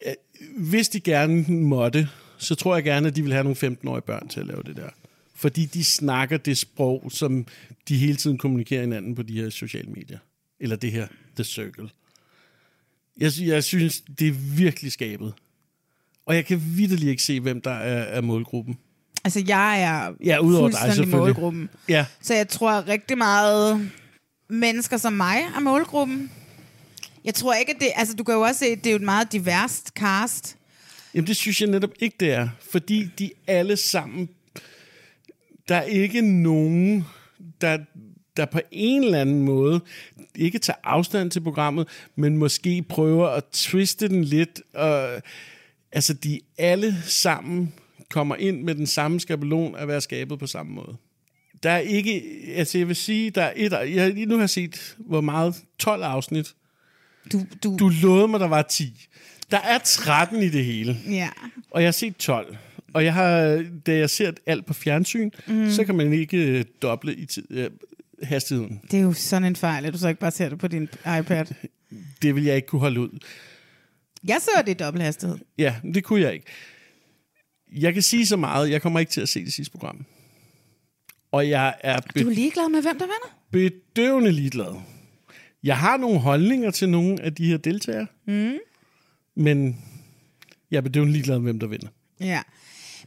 Speaker 3: øh, hvis de gerne måtte, så tror jeg gerne at de vil have nogle 15-årige børn til at lave det der. Fordi de snakker det sprog, som de hele tiden kommunikerer hinanden på de her sociale medier. Eller det her The Circle. Jeg, sy- jeg synes, det er virkelig skabet. Og jeg kan vidderlig ikke se, hvem der er, er målgruppen.
Speaker 2: Altså, jeg er
Speaker 3: Ja, udover dig
Speaker 2: fuldstændig
Speaker 3: selvfølgelig.
Speaker 2: målgruppen.
Speaker 3: Ja.
Speaker 2: Så jeg tror rigtig meget mennesker som mig er målgruppen. Jeg tror ikke, at det... Altså, du kan jo også se, at det er jo et meget diverst cast.
Speaker 3: Jamen, det synes jeg netop ikke, det er. Fordi de alle sammen... Der er ikke nogen, der, der på en eller anden måde ikke tager afstand til programmet, men måske prøver at twiste den lidt. Og, altså, de alle sammen kommer ind med den samme skabelon at være skabet på samme måde. Der er ikke... Altså, jeg vil sige, der er et... Jeg, nu har jeg set, hvor meget... 12 afsnit.
Speaker 2: Du, du...
Speaker 3: du lovede mig, der var 10. Der er 13 i det hele.
Speaker 2: Ja.
Speaker 3: Og jeg har set 12. Og jeg har, da jeg ser alt på fjernsyn,
Speaker 2: Mm.
Speaker 3: mm. så kan man ikke øh, doble i tid, øh, hastigheden.
Speaker 2: Det er jo sådan en fejl, at du så ikke bare ser det på din iPad.
Speaker 3: Det vil jeg ikke kunne holde ud.
Speaker 2: Jeg så det i dobbelt hastighed.
Speaker 3: Ja, men det kunne jeg ikke. Jeg kan sige så meget, jeg kommer ikke til at se det sidste program. Og jeg er
Speaker 2: Du er ligeglad med, hvem der vinder?
Speaker 3: bedøvende ligeglad. Jeg har nogle holdninger til nogle af de her deltagere,
Speaker 2: Mm.
Speaker 3: men jeg er bedøvende ligeglad med, hvem der vinder.
Speaker 2: Ja.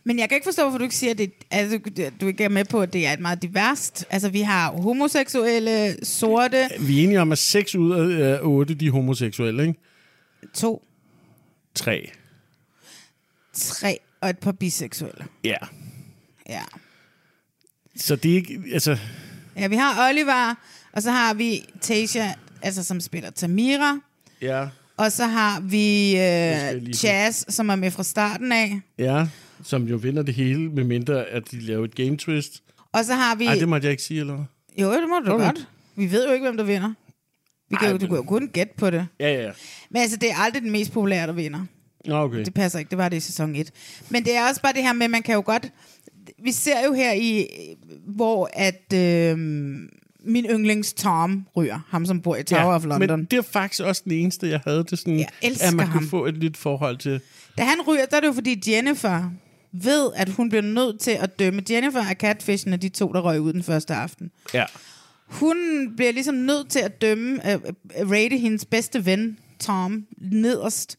Speaker 2: Men jeg kan ikke forstå, hvorfor du ikke siger, at det, altså, du ikke er med på, at det er et meget diverst. Altså, vi har homoseksuelle, sorte,
Speaker 3: Vi er enige om, at 6 ud af 8, de er homoseksuelle, ikke?
Speaker 2: To.
Speaker 3: Tre.
Speaker 2: tre og et par biseksuelle.
Speaker 3: Ja.
Speaker 2: Ja.
Speaker 3: Så det er ikke, altså,
Speaker 2: Ja, vi har Oliver, og så har vi Tasha, altså som spiller Tamira,
Speaker 3: ja,
Speaker 2: og så har vi
Speaker 3: skal
Speaker 2: øh,
Speaker 3: lige-
Speaker 2: Chaz, som er med fra starten af,
Speaker 3: ja, som jo vinder det hele, medmindre at de laver et game twist.
Speaker 2: og så har vi...
Speaker 3: Ej, det måtte jeg ikke sige, eller hvad?
Speaker 2: Jo, det må du
Speaker 3: Okay.
Speaker 2: godt. Vi ved jo ikke, hvem der vinder. Vi kan
Speaker 3: Ej,
Speaker 2: jo, du
Speaker 3: men-
Speaker 2: kan jo kun gætte på det.
Speaker 3: Ja, ja, ja.
Speaker 2: Men altså, det er aldrig den mest populære, der vinder.
Speaker 3: Nå, okay.
Speaker 2: Det passer ikke, det var det i sæson 1. Men det er også bare det her med, at man kan jo godt... Vi ser jo her i, hvor at øh, min yndlings Tom ryger, ham som bor i Tower of London.
Speaker 3: Men det er faktisk også den eneste, jeg havde det sådan,
Speaker 2: elsker
Speaker 3: at man
Speaker 2: ham.
Speaker 3: kunne få et nyt forhold til.
Speaker 2: Da han ryger, der er det jo fordi Jennifer ved, at hun bliver nødt til at dømme. Jennifer er catfishen af de to, der røg ud den første aften.
Speaker 3: Ja.
Speaker 2: Hun bliver ligesom nødt til at dømme, at rate hendes bedste ven, Tom, nederst.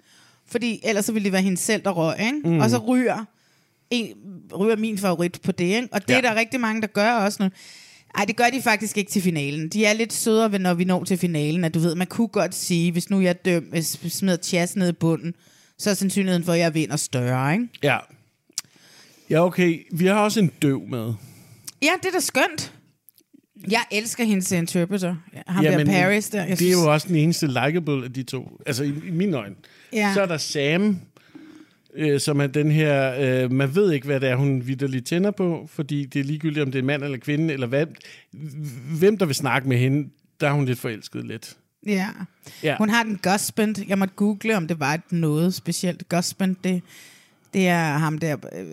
Speaker 2: Fordi ellers så ville det være hende selv, der røg, ikke? Mm.
Speaker 24: Mm.
Speaker 2: Og så ryger, en, ryger min favorit på det, ikke? Og det ja.
Speaker 24: Ja.
Speaker 2: er der rigtig mange, der gør også nu. Ej, det gør de faktisk ikke til finalen. De er lidt sødere, ved, når vi når til finalen. At du ved, man kunne godt sige, hvis nu jeg døm, øh, s- smider Chas ned i bunden, så er sandsynligheden for, at jeg vinder større, ikke?
Speaker 3: Ja. Ja, okay. Vi har også en døv med.
Speaker 2: Ja, det er da skønt. Jeg elsker hendes interpreter. Ham
Speaker 3: Ja,
Speaker 2: ja, der
Speaker 3: men
Speaker 2: Paris der. Jeg
Speaker 3: det er jo også den eneste likable af de to. Altså, i, i mine øjne.
Speaker 2: Ja.
Speaker 3: Så er der Sam, øh, som er den her... Øh, man ved ikke, hvad det er, hun vidderligt tænder på, fordi det er ligegyldigt, om det er en mand eller kvinde, eller hvad, hvem der vil snakke med hende, der er hun lidt forelsket lidt.
Speaker 2: Ja. ja.
Speaker 3: Ja.
Speaker 2: Hun har den gospent. Jeg måtte google, om det var et noget specielt gospent. Det, det er ham der, øh,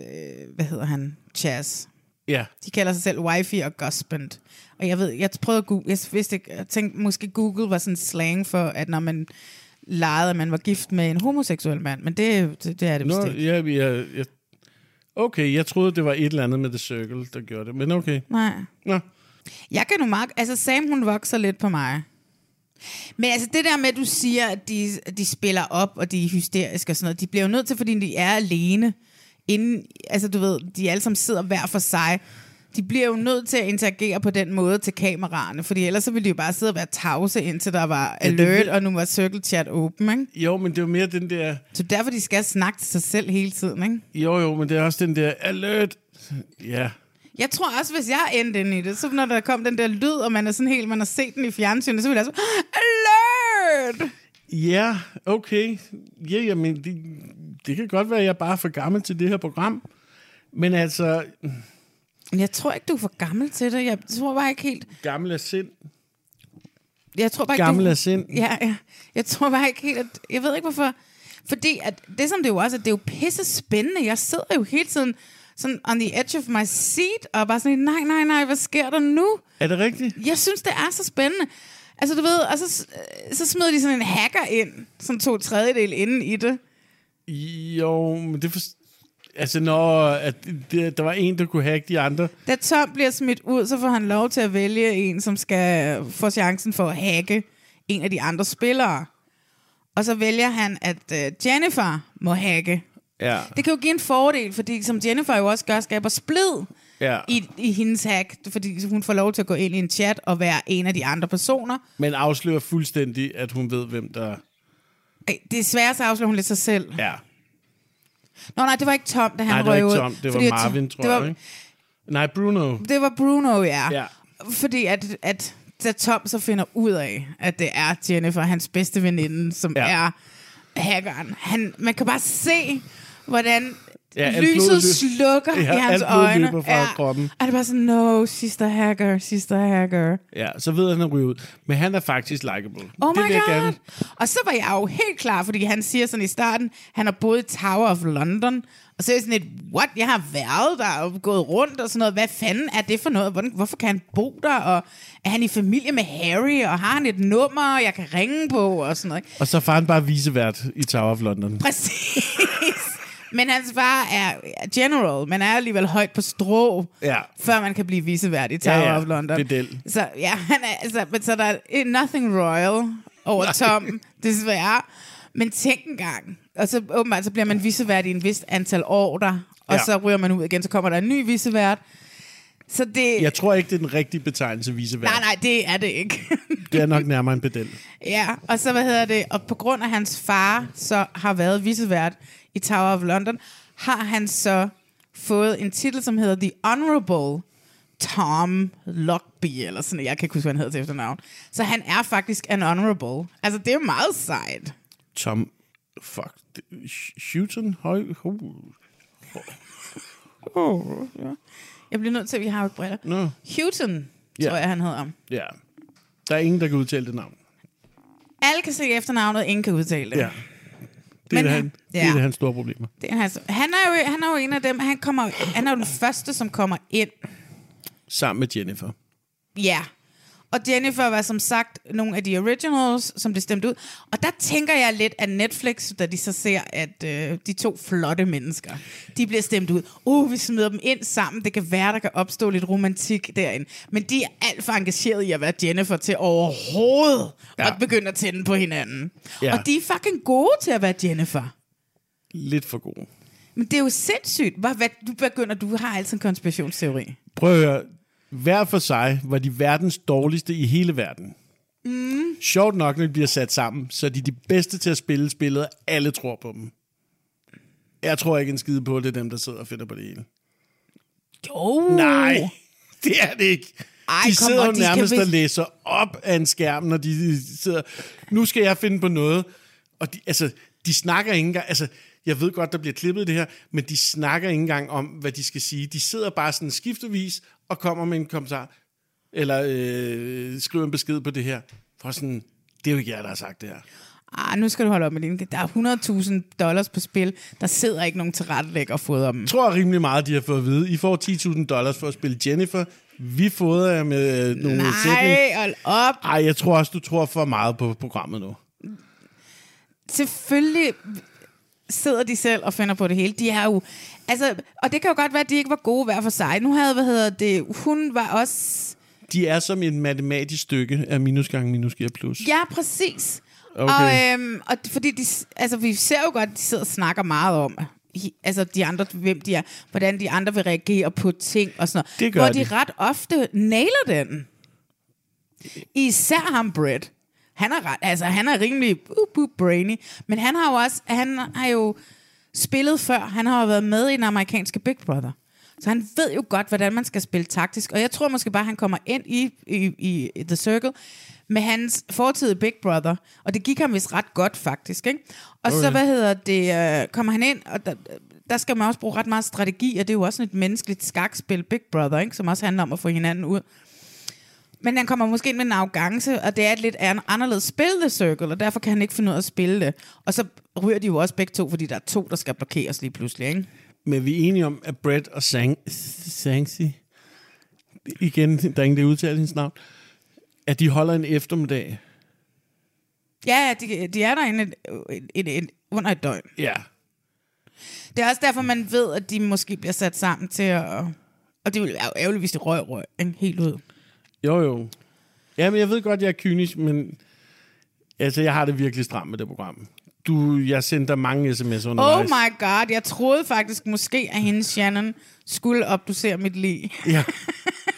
Speaker 2: hvad hedder han? Chaz.
Speaker 3: Ja.
Speaker 2: De kalder sig selv wifi og gospent. Og jeg ved, jeg prøvede at google, jeg vidste ikke, jeg tænkte, måske Google var sådan slang for, at når man legede, at man var gift med en homoseksuel mand, men det, det, det er det
Speaker 3: Nå,
Speaker 2: bestemt.
Speaker 3: ja, ja, ja. Okay, jeg troede, det var et eller andet med The Circle, der gjorde det, men okay.
Speaker 2: Nej.
Speaker 3: Nå.
Speaker 2: Jeg kan nu meget... Altså, Sam, hun vokser lidt på mig. Men altså, det der med, at du siger, at de, at de spiller op, og de er hysteriske og sådan noget, de bliver jo nødt til, fordi de er alene, inden, altså du ved, de alle sammen sidder hver for sig, de bliver jo nødt til at interagere på den måde til kameraerne, fordi ellers så ville de jo bare sidde og være tavse, indtil der var
Speaker 3: Ja, det
Speaker 2: alert,
Speaker 3: vil-
Speaker 2: og nu var circle chat åben, ikke?
Speaker 3: Jo, men det er jo mere den der...
Speaker 2: Så derfor de skal snakke til sig selv hele tiden, ikke?
Speaker 3: Jo, jo, men det er også den der alert. Ja.
Speaker 2: Jeg tror også, hvis jeg endte ind i det, så når der kom den der lyd, og man er sådan helt, man har set den i fjernsynet, så ville jeg så, alert!
Speaker 3: Ja, okay. Ja, jamen, det, det kan godt være, at jeg bare er for gammel til det her program. Men altså,
Speaker 2: Men Jeg tror ikke, du er for gammel til det. Jeg tror bare ikke helt...
Speaker 3: gammel af sind.
Speaker 2: Jeg tror bare ikke,
Speaker 3: Gammel
Speaker 2: du...
Speaker 3: af sind.
Speaker 2: Ja, ja. Jeg tror bare ikke helt, at... Jeg ved ikke, hvorfor... Fordi at det, som det jo også er, det er jo pisse spændende. Jeg sidder jo hele tiden sådan on the edge of my seat, og bare sådan, nej, nej, nej, hvad sker der nu?
Speaker 3: Er det rigtigt?
Speaker 2: Jeg synes, det er så spændende. Altså, du ved, og så, så smider de sådan en hacker ind, sådan to tredjedel inde i det.
Speaker 3: Jo, men det for, Altså, når at det, der var en, der kunne hacke de andre.
Speaker 2: Da Tom bliver smidt ud, så får han lov til at vælge en, som skal få chancen for at hacke en af de andre spillere. Og så vælger han, at øh, Jennifer må hacke.
Speaker 3: Ja.
Speaker 2: Det kan jo give en fordel, fordi som Jennifer jo også gør, skaber splid
Speaker 3: Ja.
Speaker 2: i, i hendes hack, fordi hun får lov til at gå ind i en chat og være en af de andre personer.
Speaker 3: Men afslører fuldstændig, at hun ved, hvem der...
Speaker 2: Ej, Desværre så afslører hun lidt sig selv.
Speaker 3: Ja.
Speaker 2: Nå nej, det var ikke Tom, da han
Speaker 3: Nej, det var
Speaker 2: røg
Speaker 3: ikke
Speaker 2: ud.
Speaker 3: Tom, det var
Speaker 2: Fordi at-
Speaker 3: Marvin, tror
Speaker 2: det var,
Speaker 3: jeg, ikke? Nej, Bruno.
Speaker 2: Det var Bruno, ja.
Speaker 3: Ja.
Speaker 2: Fordi at, at da Tom så finder ud af, at det er Jennifer, hans bedste veninde, som ja. er hackeren. Han, man kan bare se, hvordan
Speaker 3: Ja,
Speaker 2: ja,
Speaker 3: alt
Speaker 2: lyset
Speaker 3: blodet løb-
Speaker 2: slukker
Speaker 3: Ja,
Speaker 2: i hans
Speaker 3: alt blodet
Speaker 2: øjne.
Speaker 3: løber fra kroppen.
Speaker 2: Og det er bare sådan, no, sister hacker, sister hacker.
Speaker 3: Ja, så ved han at ryge ud. Men han er faktisk likable.
Speaker 2: Oh
Speaker 3: det
Speaker 2: my god!
Speaker 3: vil Jeg gerne.
Speaker 2: Og så var jeg jo helt klar, fordi han siger sådan i starten, han har boet i Tower of London, og så er jeg sådan et, what, jeg har været der og gået rundt og sådan noget, hvad fanden er det for noget, Hvordan, hvorfor kan han bo der, og er han i familie med Harry, og har han et nummer, jeg kan ringe på, og sådan noget. ikke?
Speaker 3: Og så får han bare visevært i Tower of London.
Speaker 2: Præcis! Men hans far er general, men er alligevel højt på strå,
Speaker 3: Ja.
Speaker 2: før man kan blive visevært i Tower
Speaker 3: Ja, ja,
Speaker 2: of London.
Speaker 3: det er del.
Speaker 2: Så ja, han er, altså, men, så der er eh, nothing royal over
Speaker 3: Nej.
Speaker 2: Tom, desværre. Men tænk engang. Og så åbenbart, så bliver man visevært i en vist antal år der, og
Speaker 3: Ja.
Speaker 2: så ryger man ud igen, så kommer der en ny visevært. Så det...
Speaker 3: Jeg tror ikke, det er den rigtige betegnelse visevært.
Speaker 2: nej, nej, det er det ikke.
Speaker 3: Det er nok nærmere en pedel.
Speaker 2: Ja, og så hvad hedder det? Og på grund af hans far så har været vicevært i Tower of London, har han så fået en titel, som hedder The Honorable Tom Lockby, eller sådan noget. Jeg kan ikke huske, hvad han hedder til efternavn. Så han er faktisk an honorable. Altså, det er meget sejt.
Speaker 3: Tom, fuck, det- Sh- Houghton? Høj, ho,
Speaker 2: Oh, ja. Jeg bliver nødt til, at vi har jo ikke briller.
Speaker 3: No.
Speaker 2: Houghton,
Speaker 3: Ja.
Speaker 2: tror jeg, han hedder.
Speaker 3: ja. Der er ingen, der kan udtale det navn.
Speaker 2: Alle kan se efternavnet, ingen kan udtale det.
Speaker 3: Ja. Det er,
Speaker 2: Men
Speaker 3: det,
Speaker 2: han-
Speaker 3: han, det
Speaker 2: ja.
Speaker 3: er det, hans store problemer.
Speaker 2: Det er altså, han, er jo, han er jo en af dem. Han, kommer, han er jo den første, som kommer ind.
Speaker 3: Sammen med Jennifer.
Speaker 2: Ja. Og Jennifer var som sagt nogle af de originals, som det stemte ud. Og der tænker jeg lidt, at Netflix, da de så ser, at øh, de to flotte mennesker, de bliver stemt ud. Uh, vi smider dem ind sammen. Det kan være, der kan opstå lidt romantik derinde. Men de er alt for engageret i at være Jennifer til overhovedet ja. at begynde at tænde på hinanden.
Speaker 3: Ja.
Speaker 2: Ja. Og de er fucking gode til at være Jennifer.
Speaker 3: Lidt for god.
Speaker 2: Men det er jo sindssygt. Hvad, hvad du begynder, du har altid en konspirationsteori.
Speaker 3: Prøv at høre. Hver for sig var de verdens dårligste i hele verden.
Speaker 2: Mm.
Speaker 3: Sjovt nok, når de bliver sat sammen, så er de de bedste til at spille spillet, og alle tror på dem. Jeg tror ikke en skide på, at det er dem, der sidder og finder på det hele.
Speaker 2: Jo.
Speaker 3: Nej, *laughs* det er det ikke.
Speaker 2: Ej,
Speaker 3: de
Speaker 2: kom
Speaker 3: sidder
Speaker 2: on,
Speaker 3: jo
Speaker 2: de skal
Speaker 3: nærmest og
Speaker 2: vist-
Speaker 3: læser op af en skærm, når de sidder, nu skal jeg finde på noget. Og de, altså, de snakker ikke engang, altså, jeg ved godt, der bliver klippet i det her, men de snakker ikke engang om, hvad de skal sige. De sidder bare sådan skiftevis og kommer med en kommentar, eller øh, skriver en besked på det her, for sådan, det er jo ikke jer, der har sagt det her.
Speaker 2: Ah, nu skal du holde op med din. Der er 100.000 dollars på spil. Der sidder ikke nogen tilrettelægger og fodrer dem.
Speaker 3: Jeg tror rimelig meget, de har fået at vide. I får 10.000 dollars for at spille Jennifer. Vi fodrer jer med øh, nogle sætninger.
Speaker 2: Nej, hold op.
Speaker 3: Ej, jeg tror også, du tror for meget på programmet nu.
Speaker 2: Selvfølgelig sidder de selv og finder på det hele. De er jo... Altså, og det kan jo godt være, at de ikke var gode hver for sig. Nu havde, hvad hedder det... Hun var også...
Speaker 3: De er som et matematisk stykke af minus gange minus giver plus.
Speaker 2: Ja, præcis.
Speaker 3: Okay.
Speaker 2: Og, øhm, og d- fordi de, s- altså, vi ser jo godt, at de sidder og snakker meget om, hi- altså de andre, hvem de er, hvordan de andre vil reagere på ting og sådan noget.
Speaker 3: Det gør
Speaker 2: hvor de.
Speaker 3: de.
Speaker 2: ret ofte nailer den. Især ham, Brett. Han er, ret, altså, han er rimelig uh, uh, brainy, men han har jo også, han har jo spillet før. Han har jo været med i den amerikanske Big Brother. Så han ved jo godt, hvordan man skal spille taktisk. Og jeg tror måske bare, han kommer ind i, i, i The Circle med hans fortidige Big Brother. Og det gik ham vist ret godt, faktisk. Ikke? Og okay. så,
Speaker 20: Okay.
Speaker 2: hvad hedder det, øh, kommer han ind, og der, der skal man også bruge ret meget strategi, og det er jo også sådan et menneskeligt skakspil, Big Brother, ikke? som også handler om at få hinanden ud. Men han kommer måske ind med en arrogance, og det er et lidt an- anderledes spil, The Circle, og derfor kan han ikke finde ud af at spille det. Og så ryger de jo også begge to, fordi der er to, der skal blokeres lige pludselig. Ikke?
Speaker 3: Men vi er enige om, at Brett og Sang Sanxi, igen, der er ingen, der udtaler hendes navn, at de holder en eftermiddag.
Speaker 2: Ja, de, de er derinde et, et, et, et, under et døgn.
Speaker 3: Ja.
Speaker 2: Det er også derfor, man ved, at de måske bliver sat sammen til at... Og det ville være ærgerligt, hvis de røg røg ikke? helt ud.
Speaker 3: Jo, jo. Jamen, jeg ved godt, jeg er kynisk, men altså, jeg har det virkelig stramt med det program. Du, jeg sendte dig mange sms'er
Speaker 2: Oh
Speaker 3: undervejs.
Speaker 2: my god, jeg troede faktisk måske, at hendes Shannon skulle obducere mit lig. *laughs*
Speaker 3: Ja.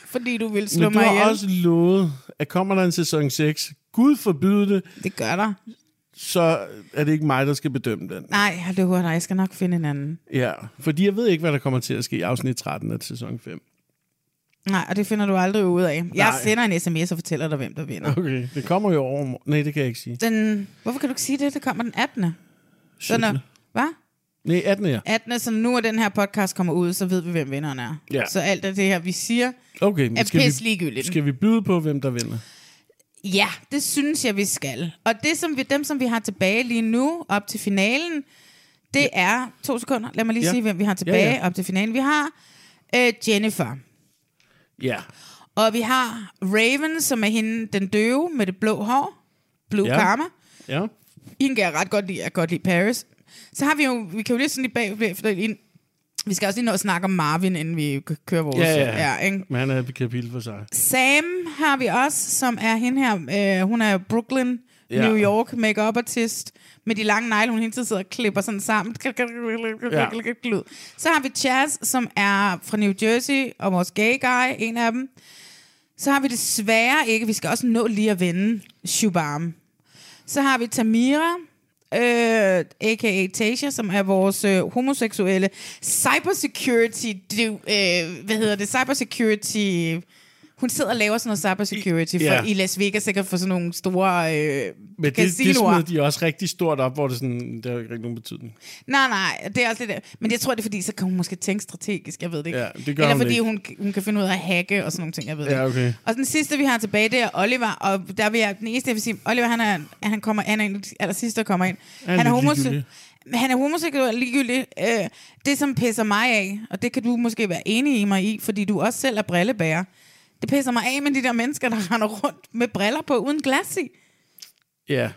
Speaker 2: Fordi du ville slå
Speaker 3: Men du
Speaker 2: mig
Speaker 3: har
Speaker 2: ihjel.
Speaker 3: også lovet, at kommer der en sæson 6, Gud forbyde det.
Speaker 2: Det gør der.
Speaker 3: Så er det ikke mig, der skal bedømme den.
Speaker 2: Nej, jeg løber dig. Jeg skal nok finde en anden.
Speaker 3: Ja, fordi jeg ved ikke, hvad der kommer til at ske i afsnit 13 af sæson 5.
Speaker 2: Nej, og det finder du aldrig ud af. Jeg
Speaker 3: Nej.
Speaker 2: sender en sms og fortæller dig, hvem der vinder.
Speaker 3: Okay, det kommer jo over... Nej, det kan jeg ikke sige.
Speaker 2: Den, hvorfor kan du ikke sige det? Det kommer den 18. Den er,
Speaker 3: Syttende.
Speaker 2: hvad?
Speaker 3: Nej, 18. ja.
Speaker 2: 18. Så nu er den her podcast kommer ud, så ved vi, hvem vinderen er.
Speaker 3: Ja.
Speaker 2: Så alt af det her, vi siger,
Speaker 3: Okay, men
Speaker 2: er
Speaker 3: skal
Speaker 2: pisse
Speaker 3: vi,
Speaker 2: ligegyldigt.
Speaker 3: skal vi byde på, hvem der vinder?
Speaker 2: Ja, det synes jeg, vi skal. Og det, som vi, dem, som vi har tilbage lige nu op til finalen, det ja. er... To sekunder. Lad mig lige
Speaker 3: Ja.
Speaker 2: ja. sige, hvem vi har tilbage ja, ja. op til finalen. Vi har øh, Jennifer.
Speaker 3: Ja.
Speaker 2: Og vi har Raven, som er hende, den døve med det blå hår. Blue
Speaker 3: Ja.
Speaker 2: ja. Karma.
Speaker 3: Ja.
Speaker 2: Hende kan jeg ret godt lide. Jeg kan godt lide Paris. Så har vi jo... Vi kan jo lige sådan lige bag... For ind. Vi skal også lige nå at snakke om Marvin, inden vi k- kører vores... øh,
Speaker 3: Ja, ja,
Speaker 2: ja ikke?
Speaker 3: Men han er et kapitel for sig.
Speaker 2: Sam har vi også, som er hende her. Øh, hun er Brooklyn,
Speaker 3: Ja.
Speaker 2: ja. New York makeup artist med de lange negle, hun hele tiden sidder og klipper sådan sammen. Ja. Så har vi Chaz, som er fra New Jersey, og vores gay guy, en af dem. Så har vi desværre ikke, vi skal også nå lige at vende Shubam. Så har vi Tamira, øh, a.k.a. Tasha, som er vores øh, homoseksuelle cybersecurity, du, øh, hvad hedder det, cybersecurity, hun sidder og laver sådan noget cybersecurity I, for,
Speaker 3: ja.
Speaker 2: i Las Vegas, sikkert for sådan nogle store øh,
Speaker 3: Men det, det
Speaker 2: casinoer.
Speaker 3: smed de også rigtig stort op, hvor det sådan, der er jo ikke rigtig nogen betydning.
Speaker 2: Nej, nej, det er også lidt... Men jeg tror, det er fordi, så kan hun måske tænke strategisk, jeg ved det ikke.
Speaker 3: Ja, det gør
Speaker 2: Eller
Speaker 3: hun
Speaker 2: fordi
Speaker 3: ikke.
Speaker 2: Hun, hun kan finde ud af at hacke og sådan nogle ting, jeg ved
Speaker 3: Ja,
Speaker 2: ikke.
Speaker 3: okay.
Speaker 2: Og den sidste, vi har tilbage, det er Oliver, og der vil jeg, den eneste, jeg vil sige, Oliver, han er, han kommer, han er en af de aller sidste, der kommer ind.
Speaker 3: Han er
Speaker 2: Han er,
Speaker 3: lidt
Speaker 2: homose-
Speaker 3: ligegyldig.
Speaker 2: han er homoseksuel ligegyldig. Øh, det, som pisser mig af, og det kan du måske være enig i mig i, fordi du også selv er brillebærer, det pisser mig af med de der mennesker, der *laughs* render rundt med briller på uden glas i.
Speaker 3: Ja.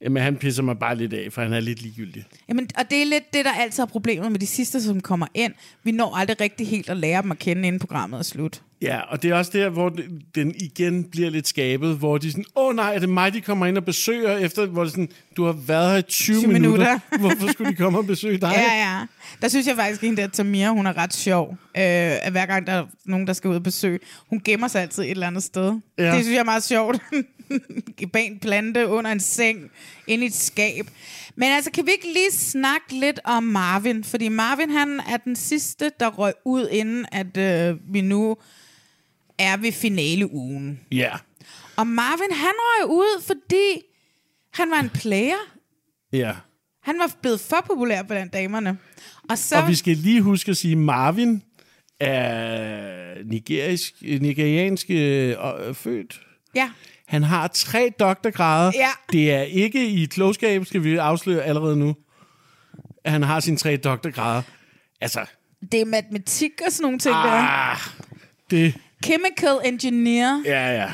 Speaker 3: Jamen, han pisser mig bare lidt af, for han er lidt ligegyldig.
Speaker 2: Jamen, og det er lidt det, der altid er problemet med de sidste, som kommer ind. Vi når aldrig rigtig helt at lære dem at kende, inden programmet er slut.
Speaker 3: Ja, og det er også der, hvor den- den igen bliver lidt skabet, hvor de er sådan, åh nej, er det mig, de kommer ind og besøger, efter hvor det er sådan, du har været her i 20,
Speaker 2: 20
Speaker 3: minutter.
Speaker 2: minutter.
Speaker 3: *laughs* Hvorfor skulle de komme og besøge dig?
Speaker 2: Ja, ja. Der synes jeg faktisk, at hende der Tamira, hun er ret sjov. Øh, at hver gang der er nogen, der skal ud og besøge, hun gemmer sig altid et eller andet sted.
Speaker 3: Ja.
Speaker 2: Ja. Det synes jeg er meget sjovt. *laughs* Bag en plante, under en seng, inde i et skab. Men altså, kan vi ikke lige snakke lidt om Marvin? Fordi Marvin, han er den sidste, der røg ud, inden at øh, vi nu er ved finaleugen.
Speaker 3: Ja.
Speaker 2: Og Marvin, han røg ud, fordi han var en player.
Speaker 3: ja.
Speaker 2: Han var blevet for populær blandt damerne. Og så...
Speaker 3: Så... Og vi skal lige huske at sige, Marvin er nigerisk, nigeriansk øh, øh, født.
Speaker 2: Ja.
Speaker 3: Han har tre doktorgrader.
Speaker 2: Ja.
Speaker 3: Det er ikke i klogskab, skal vi afsløre allerede nu. Han har sine tre doktorgrader. Altså,
Speaker 2: Det er matematik og sådan nogle ting der.
Speaker 3: ah, det,
Speaker 2: Chemical engineer.
Speaker 3: ja, ja.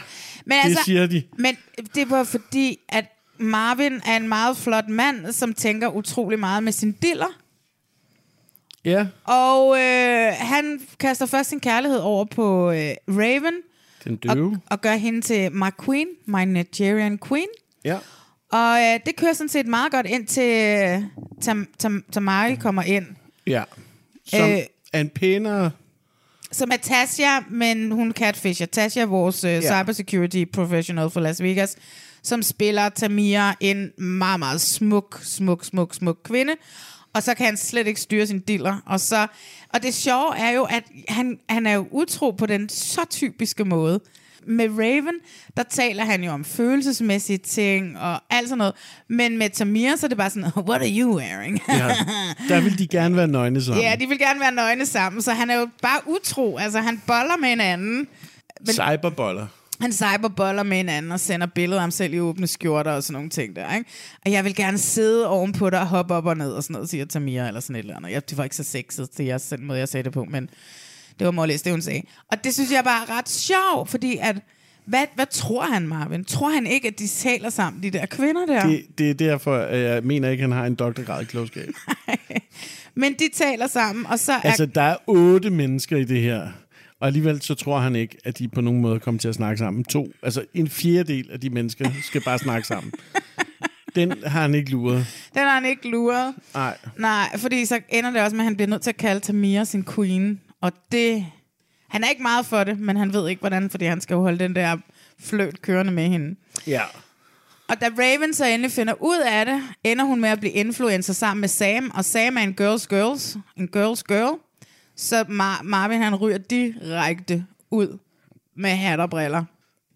Speaker 2: Men
Speaker 3: det
Speaker 2: altså,
Speaker 3: siger de.
Speaker 2: Men det var fordi, at Marvin er en meget flot mand, som tænker utrolig meget med sin diller.
Speaker 3: Ja,
Speaker 2: Og øh, han kaster først sin kærlighed over på øh, Raven.
Speaker 3: den døve.
Speaker 2: Og gør hende til my queen, my Nigerian queen.
Speaker 3: Ja.
Speaker 2: Og øh, det kører sådan set meget godt ind til øh, Tam, Tam, Tamari kommer ind.
Speaker 3: Ja. Som
Speaker 2: Øh.
Speaker 3: øh, er en pænere...
Speaker 2: Som er Tasha, men hun catfisher. Tasha er vores øh,
Speaker 3: Ja.
Speaker 2: cybersecurity professional fra Las Vegas, som spiller Tamira, en meget, meget smuk, smuk, smuk, smuk kvinde. Og så kan han slet ikke styre sin diller. Og, så, og det sjove er jo, at han, han er jo utro på den så typiske måde. Med Raven, der taler han jo om følelsesmæssige ting og alt sådan noget. Men med Tamir, så er det bare sådan, *laughs* what are you wearing?
Speaker 3: Ja. Der vil de gerne være nøgne sammen.
Speaker 2: *laughs* Ja, de vil gerne være nøgne sammen, så han er jo bare utro. Altså, han boller med hinanden.
Speaker 3: Men... Cyberboller.
Speaker 2: Han cyberboller med hinanden og sender billeder af ham selv i åbne skjorter og sådan nogle ting der, ikke? Og jeg vil gerne sidde ovenpå dig og hoppe op og ned og sådan noget, siger Tamira eller sådan et eller andet. Jeg, det var ikke så sexet, det jeg, den måde, jeg sagde det på, men det var målæst, det hun sagde. Og det synes jeg bare er ret sjovt, fordi at, hvad, hvad tror han, Marvin? Tror han ikke, at de taler sammen, de der kvinder der? *laughs*
Speaker 3: Det, det er derfor, at jeg mener ikke, at han har en doktorgrad i klogskab.
Speaker 2: Men de taler sammen, og så er...
Speaker 3: Altså, der er otte mennesker i det her, og alligevel så tror han ikke, at de på nogen måde kommer til at snakke sammen. To, altså en fjerdedel af de mennesker skal bare snakke
Speaker 2: *laughs*
Speaker 3: sammen. Den har han ikke luret.
Speaker 2: Den har han ikke luret.
Speaker 3: Nej.
Speaker 2: Nej, fordi så ender det også med, at han bliver nødt til at kalde Tamira sin queen. Og det... Han er ikke meget for det, men han ved ikke, hvordan, fordi han skal jo holde den der fløt kørende med hende.
Speaker 3: Ja.
Speaker 2: Og da Raven så endelig finder ud af det, ender hun med at blive influencer sammen med Sam, og Sam er en girls girls, en girls girl, så Mar- Marvin han ryger direkte ud med hat og briller.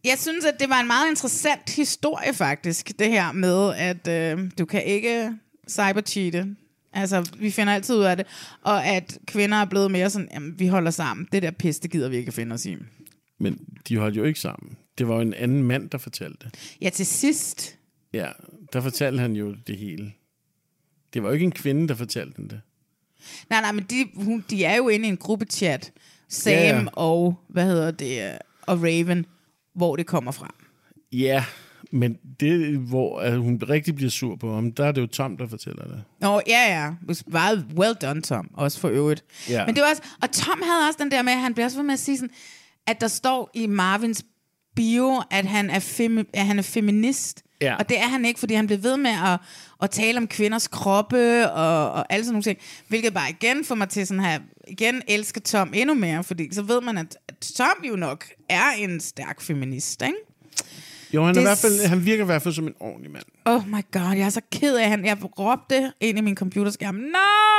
Speaker 2: Jeg synes, at det var en meget interessant historie faktisk, det her med, at øh, du kan ikke cybercheate. Altså, vi finder altid ud af det. Og at kvinder er blevet mere sådan, jamen, vi holder sammen. Det der pis, det gider vi ikke finde os i.
Speaker 3: Men de holdt jo ikke sammen. Det var jo en anden mand, der fortalte det.
Speaker 2: Ja, til sidst.
Speaker 3: Ja, der fortalte han jo det hele. Det var jo ikke en kvinde, der fortalte dem det.
Speaker 2: Nej, nej, men de, hun, de er jo inde i en gruppechat. Sam ja,
Speaker 3: Ja,
Speaker 2: ja.
Speaker 3: ja.
Speaker 2: og, hvad hedder det, øh, og Raven, hvor det kommer fra.
Speaker 3: Ja, men det, hvor at hun rigtig bliver sur på ham, der er det jo Tom, der fortæller det.
Speaker 2: Nå, ja, ja. It was Meget well done, Tom. Også for øvrigt.
Speaker 3: Ja.
Speaker 2: Men det var også, og Tom havde også den der med, at han blev også ved med at sige sådan, at der står i Marvins bio, at han er, femi- at han er feminist.
Speaker 3: Ja.
Speaker 2: Og det er han ikke, fordi han blev ved med at, at tale om kvinders kroppe og, og alle sådan nogle ting. Hvilket bare igen får mig til sådan her, igen elske Tom endnu mere, fordi så ved man, at at Tom jo nok er en stærk feminist, ikke?
Speaker 3: Jo, han, er
Speaker 2: Det
Speaker 3: i
Speaker 2: er
Speaker 3: hvert fald,
Speaker 2: s-
Speaker 3: han virker i hvert fald som en ordentlig mand.
Speaker 2: Oh my god, jeg er så ked af han. Jeg råbte ind i min computerskærm,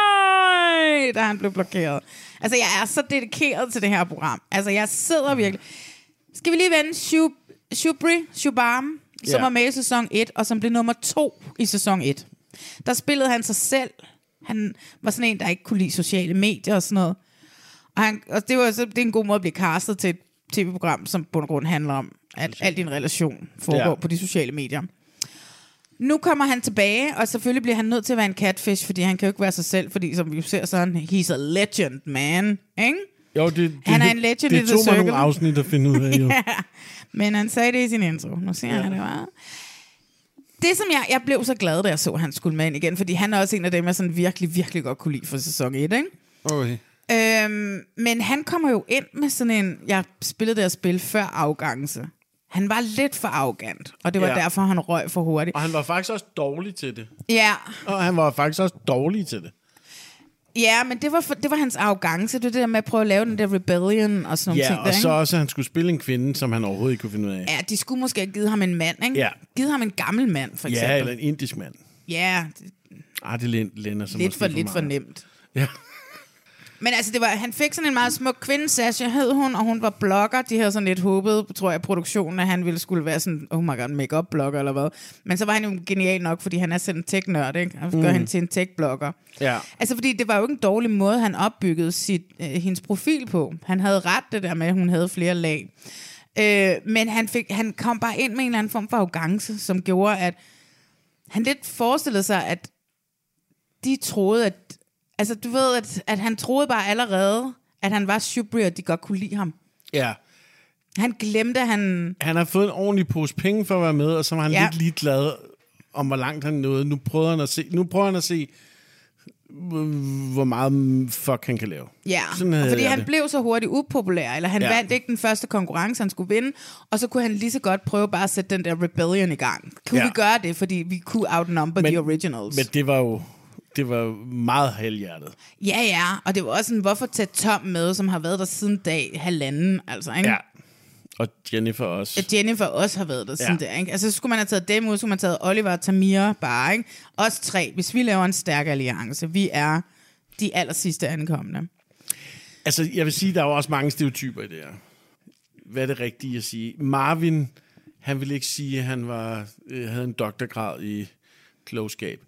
Speaker 2: nej, da han blev blokeret. Altså, jeg er så dedikeret til det her program. Altså, jeg sidder virkelig... Skal vi lige vende Shub- Shubri Shubarm, som
Speaker 20: Ja.
Speaker 2: var med i sæson 1, og som blev nummer 2 i sæson 1. Der spillede han sig selv. Han var sådan en, der ikke kunne lide sociale medier og sådan noget. Og, han, og det, var, så, det er en god måde at blive castet til et tv-program, som på bund og grund handler om, at al din relation foregår
Speaker 20: Ja.
Speaker 2: ja. på de sociale medier. Nu kommer han tilbage, og selvfølgelig bliver han nødt til at være en catfish, fordi han kan jo ikke være sig selv, fordi som vi jo ser, så er han, he's a legend, man. Ikke?
Speaker 3: Jo, det, det,
Speaker 2: Han er en legend i
Speaker 3: det
Speaker 2: The
Speaker 3: tog mig
Speaker 2: Circle.
Speaker 3: nogle afsnit at finde ud af, jo.
Speaker 2: *laughs* ja. Men han sagde det i sin intro. Nu ser ja. jeg det bare. Det, som jeg, jeg blev så glad, da jeg så, at han skulle med ind igen, fordi han er også en af dem, jeg sådan virkelig, virkelig godt kunne lide for sæson 1, ikke?
Speaker 3: Okay.
Speaker 2: Øhm, men han kommer jo ind med sådan en, jeg spillede det her spil før afgangse. Han var lidt for arrogant, og det var
Speaker 3: Ja.
Speaker 2: ja. derfor, han røg for hurtigt.
Speaker 3: Og han var faktisk også dårlig til det.
Speaker 2: Ja,
Speaker 3: Og han var faktisk også dårlig til det.
Speaker 2: ja men det var, for, det var hans arrogance, det, er det der med at prøve at lave den der rebellion og sådan nogle ting. der,
Speaker 3: Ja, og så
Speaker 2: ikke?
Speaker 3: også, at han skulle spille en kvinde, som han overhovedet ikke kunne finde ud af.
Speaker 2: Ja, de skulle måske have givet ham en mand, ikke?
Speaker 3: Ja.
Speaker 2: Givet ham en gammel mand, for eksempel.
Speaker 3: Ja, eller en indisk mand.
Speaker 2: Ja,
Speaker 3: Ah, det læn- lænder sig
Speaker 2: Lidt
Speaker 3: måske
Speaker 2: for- lidt for
Speaker 3: meget.
Speaker 2: nemt.
Speaker 3: Ja.
Speaker 2: Men altså, det var, han fik sådan en meget smuk kvinde, Sasha hed hun, og hun var blogger. De havde sådan lidt håbet, tror jeg, produktionen, at han ville skulle være sådan, oh my god, make blogger eller hvad. Men så var han jo genial nok, fordi han er sådan en tech-nørd, ikke? Og gør
Speaker 20: Mm.
Speaker 2: mm. hende til en tech-blogger.
Speaker 3: Ja.
Speaker 2: Altså, fordi det var jo ikke en dårlig måde, han opbyggede sit, øh, hendes profil på. Han havde ret det der med, at hun havde flere lag. Øh, men han, fik, han kom bare ind med en eller anden form for arrogance, som gjorde, at han lidt forestillede sig, at de troede, at... Altså, du ved, at, at han troede bare allerede, at han var Shubri, og de godt kunne lide ham.
Speaker 3: Ja.
Speaker 2: Han glemte, at han...
Speaker 3: Han har fået en ordentlig pose penge for at være med, og så var han ja.
Speaker 2: Ja.
Speaker 3: lidt ligeglad om, hvor langt han nåede. Nu prøver han at se, nu prøver han at se hvor- hvor meget fuck han kan lave.
Speaker 2: Ja,
Speaker 3: Sådan havde
Speaker 2: og fordi
Speaker 3: jeg
Speaker 2: han
Speaker 3: det.
Speaker 2: blev så hurtigt upopulær, eller han
Speaker 3: Ja.
Speaker 2: ja. vandt ikke den første konkurrence, han skulle vinde, og så kunne han lige så godt prøve bare at sætte den der rebellion i gang. Kunne
Speaker 3: Ja.
Speaker 2: ja. vi gøre det, fordi vi kunne outnumber men, the originals?
Speaker 3: Men det var jo det var jo meget halvhjertet.
Speaker 2: Ja, ja, og det var også sådan, hvorfor tage Tom med, som har været der siden dag halvanden, altså, ikke?
Speaker 3: Ja. Og Jennifer også.
Speaker 2: At Jennifer også har været der siden
Speaker 3: Ja.
Speaker 2: der, ikke? Altså, så skulle man have taget dem ud, så skulle man have taget Oliver og Tamira bare, ikke? Os tre, hvis vi laver en stærk alliance, vi er de aller sidste ankommende.
Speaker 3: Altså, jeg vil sige, der er jo også mange stereotyper i det her. Hvad er det rigtige at sige? Marvin, han ville ikke sige, at han var, øh, havde en doktorgrad i klogskab,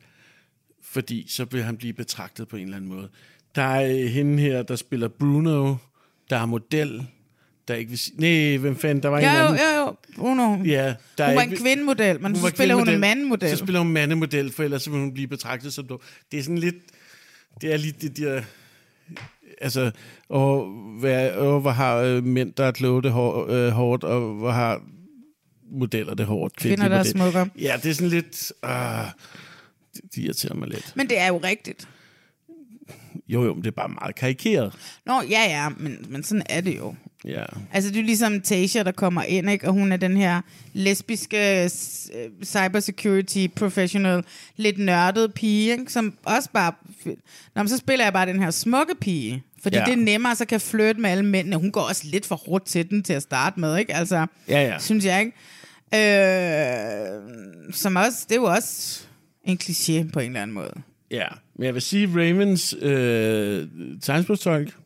Speaker 3: fordi så vil han blive betragtet på en eller anden måde. Der er øh, hende her, der spiller Bruno, der er model, der ikke vil sige... Nej, hvem fanden, der var en
Speaker 2: Jo,
Speaker 3: eller
Speaker 2: jo,
Speaker 3: anden...
Speaker 2: jo, jo. Bruno.
Speaker 3: Ja, der er
Speaker 2: hun var
Speaker 3: ikke-
Speaker 2: en kvindemodel, men
Speaker 3: var
Speaker 2: så spiller hun en
Speaker 3: kvindemodel.
Speaker 2: mandemodel.
Speaker 3: Så spiller hun mandemodel, for ellers så vil hun blive betragtet som dum. Det er sådan lidt... Det er lidt det der... Altså, og hvad, og hvor har øh, mænd, der er kloge det hår, øh, hårdt, og hvor har modeller det hårdt? kvindelige
Speaker 2: Kvinder, der er
Speaker 3: modeller.
Speaker 2: smukkere.
Speaker 3: Ja, det er sådan lidt... Øh, det- det ah, irriterer mig lidt.
Speaker 2: Men det er jo rigtigt.
Speaker 3: Jo, jo, men det er bare meget karikeret.
Speaker 2: Nå, ja, ja, men, men sådan er det jo.
Speaker 3: Ja.
Speaker 2: Altså, det er jo ligesom Tasha, der kommer ind, ikke? og hun er den her lesbiske øh, s- øh, cybersecurity professional, lidt nørdet pige, ikke? som også bare... Nå, men så spiller jeg bare den her smukke pige, fordi
Speaker 3: Ja.
Speaker 2: ja. det er nemmere, så kan jeg flytte med alle mændene. Hun går også lidt for hårdt til den til at starte med, ikke? Altså,
Speaker 3: Ja, ja.
Speaker 2: synes jeg, ikke? Øh, som også, det er jo også en kliché på en eller anden måde.
Speaker 3: Ja, men jeg vil sige, Ravens øh, tegnsprogstolk,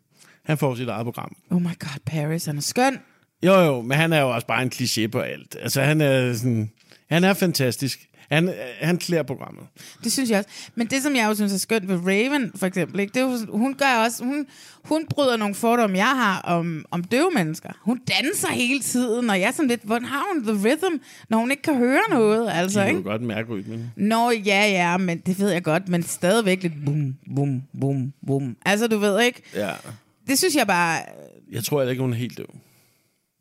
Speaker 3: han får sit eget program.
Speaker 2: Oh my god, Paris, han er skøn.
Speaker 3: Jo, jo, men han er jo også bare en kliché på alt. Altså, han er sådan... Han er fantastisk. Han, han klæder programmet.
Speaker 2: Det synes jeg også. Men det, som jeg jo synes er skønt ved Raven, for eksempel, ikke? Det er jo, hun gør også, hun, hun bryder nogle fordomme, jeg har om, om døve mennesker. Hun danser hele tiden, og jeg er sådan lidt, hvordan har hun the rhythm, når hun ikke kan høre noget, altså,
Speaker 3: De kan
Speaker 2: ikke?
Speaker 3: jo godt mærke rytmen.
Speaker 2: Nå, ja, ja, men det ved jeg godt, men stadigvæk lidt bum, bum, bum, bum. Altså, du ved ikke,
Speaker 3: Ja.
Speaker 2: det synes jeg bare,
Speaker 3: Jeg tror heller ikke, hun er helt døv.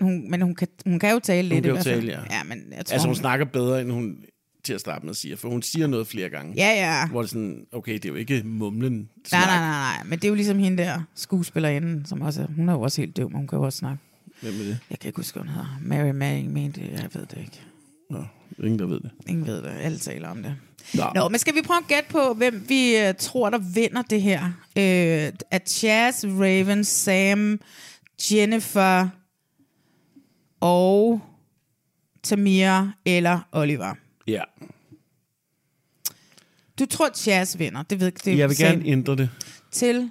Speaker 2: hun, men hun kan, hun kan jo tale
Speaker 3: Hun
Speaker 2: lidt
Speaker 3: kan
Speaker 2: i
Speaker 3: jo
Speaker 2: hvert fald.
Speaker 3: tale, ja.
Speaker 2: ja. men jeg tror,
Speaker 3: Altså, hun snakker bedre, end hun til at starte med siger, for hun siger noget flere gange.
Speaker 2: Ja, ja.
Speaker 3: Hvor det er sådan, okay, det er jo ikke mumlen.
Speaker 2: Nej, nej, nej, nej, men det er jo ligesom hende der skuespillerinde, som også, er- hun er jo også helt døv, men hun kan jo også snakke.
Speaker 3: Hvem er det?
Speaker 2: Jeg kan ikke huske, hvad hun hedder. Mary Manning mente det, jeg ved det ikke.
Speaker 3: Nå, ingen der ved det.
Speaker 2: Ingen ved det, alle taler om det.
Speaker 3: Nå.
Speaker 2: Nå, men skal vi prøve at gætte på, hvem vi øh, tror, der vinder det her? Øh, er Chaz, Raven, Sam, Jennifer og Tamir eller Oliver?
Speaker 3: Ja.
Speaker 2: Du tror, Chaz vinder. Det ved det er
Speaker 3: Jeg vil
Speaker 2: Sam.
Speaker 3: gerne ændre det.
Speaker 2: Til? *laughs*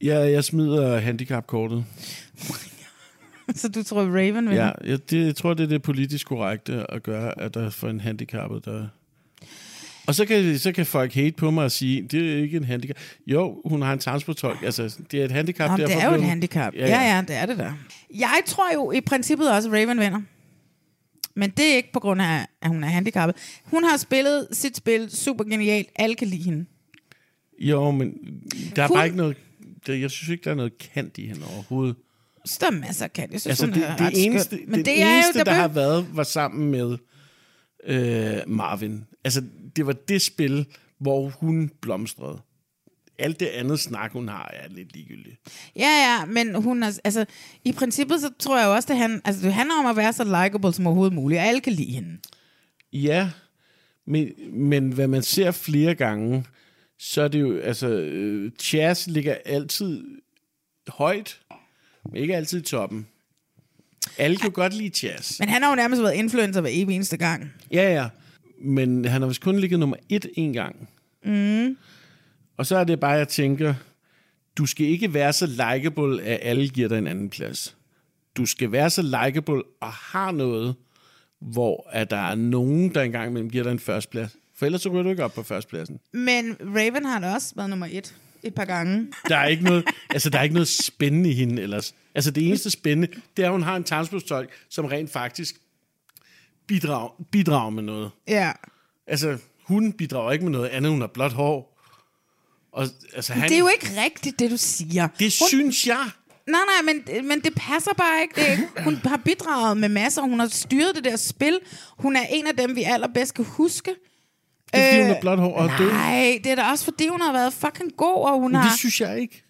Speaker 3: Jeg, jeg smider handicapkortet.
Speaker 2: Så du tror, Raven vinder?
Speaker 3: Ja, jeg, det, jeg tror, det er det politisk korrekte at gøre, at der er for en handicappet, der... Og så kan, så kan folk hate på mig og sige, det er ikke en handicap. Jo, hun har en tarmsportolk. Altså, det er et handicap.
Speaker 2: Jamen, det
Speaker 3: derfor
Speaker 2: er jo
Speaker 3: blev
Speaker 2: et
Speaker 3: hun-
Speaker 2: handicap. Ja ja. ja, det er det der. Jeg tror jo i princippet også, at Raven vinder. Men det er ikke på grund af, at hun er handicappet. Hun har spillet sit spil super genialt. Alle kan lide hende.
Speaker 3: Jo, men der er
Speaker 2: Hun-
Speaker 3: bare ikke noget... Der, jeg synes ikke, der er noget kant i hende overhovedet.
Speaker 2: Så der er masser af kan. Jeg synes,
Speaker 3: altså,
Speaker 2: hun
Speaker 3: det,
Speaker 2: er
Speaker 3: det
Speaker 2: ret
Speaker 3: eneste,
Speaker 2: skøn. Men
Speaker 3: det,
Speaker 2: det,
Speaker 3: det
Speaker 2: er
Speaker 3: eneste
Speaker 2: jo,
Speaker 3: der,
Speaker 2: der,
Speaker 3: har været, var sammen med øh, Marvin. Altså, det var det spil, hvor hun blomstrede. Alt det andet snak, hun har, er lidt ligegyldigt.
Speaker 2: Ja, ja, men hun er, altså, i princippet så tror jeg jo også, at han, altså, det handler om at være så likable som overhovedet muligt, og alle kan lide hende.
Speaker 3: Ja, men, men hvad man ser flere gange, så er det jo, altså, øh, Chas ligger altid højt, men ikke altid i toppen. Alle kan jo godt lide Chas.
Speaker 2: Men han har jo nærmest været influencer hver evig eneste gang.
Speaker 3: Ja, ja. Men han har vist kun ligget nummer et en gang.
Speaker 2: Mm.
Speaker 3: Og så er det bare, jeg tænker, du skal ikke være så likable, at alle giver dig en anden plads. Du skal være så likable og har noget, hvor at der er nogen, der engang imellem giver dig en førsteplads. For ellers så ryger du ikke op på førstepladsen.
Speaker 2: Men Raven har da også været nummer et et par gange.
Speaker 3: Der er ikke noget, altså, der er ikke noget spændende i hende ellers. Altså det eneste spændende, det er, at hun har en tarmsblodstolk, som rent faktisk bidrager, bidrager med noget.
Speaker 2: Ja.
Speaker 3: Altså, hun bidrager ikke med noget andet, hun har blåt hår. Og, altså,
Speaker 2: Men
Speaker 3: han,
Speaker 2: det er jo ikke rigtigt, det du siger.
Speaker 3: Det synes jeg.
Speaker 2: Nej, nej, men, men det passer bare ikke. Det er ikke. Hun har bidraget med masser, hun har styret det der spil. Hun er en af dem, vi allerbedst kan huske.
Speaker 3: Det er, fordi hun har blåt hår og er død.
Speaker 2: Øh, Nej, det er da også fordi, hun har været fucking god, og hun
Speaker 3: Men
Speaker 2: har...
Speaker 3: det synes jeg ikke.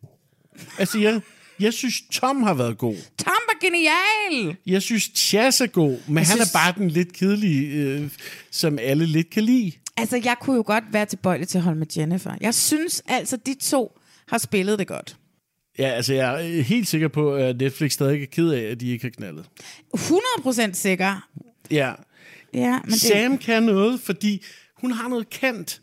Speaker 3: Altså, jeg, jeg synes, Tom har været god.
Speaker 2: Tom var genial!
Speaker 3: Jeg synes, Chas er god, men han synes...
Speaker 2: synes-
Speaker 3: er bare den lidt kedelige, øh, som alle lidt kan lide.
Speaker 2: Altså, jeg kunne jo godt være tilbøjelig til at holde med Jennifer. Jeg synes altså, de to har spillet det godt.
Speaker 3: Ja, altså, jeg er helt sikker på, at Netflix stadig ikke er ked af, at de ikke har knaldet.
Speaker 2: 100% sikker.
Speaker 3: Ja.
Speaker 2: Ja, men det-
Speaker 3: Sam kan noget, fordi hun har noget kant.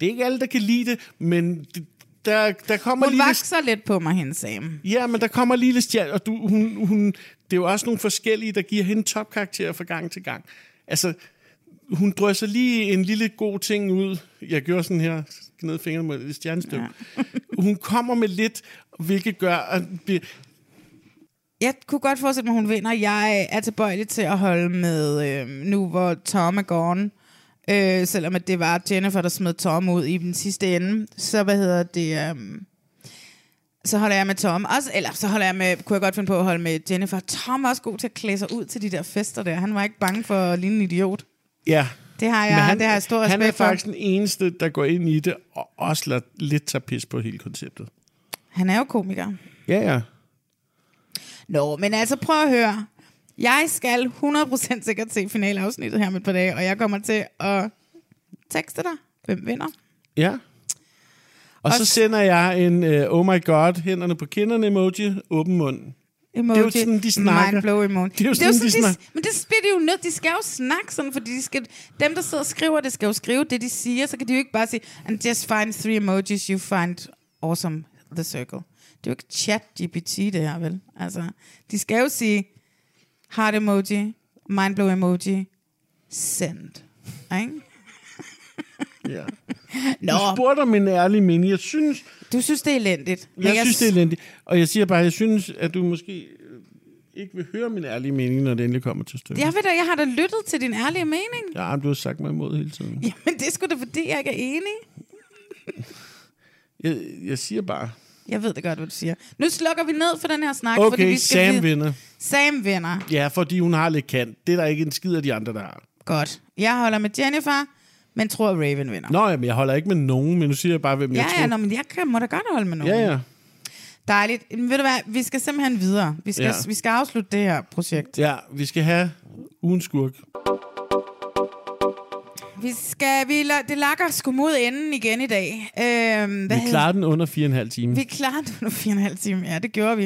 Speaker 3: Det er ikke alle, der kan lide det, men det, der, der kommer
Speaker 2: Hun
Speaker 3: lige lidt-
Speaker 2: vakser lidt på mig, hende Sam.
Speaker 3: Ja, men der kommer lige lidt stjæl, og du, hun, hun, det er jo også nogle forskellige, der giver hende topkarakterer fra gang til gang. Altså, hun drysser lige en lille god ting ud. Jeg gjorde sådan her, gned fingrene med et stjernestøv. Ja. *laughs* hun kommer med lidt, hvilket gør, at det-
Speaker 2: Jeg kunne godt forestille mig, at hun vinder. Jeg er tilbøjelig til at holde med øh, nu, hvor Tom er gone. Øh, selvom at det var Jennifer, der smed Tom ud i den sidste ende. Så hvad hedder det... Øh, så holder jeg med Tom også, eller så holder jeg med, kunne jeg godt finde på at holde med Jennifer. Tom er også god til at klæde sig ud til de der fester der. Han var ikke bange for at ligne en idiot.
Speaker 3: ja,
Speaker 2: Det har jeg,
Speaker 3: Men
Speaker 2: han, det har jeg stor
Speaker 3: Han er
Speaker 2: respekt for.
Speaker 3: faktisk den eneste, der går ind i det, og også lader lidt tage pis på hele konceptet.
Speaker 2: Han er jo komiker.
Speaker 3: Ja, ja.
Speaker 2: Nå, men altså prøv at høre. Jeg skal 100% sikkert se finaleafsnittet her om et par dage, og jeg kommer til at tekste dig, hvem vinder.
Speaker 3: Ja. Og, og så sender jeg en uh, oh my god, hænderne på kinderne emoji, åben mund.
Speaker 2: Emoji,
Speaker 3: det er jo sådan, de snakker.
Speaker 2: Mindblow emoji.
Speaker 3: Det er jo sådan, de snakker.
Speaker 2: men det bliver de jo nødt. De skal jo snakke sådan, fordi de skal, dem, der sidder og skriver det, skal jo skrive det, de siger. Så kan de jo ikke bare sige, and just find three emojis you find awesome the circle. Det er jo ikke chat GPT, det her, vel? Altså, de skal jo sige, heart emoji, mindblow emoji, send. Ikke?
Speaker 3: Ja. Nå. Du spurgte om en ærlig mening. Jeg synes...
Speaker 2: Du synes, det er elendigt. Men
Speaker 3: Jeg,
Speaker 2: jeg
Speaker 3: jeg synes,
Speaker 2: s-
Speaker 3: det er elendigt. Og jeg siger bare, jeg synes, at du måske øh, ikke vil høre min ærlige mening, når det endelig kommer til stykket.
Speaker 2: Jeg, ved da, jeg har da lyttet til din ærlige mening. *laughs*
Speaker 3: Ja, men du har sagt mig imod hele tiden.
Speaker 2: Jamen, det er sgu da, fordi jeg ikke er enig.
Speaker 3: Jeg, jeg siger bare...
Speaker 2: Jeg ved det godt, hvad du siger. Nu slukker vi ned for den her snak, fordi
Speaker 3: Okay,
Speaker 2: vi skal
Speaker 3: Sam
Speaker 2: vide-
Speaker 3: vinder.
Speaker 2: Sam vinder.
Speaker 3: Ja, fordi hun har lidt kant. Det er der ikke en skid af de andre, der har.
Speaker 2: Godt. Jeg holder med Jennifer, men tror, at Raven vinder.
Speaker 3: Nå, jamen, jeg holder ikke med nogen, men nu siger jeg bare, hvem
Speaker 2: Ja,
Speaker 3: jeg tror.
Speaker 2: ja, nå, men jeg kan, må da godt holde med nogen.
Speaker 3: Ja, ja.
Speaker 2: Dejligt. Men ved du hvad, vi skal simpelthen videre. Vi skal,
Speaker 3: Ja.
Speaker 2: ja. vi skal afslutte det her projekt.
Speaker 3: Ja, vi skal have ugen skurk.
Speaker 2: Vi skal, vi, la- det lakker sgu mod enden igen i dag. Øhm, hvad
Speaker 3: vi
Speaker 2: hedder-
Speaker 3: klarer den under fire og en halv time.
Speaker 2: Vi klarede det under fire og en halv time. Ja, det gjorde vi.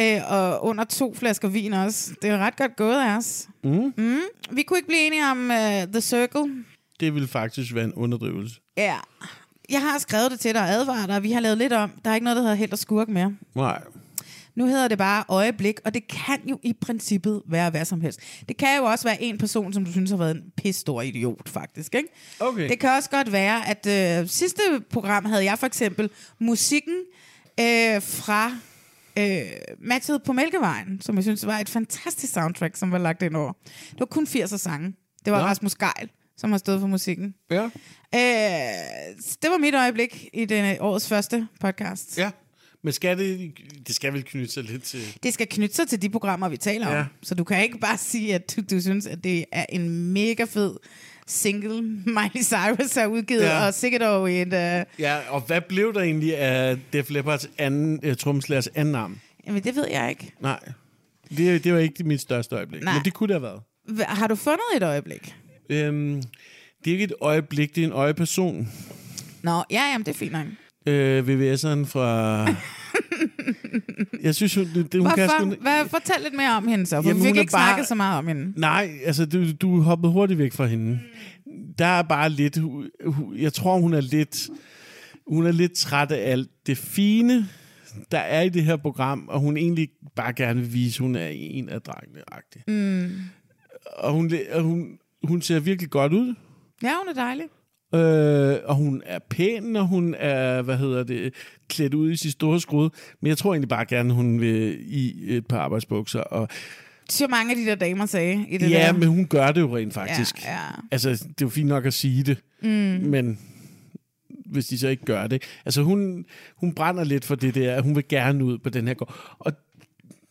Speaker 2: Øh, og under to flasker vin også. Det er ret godt gået af os.
Speaker 3: Mm.
Speaker 2: Mm. Vi kunne ikke blive enige om uh, The Circle.
Speaker 3: Det vil faktisk være en underdrivelse.
Speaker 2: Ja. Jeg har skrevet det til dig og advaret dig. Vi har lavet lidt om. Der er ikke noget, der hedder helt og skurk mere.
Speaker 3: Nej.
Speaker 2: Nu hedder det bare øjeblik, og det kan jo i princippet være hvad som helst. Det kan jo også være en person, som du synes har været en pisstor idiot, faktisk. Ikke?
Speaker 3: Okay.
Speaker 2: Det kan også godt være, at øh, sidste program havde jeg for eksempel musikken øh, fra øh, Matchet på Mælkevejen, som jeg synes var et fantastisk soundtrack, som var lagt ind over. Det var kun 80'er sange. Det var
Speaker 3: Nå.
Speaker 2: Rasmus Geil, som har stået for musikken.
Speaker 3: Ja.
Speaker 2: Øh, det var mit øjeblik i denne årets første podcast.
Speaker 3: Ja. Men skal det, det skal vel knytte sig lidt til...
Speaker 2: Det skal knytte sig til de programmer, vi taler
Speaker 3: Ja.
Speaker 2: om. Så du kan ikke bare sige, at du, du synes, at det er en mega fed single, *laughs* Miley Cyrus har udgivet,
Speaker 3: Ja.
Speaker 2: ja. og sikkert over i et... Uh...
Speaker 3: Ja, og hvad blev der egentlig af Def Leppards anden, uh, tromslæres anden arm?
Speaker 2: Jamen, det ved jeg ikke.
Speaker 3: Nej. Det, det var ikke mit største øjeblik.
Speaker 2: Nej.
Speaker 3: Men det kunne det have været.
Speaker 2: Hva- Har du fundet et øjeblik?
Speaker 3: Øhm, det er ikke et øjeblik, det er en øjeperson.
Speaker 2: Nå, ja, jamen, det er fint nok.
Speaker 3: Øh, VVS'eren
Speaker 2: *laughs*
Speaker 3: fra... jeg synes, hun, det, hun kan
Speaker 2: Hvorfor?
Speaker 3: sgu...
Speaker 2: Hvad, fortæl lidt mere om hende så, for
Speaker 3: Jamen,
Speaker 2: jamen, vi
Speaker 3: hun
Speaker 2: fik
Speaker 3: er
Speaker 2: ikke
Speaker 3: bare-
Speaker 2: snakket så meget om hende.
Speaker 3: Nej, altså du, du hoppede hurtigt væk fra hende. Der er bare lidt... hu- hu- Jeg tror, hun er lidt... Hun er lidt træt af alt det fine, der er i det her program, og hun egentlig bare gerne vil vise, at hun er en af drengene. -agtig.
Speaker 2: Mm.
Speaker 3: Og hun, og hun, hun ser virkelig godt ud.
Speaker 2: Ja, hun er dejlig.
Speaker 3: Øh, og hun er pæn, og hun er, hvad hedder det, klædt ud i sit store skrud. Men jeg tror egentlig bare gerne, hun vil i et par arbejdsbukser. Og,
Speaker 2: Så mange af de der damer sagde i det
Speaker 3: ja,
Speaker 2: der.
Speaker 3: men hun gør det jo rent faktisk.
Speaker 2: Ja, ja.
Speaker 3: Altså, det er jo fint nok at sige det.
Speaker 2: Mm.
Speaker 3: Men hvis de så ikke gør det. Altså, hun, hun brænder lidt for det der. at Hun vil gerne ud på den her gård. Og,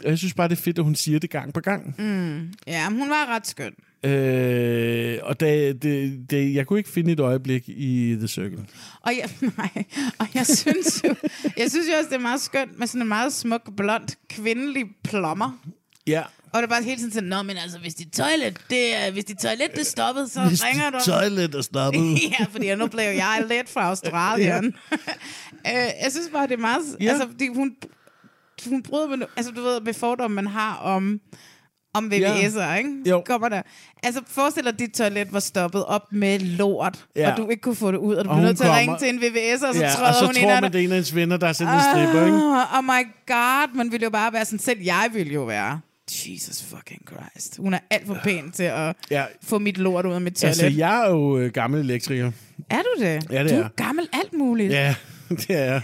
Speaker 3: og jeg synes bare, det er fedt, at hun siger det gang på gang.
Speaker 2: Mm. Ja, men hun var ret skøn.
Speaker 3: Øh, og da, det, det, jeg kunne ikke finde et øjeblik i The Circle.
Speaker 2: Og jeg, *laughs* nej, og jeg synes jo, jeg synes jo også, det er meget skønt med sådan en meget smuk, blond, kvindelig plommer.
Speaker 3: Ja.
Speaker 2: Og det er bare hele tiden sådan, Nå, men altså, hvis dit toilet, det, er- hvis dit toilet det er stoppet, så
Speaker 3: Hvis
Speaker 2: ringer du.
Speaker 3: dit toilet er stoppet.
Speaker 2: *laughs* ja, fordi nu blev jeg lidt fra Australien. *laughs* øh, jeg synes bare, det er meget...
Speaker 3: Ja.
Speaker 2: Ja. Altså, fordi hun, hun bryder med... Altså, du ved, med fordomme, man har om om VVS'er,
Speaker 3: Ja.
Speaker 2: ikke?
Speaker 3: Jo.
Speaker 2: Kommer der. Altså, forestil dig, at dit toilet var stoppet op med lort,
Speaker 3: Ja.
Speaker 2: ja. og du ikke kunne få det ud, og du blev
Speaker 3: Og hun
Speaker 2: nødt til at ringe
Speaker 3: kommer-
Speaker 2: til en VVS'er, og så
Speaker 3: ja,
Speaker 2: træder
Speaker 3: og så
Speaker 2: hun ind
Speaker 3: tror
Speaker 2: ad
Speaker 3: man,
Speaker 2: dig.
Speaker 3: det er en af ens venner, der er sådan en stripper, ikke?
Speaker 2: Ah, Oh my god, man ville jo bare være sådan, selv jeg ville jo være. Jesus fucking Christ. Hun er alt for pæn til at
Speaker 3: Ja.
Speaker 2: få mit lort ud af mit toilet.
Speaker 3: Altså, jeg er jo øh, gammel elektriker.
Speaker 2: Er du det?
Speaker 3: Ja, det
Speaker 2: du
Speaker 3: er
Speaker 2: er
Speaker 3: jeg.
Speaker 2: gammel alt muligt.
Speaker 3: Ja, *laughs* det er jeg.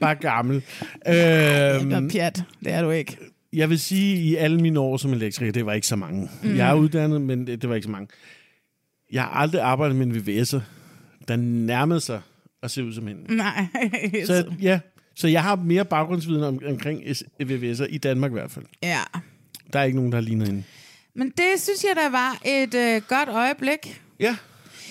Speaker 3: Bare gammel. øhm,
Speaker 2: Noget pjat, det er du ikke.
Speaker 3: jeg vil sige, i alle mine år som elektriker, det var ikke så mange. Mm.
Speaker 2: Mm.
Speaker 3: Jeg er uddannet, men det, det var ikke så mange. Jeg har aldrig arbejdet med en VVS'er, der nærmede sig at se ud som
Speaker 2: *laughs*
Speaker 3: hende.
Speaker 2: Nej.
Speaker 3: Så, ja. så jeg har mere baggrundsviden om, omkring S- VVS'er, i Danmark i hvert fald.
Speaker 2: ja.
Speaker 3: Der er ikke nogen, der ligner hende.
Speaker 2: Men det synes jeg, der var et øh, godt øjeblik.
Speaker 3: Ja.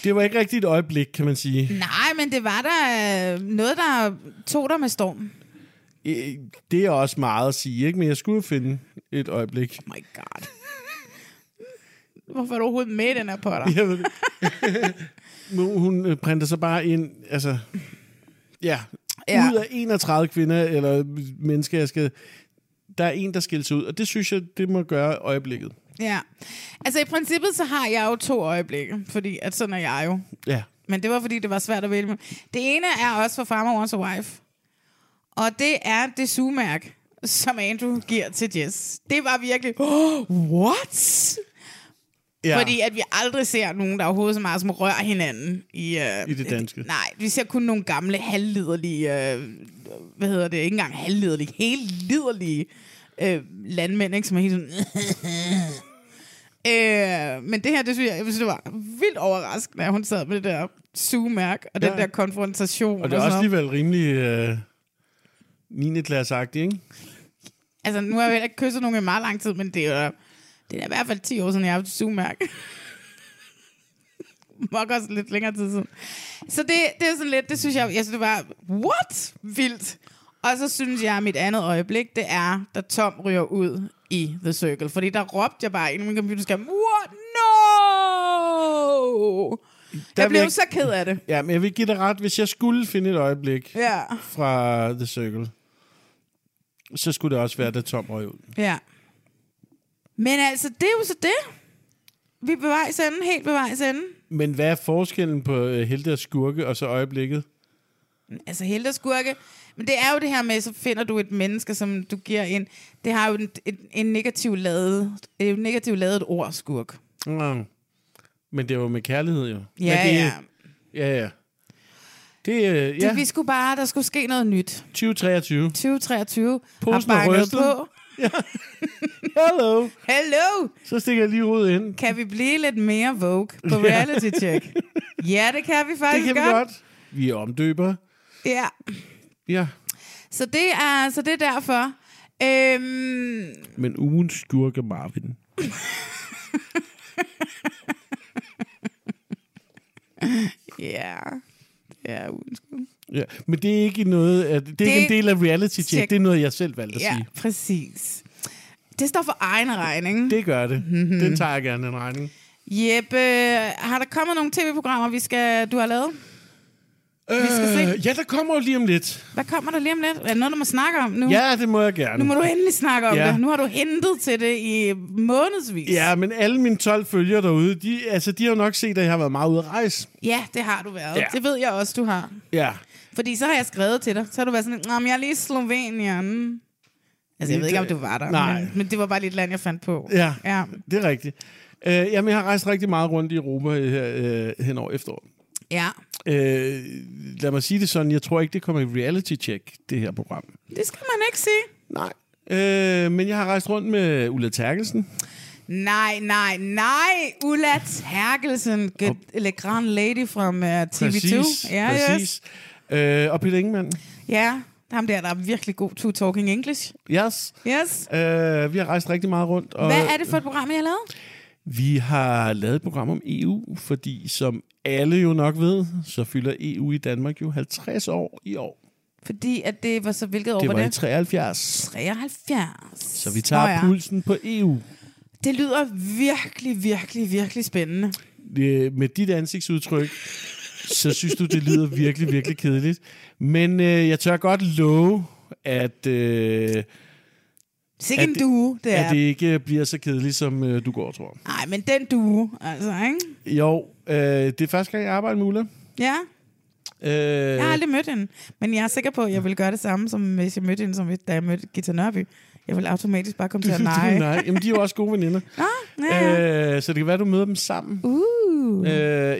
Speaker 3: Det var ikke rigtigt et øjeblik, kan man sige.
Speaker 2: Nej, men det var der øh, noget, der tog dig med storm. Oh
Speaker 3: Øh, Det er også meget at sige, ikke? Men jeg skulle jo finde et øjeblik.
Speaker 2: Oh my god. Hvorfor er du overhovedet med i den her potter?
Speaker 3: *laughs* Jeg ved det. Nu, hun øh, printer sig bare ind, altså... Ja.
Speaker 2: Ja.
Speaker 3: ja. Ud af 31 kvinder eller mennesker, jeg skal... Der er en, der skiller sig ud, og det synes jeg, det må gøre øjeblikket.
Speaker 2: Ja. Altså i princippet, så har jeg jo to øjeblikke, fordi at sådan er jeg jo.
Speaker 3: Ja.
Speaker 2: Men det var, fordi det var svært at vælge. Det ene er også for Farmer Wants a Wife. Og det er det sugemærk, som Andrew giver til Jess. Det var virkelig, *gasps* oh, what? Ja.
Speaker 3: Ja.
Speaker 2: Fordi at vi aldrig ser nogen, der overhovedet så meget som rører hinanden. I, øh,
Speaker 3: I det danske.
Speaker 2: Nej, vi ser kun nogle gamle halvliderlige, øh, hvad hedder det, ikke engang halvliderlige, helt liderlige øh, landmænd, ikke, som er helt sådan... *laughs* øh, men det her, det synes jeg, jeg synes, det var vildt overraskende, at hun sad med det der sugemærk og ja. den
Speaker 3: Ja.
Speaker 2: der konfrontation.
Speaker 3: Og det er
Speaker 2: sådan
Speaker 3: også
Speaker 2: noget.
Speaker 3: alligevel rimelig øh, 9. klasseagtigt, ikke?
Speaker 2: Altså, nu har jeg heller ikke kysset nogen i meget lang tid, men det er, jo- det er da i hvert fald 10 år siden, jeg har haft et *laughs* sugemærke. Nok også lidt længere tid siden. Så det, det er sådan lidt, det synes jeg, jeg synes, det var, what? Vildt. Og så synes jeg, at mit andet øjeblik, det er, da Tom ryger ud i The Circle. Fordi der råbte jeg bare ind i min computerskærm, what? No!
Speaker 3: Der
Speaker 2: jeg
Speaker 3: vil
Speaker 2: blev
Speaker 3: jeg-
Speaker 2: så ked af det.
Speaker 3: Ja, men jeg vil give dig ret. Hvis jeg skulle finde et øjeblik
Speaker 2: Ja.
Speaker 3: fra The Circle, så skulle det også være, da Tom røg ud.
Speaker 2: Ja. Men altså, det er jo så det. Vi er på vejs ende, helt på vejs ende.
Speaker 3: Men hvad er forskellen på øh, helte og skurke og så øjeblikket?
Speaker 2: altså helte og skurke. Men det er jo det her med, så finder du et menneske, som du giver en... Det har jo en, en, en negativ lavet, et negativ lavet ord, skurk.
Speaker 3: Mm. Men det var med kærlighed jo. Men
Speaker 2: Ja,
Speaker 3: det,
Speaker 2: ja.
Speaker 3: Ja, ja. Det, øh,
Speaker 2: Ja.
Speaker 3: ja.
Speaker 2: Det, vi skulle bare, der skulle ske noget nyt. *laughs*
Speaker 3: 2023.
Speaker 2: 2023
Speaker 3: Posen er
Speaker 2: har banket
Speaker 3: rystet.
Speaker 2: på.
Speaker 3: Hello.
Speaker 2: Hello.
Speaker 3: Så stikker jeg lige hovedet ind.
Speaker 2: Kan vi blive lidt mere vogue på
Speaker 3: *laughs* Ja.
Speaker 2: reality check? ja, det kan vi
Speaker 3: Det
Speaker 2: faktisk
Speaker 3: kan vi
Speaker 2: godt.
Speaker 3: godt. Vi er omdøber.
Speaker 2: Ja.
Speaker 3: Ja.
Speaker 2: Så det er, så det er derfor. Øhm,
Speaker 3: Men ugens skurke Marvin.
Speaker 2: ja. Det er ugens skurke.
Speaker 3: Ja. Men det er ikke noget, at, det, det er ikke
Speaker 2: Det-
Speaker 3: en del af reality check.
Speaker 2: Check.
Speaker 3: Det er noget, jeg selv valgte at
Speaker 2: Ja,
Speaker 3: sige.
Speaker 2: præcis. Det står for egen regning.
Speaker 3: Det gør det.
Speaker 2: Mhm.
Speaker 3: Den tager jeg gerne, den regning.
Speaker 2: Jeppe, har der kommet nogle tv-programmer, vi skal, du har lavet?
Speaker 3: Vi
Speaker 2: skal se.
Speaker 3: Øh, Ja, der kommer jo lige om lidt.
Speaker 2: Hvad kommer der lige om lidt? Er det noget, du må snakke om nu?
Speaker 3: Ja, det må jeg gerne.
Speaker 2: Nu må du endelig snakke om ja.
Speaker 3: Ja.
Speaker 2: det. Nu har du hentet til det i månedsvis.
Speaker 3: Ja, men alle mine 12 følgere derude, de, altså, de har jo nok set, at jeg har været meget ude at rejse.
Speaker 2: Ja, det har du været. Ja.
Speaker 3: Ja.
Speaker 2: Det ved jeg også, du har.
Speaker 3: Ja.
Speaker 2: Fordi så har jeg skrevet til dig. Så har du været sådan, "Nå, men jeg er lige i Slovenien. Altså, jeg ved ikke, om du var der.
Speaker 3: Nej.
Speaker 2: Men, men det var bare lige et land, jeg fandt på.
Speaker 3: Ja,
Speaker 2: ja.
Speaker 3: det er rigtigt. Øh, jamen, jeg har rejst rigtig meget rundt i Europa her, øh, hen over efteråret.
Speaker 2: Ja,
Speaker 3: Øh, lad mig sige det sådan, jeg tror ikke, det kommer i reality check, det her program.
Speaker 2: det skal man ikke sige.
Speaker 3: Nej. Øh, men jeg har rejst rundt med Ulla Terkelsen.
Speaker 2: Nej, nej, nej. Ulla Terkelsen, good- le grand lady fra uh, TV2.
Speaker 3: Præcis,
Speaker 2: ja, Yes.
Speaker 3: præcis. Øh, og Peter Ingemann.
Speaker 2: Ja, ham der, der er virkelig god to talking English.
Speaker 3: Yes.
Speaker 2: Yes.
Speaker 3: Øh, vi har rejst rigtig meget rundt. Og
Speaker 2: Hvad er det for et program, jeg har lavet?
Speaker 3: Vi har lavet et program om EU, fordi som alle jo nok ved, så fylder EU i Danmark jo 50 år i år.
Speaker 2: Fordi at det var så, hvilket år
Speaker 3: det
Speaker 2: var
Speaker 3: var i
Speaker 2: det?
Speaker 3: 73.
Speaker 2: 73.
Speaker 3: Så vi tager
Speaker 2: Nå ja.
Speaker 3: pulsen på E EU.
Speaker 2: Det lyder virkelig, virkelig, virkelig spændende.
Speaker 3: Øh, Med dit ansigtsudtryk, så synes du, det lyder virkelig, virkelig kedeligt. Men øh, jeg tør godt love, at... Øh,
Speaker 2: Sikke en due, det er.
Speaker 3: At det ikke bliver så kedeligt, som øh, du går og tror.
Speaker 2: Nej, men den duo, altså, ikke?
Speaker 3: Jo, øh, det er første gang, jeg arbejder med Ulla.
Speaker 2: Ja,
Speaker 3: Øh,
Speaker 2: jeg har aldrig mødt hende. Men jeg er sikker på, at jeg ville gøre det samme, som hvis jeg mødte hende, som da jeg mødte Gita Nørby. Jeg vil automatisk
Speaker 3: *laughs*
Speaker 2: bare komme til at nej.
Speaker 3: nej. Jamen, de er jo også gode veninder. ja. øh, så det kan være, du møder dem sammen.
Speaker 2: Uh.
Speaker 3: Øh,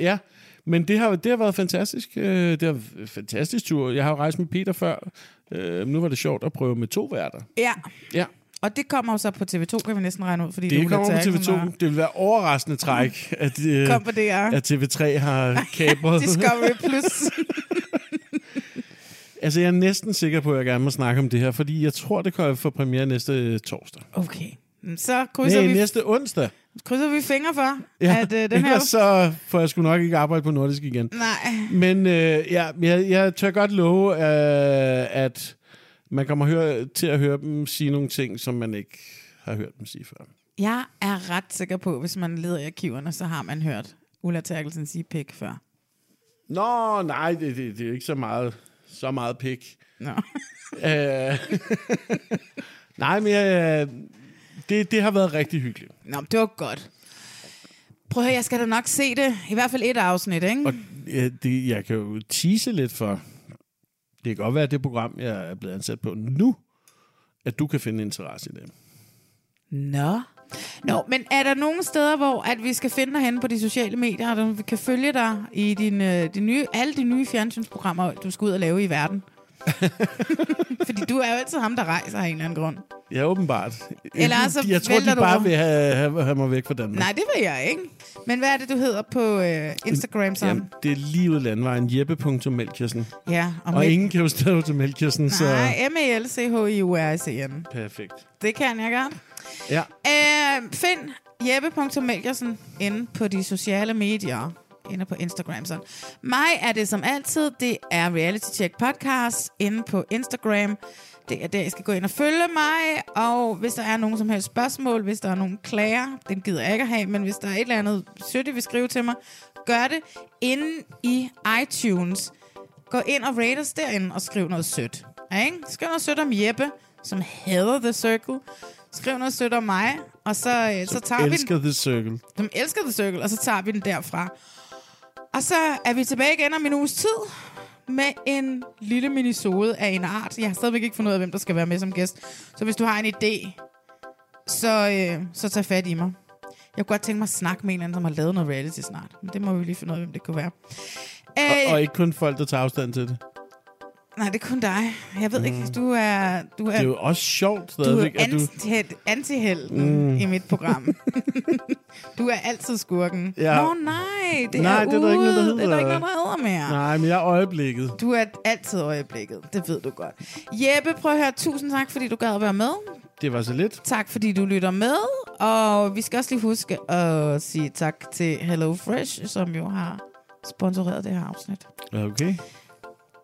Speaker 3: ja, men det har, det har været fantastisk. Øh, det har været en fantastisk tur. Jeg har jo rejst med Peter før. Øh, men nu var det sjovt at prøve med to værter.
Speaker 2: Ja.
Speaker 3: Ja.
Speaker 2: Og det kommer jo så på TV2, kan vi næsten regne ud. Fordi
Speaker 3: Det
Speaker 2: Ulla
Speaker 3: kommer på
Speaker 2: Terkelsen
Speaker 3: TV2.
Speaker 2: og-
Speaker 3: Det vil være overraskende træk, at, øh,
Speaker 2: Mm. Kom på DR.
Speaker 3: at TV3
Speaker 2: *laughs*
Speaker 3: har kabret.
Speaker 2: Discovery
Speaker 3: *laughs*
Speaker 2: Plus.
Speaker 3: altså, jeg er næsten sikker på, at jeg gerne må snakke om det her, fordi jeg tror, det kommer for premiere næste øh, torsdag.
Speaker 2: Okay. Så krydser
Speaker 3: Nej,
Speaker 2: vi...
Speaker 3: næste onsdag.
Speaker 2: Krydser vi fingre for,
Speaker 3: Ja,
Speaker 2: at øh, den her...
Speaker 3: ellers så får jeg sgu nok ikke arbejde på nordisk igen.
Speaker 2: Nej.
Speaker 3: Men øh, ja, jeg, jeg tør godt love, øh, at man kommer høre, til at høre dem sige nogle ting, som man ikke har hørt dem sige før.
Speaker 2: Jeg er ret sikker på, hvis man leder i arkiverne, så har man hørt Ulla Terkelsen sige pik før.
Speaker 3: Nå, nej, det, det, det er ikke så meget, så meget pik.
Speaker 2: Nå.
Speaker 3: Øh, *laughs* nej, men øh, det, det har været rigtig hyggeligt.
Speaker 2: Nå, det var godt. Prøv at høre, jeg skal da nok se det. I hvert fald et afsnit, ikke?
Speaker 3: Og ja, det, jeg kan jo tease lidt for, det kan godt være, at det program, jeg er blevet ansat på nu, at du kan finde interesse i det.
Speaker 2: Nå. Nå, men er der nogle steder, hvor at vi skal finde dig henne på de sociale medier, og vi kan følge dig i din, øh, de nye, alle de nye fjernsynsprogrammer, du skal ud og lave i
Speaker 3: *laughs*
Speaker 2: verden? Fordi du er jo altid ham, der rejser af en eller anden grund.
Speaker 3: Ja, åbenbart.
Speaker 2: Eller så
Speaker 3: jeg tror,
Speaker 2: vælter
Speaker 3: de
Speaker 2: du
Speaker 3: bare
Speaker 2: mig.
Speaker 3: vil have, have, have mig væk fra Danmark.
Speaker 2: Nej, det vil jeg ikke. Men hvad er det, du hedder på øh, Instagram sammen?
Speaker 3: Jamen, det er lige ud landvejen. Jeppe.melkirsen.
Speaker 2: Ja,
Speaker 3: og,
Speaker 2: og
Speaker 3: og
Speaker 2: Mel-
Speaker 3: ingen kan jo stave til Melkirsen, så...
Speaker 2: Nej, M-E-L-C-H-I-U-R-I-C-N.
Speaker 3: Perfekt.
Speaker 2: Det kan jeg godt.
Speaker 3: Ja.
Speaker 2: Øh, find jeppe.melkersen inde på de sociale medier. Inde på Instagram. Sådan. Mig er det som altid, det er Reality Check Podcast inde på Instagram. Det er der, I skal gå ind og følge mig. Og hvis der er nogen som helst spørgsmål, hvis der er nogen klager, den gider jeg ikke at have, men hvis der er et eller andet sødt, I vil skrive til mig, gør det inde i iTunes. Gå ind og rate os derinde og skriv noget sødt. Ja, Ikke? Skriv noget sødt om Jeppe, som hader The Circle. Skriv noget sødt om mig, og så, øh, så tager vi
Speaker 3: Elsker
Speaker 2: den.
Speaker 3: The Circle.
Speaker 2: Som elsker The Circle, og så tager vi den derfra. Og så er vi tilbage igen om en uges tid med en lille minisode af en art. Jeg har stadigvæk ikke fundet ud af, hvem der skal være med som gæst. Så hvis du har en idé, så, øh, så tag fat i mig. Jeg kunne godt tænke mig at snakke med en eller anden, som har lavet noget reality snart. Men det må vi lige finde ud af, hvem det kunne være. Øh,
Speaker 3: Og, og ikke kun folk, der tager afstand til det.
Speaker 2: Nej, det er kun dig. Jeg ved mm. ikke, hvis du er... Du er,
Speaker 3: Det er jo også sjovt
Speaker 2: Øh. du er
Speaker 3: stadigvæk, at du...
Speaker 2: anti- antihelten
Speaker 3: Mm.
Speaker 2: mm. i mit program.
Speaker 3: *laughs*
Speaker 2: du er altid skurken.
Speaker 3: Ja.
Speaker 2: Nå nej, det
Speaker 3: Nej,
Speaker 2: er
Speaker 3: det er der ikke noget, der
Speaker 2: ude. Det er der ikke
Speaker 3: hedder.
Speaker 2: noget, der hedder mere.
Speaker 3: Nej, men jeg er øjeblikket.
Speaker 2: Du er altid øjeblikket, det ved du godt. Jeppe, prøv at høre, tusind tak, fordi du gad at være med.
Speaker 3: Det var så lidt.
Speaker 2: Tak, fordi du lytter med. Og vi skal også lige huske at sige tak til Hello Fresh, som jo har sponsoreret det her afsnit.
Speaker 3: Okay.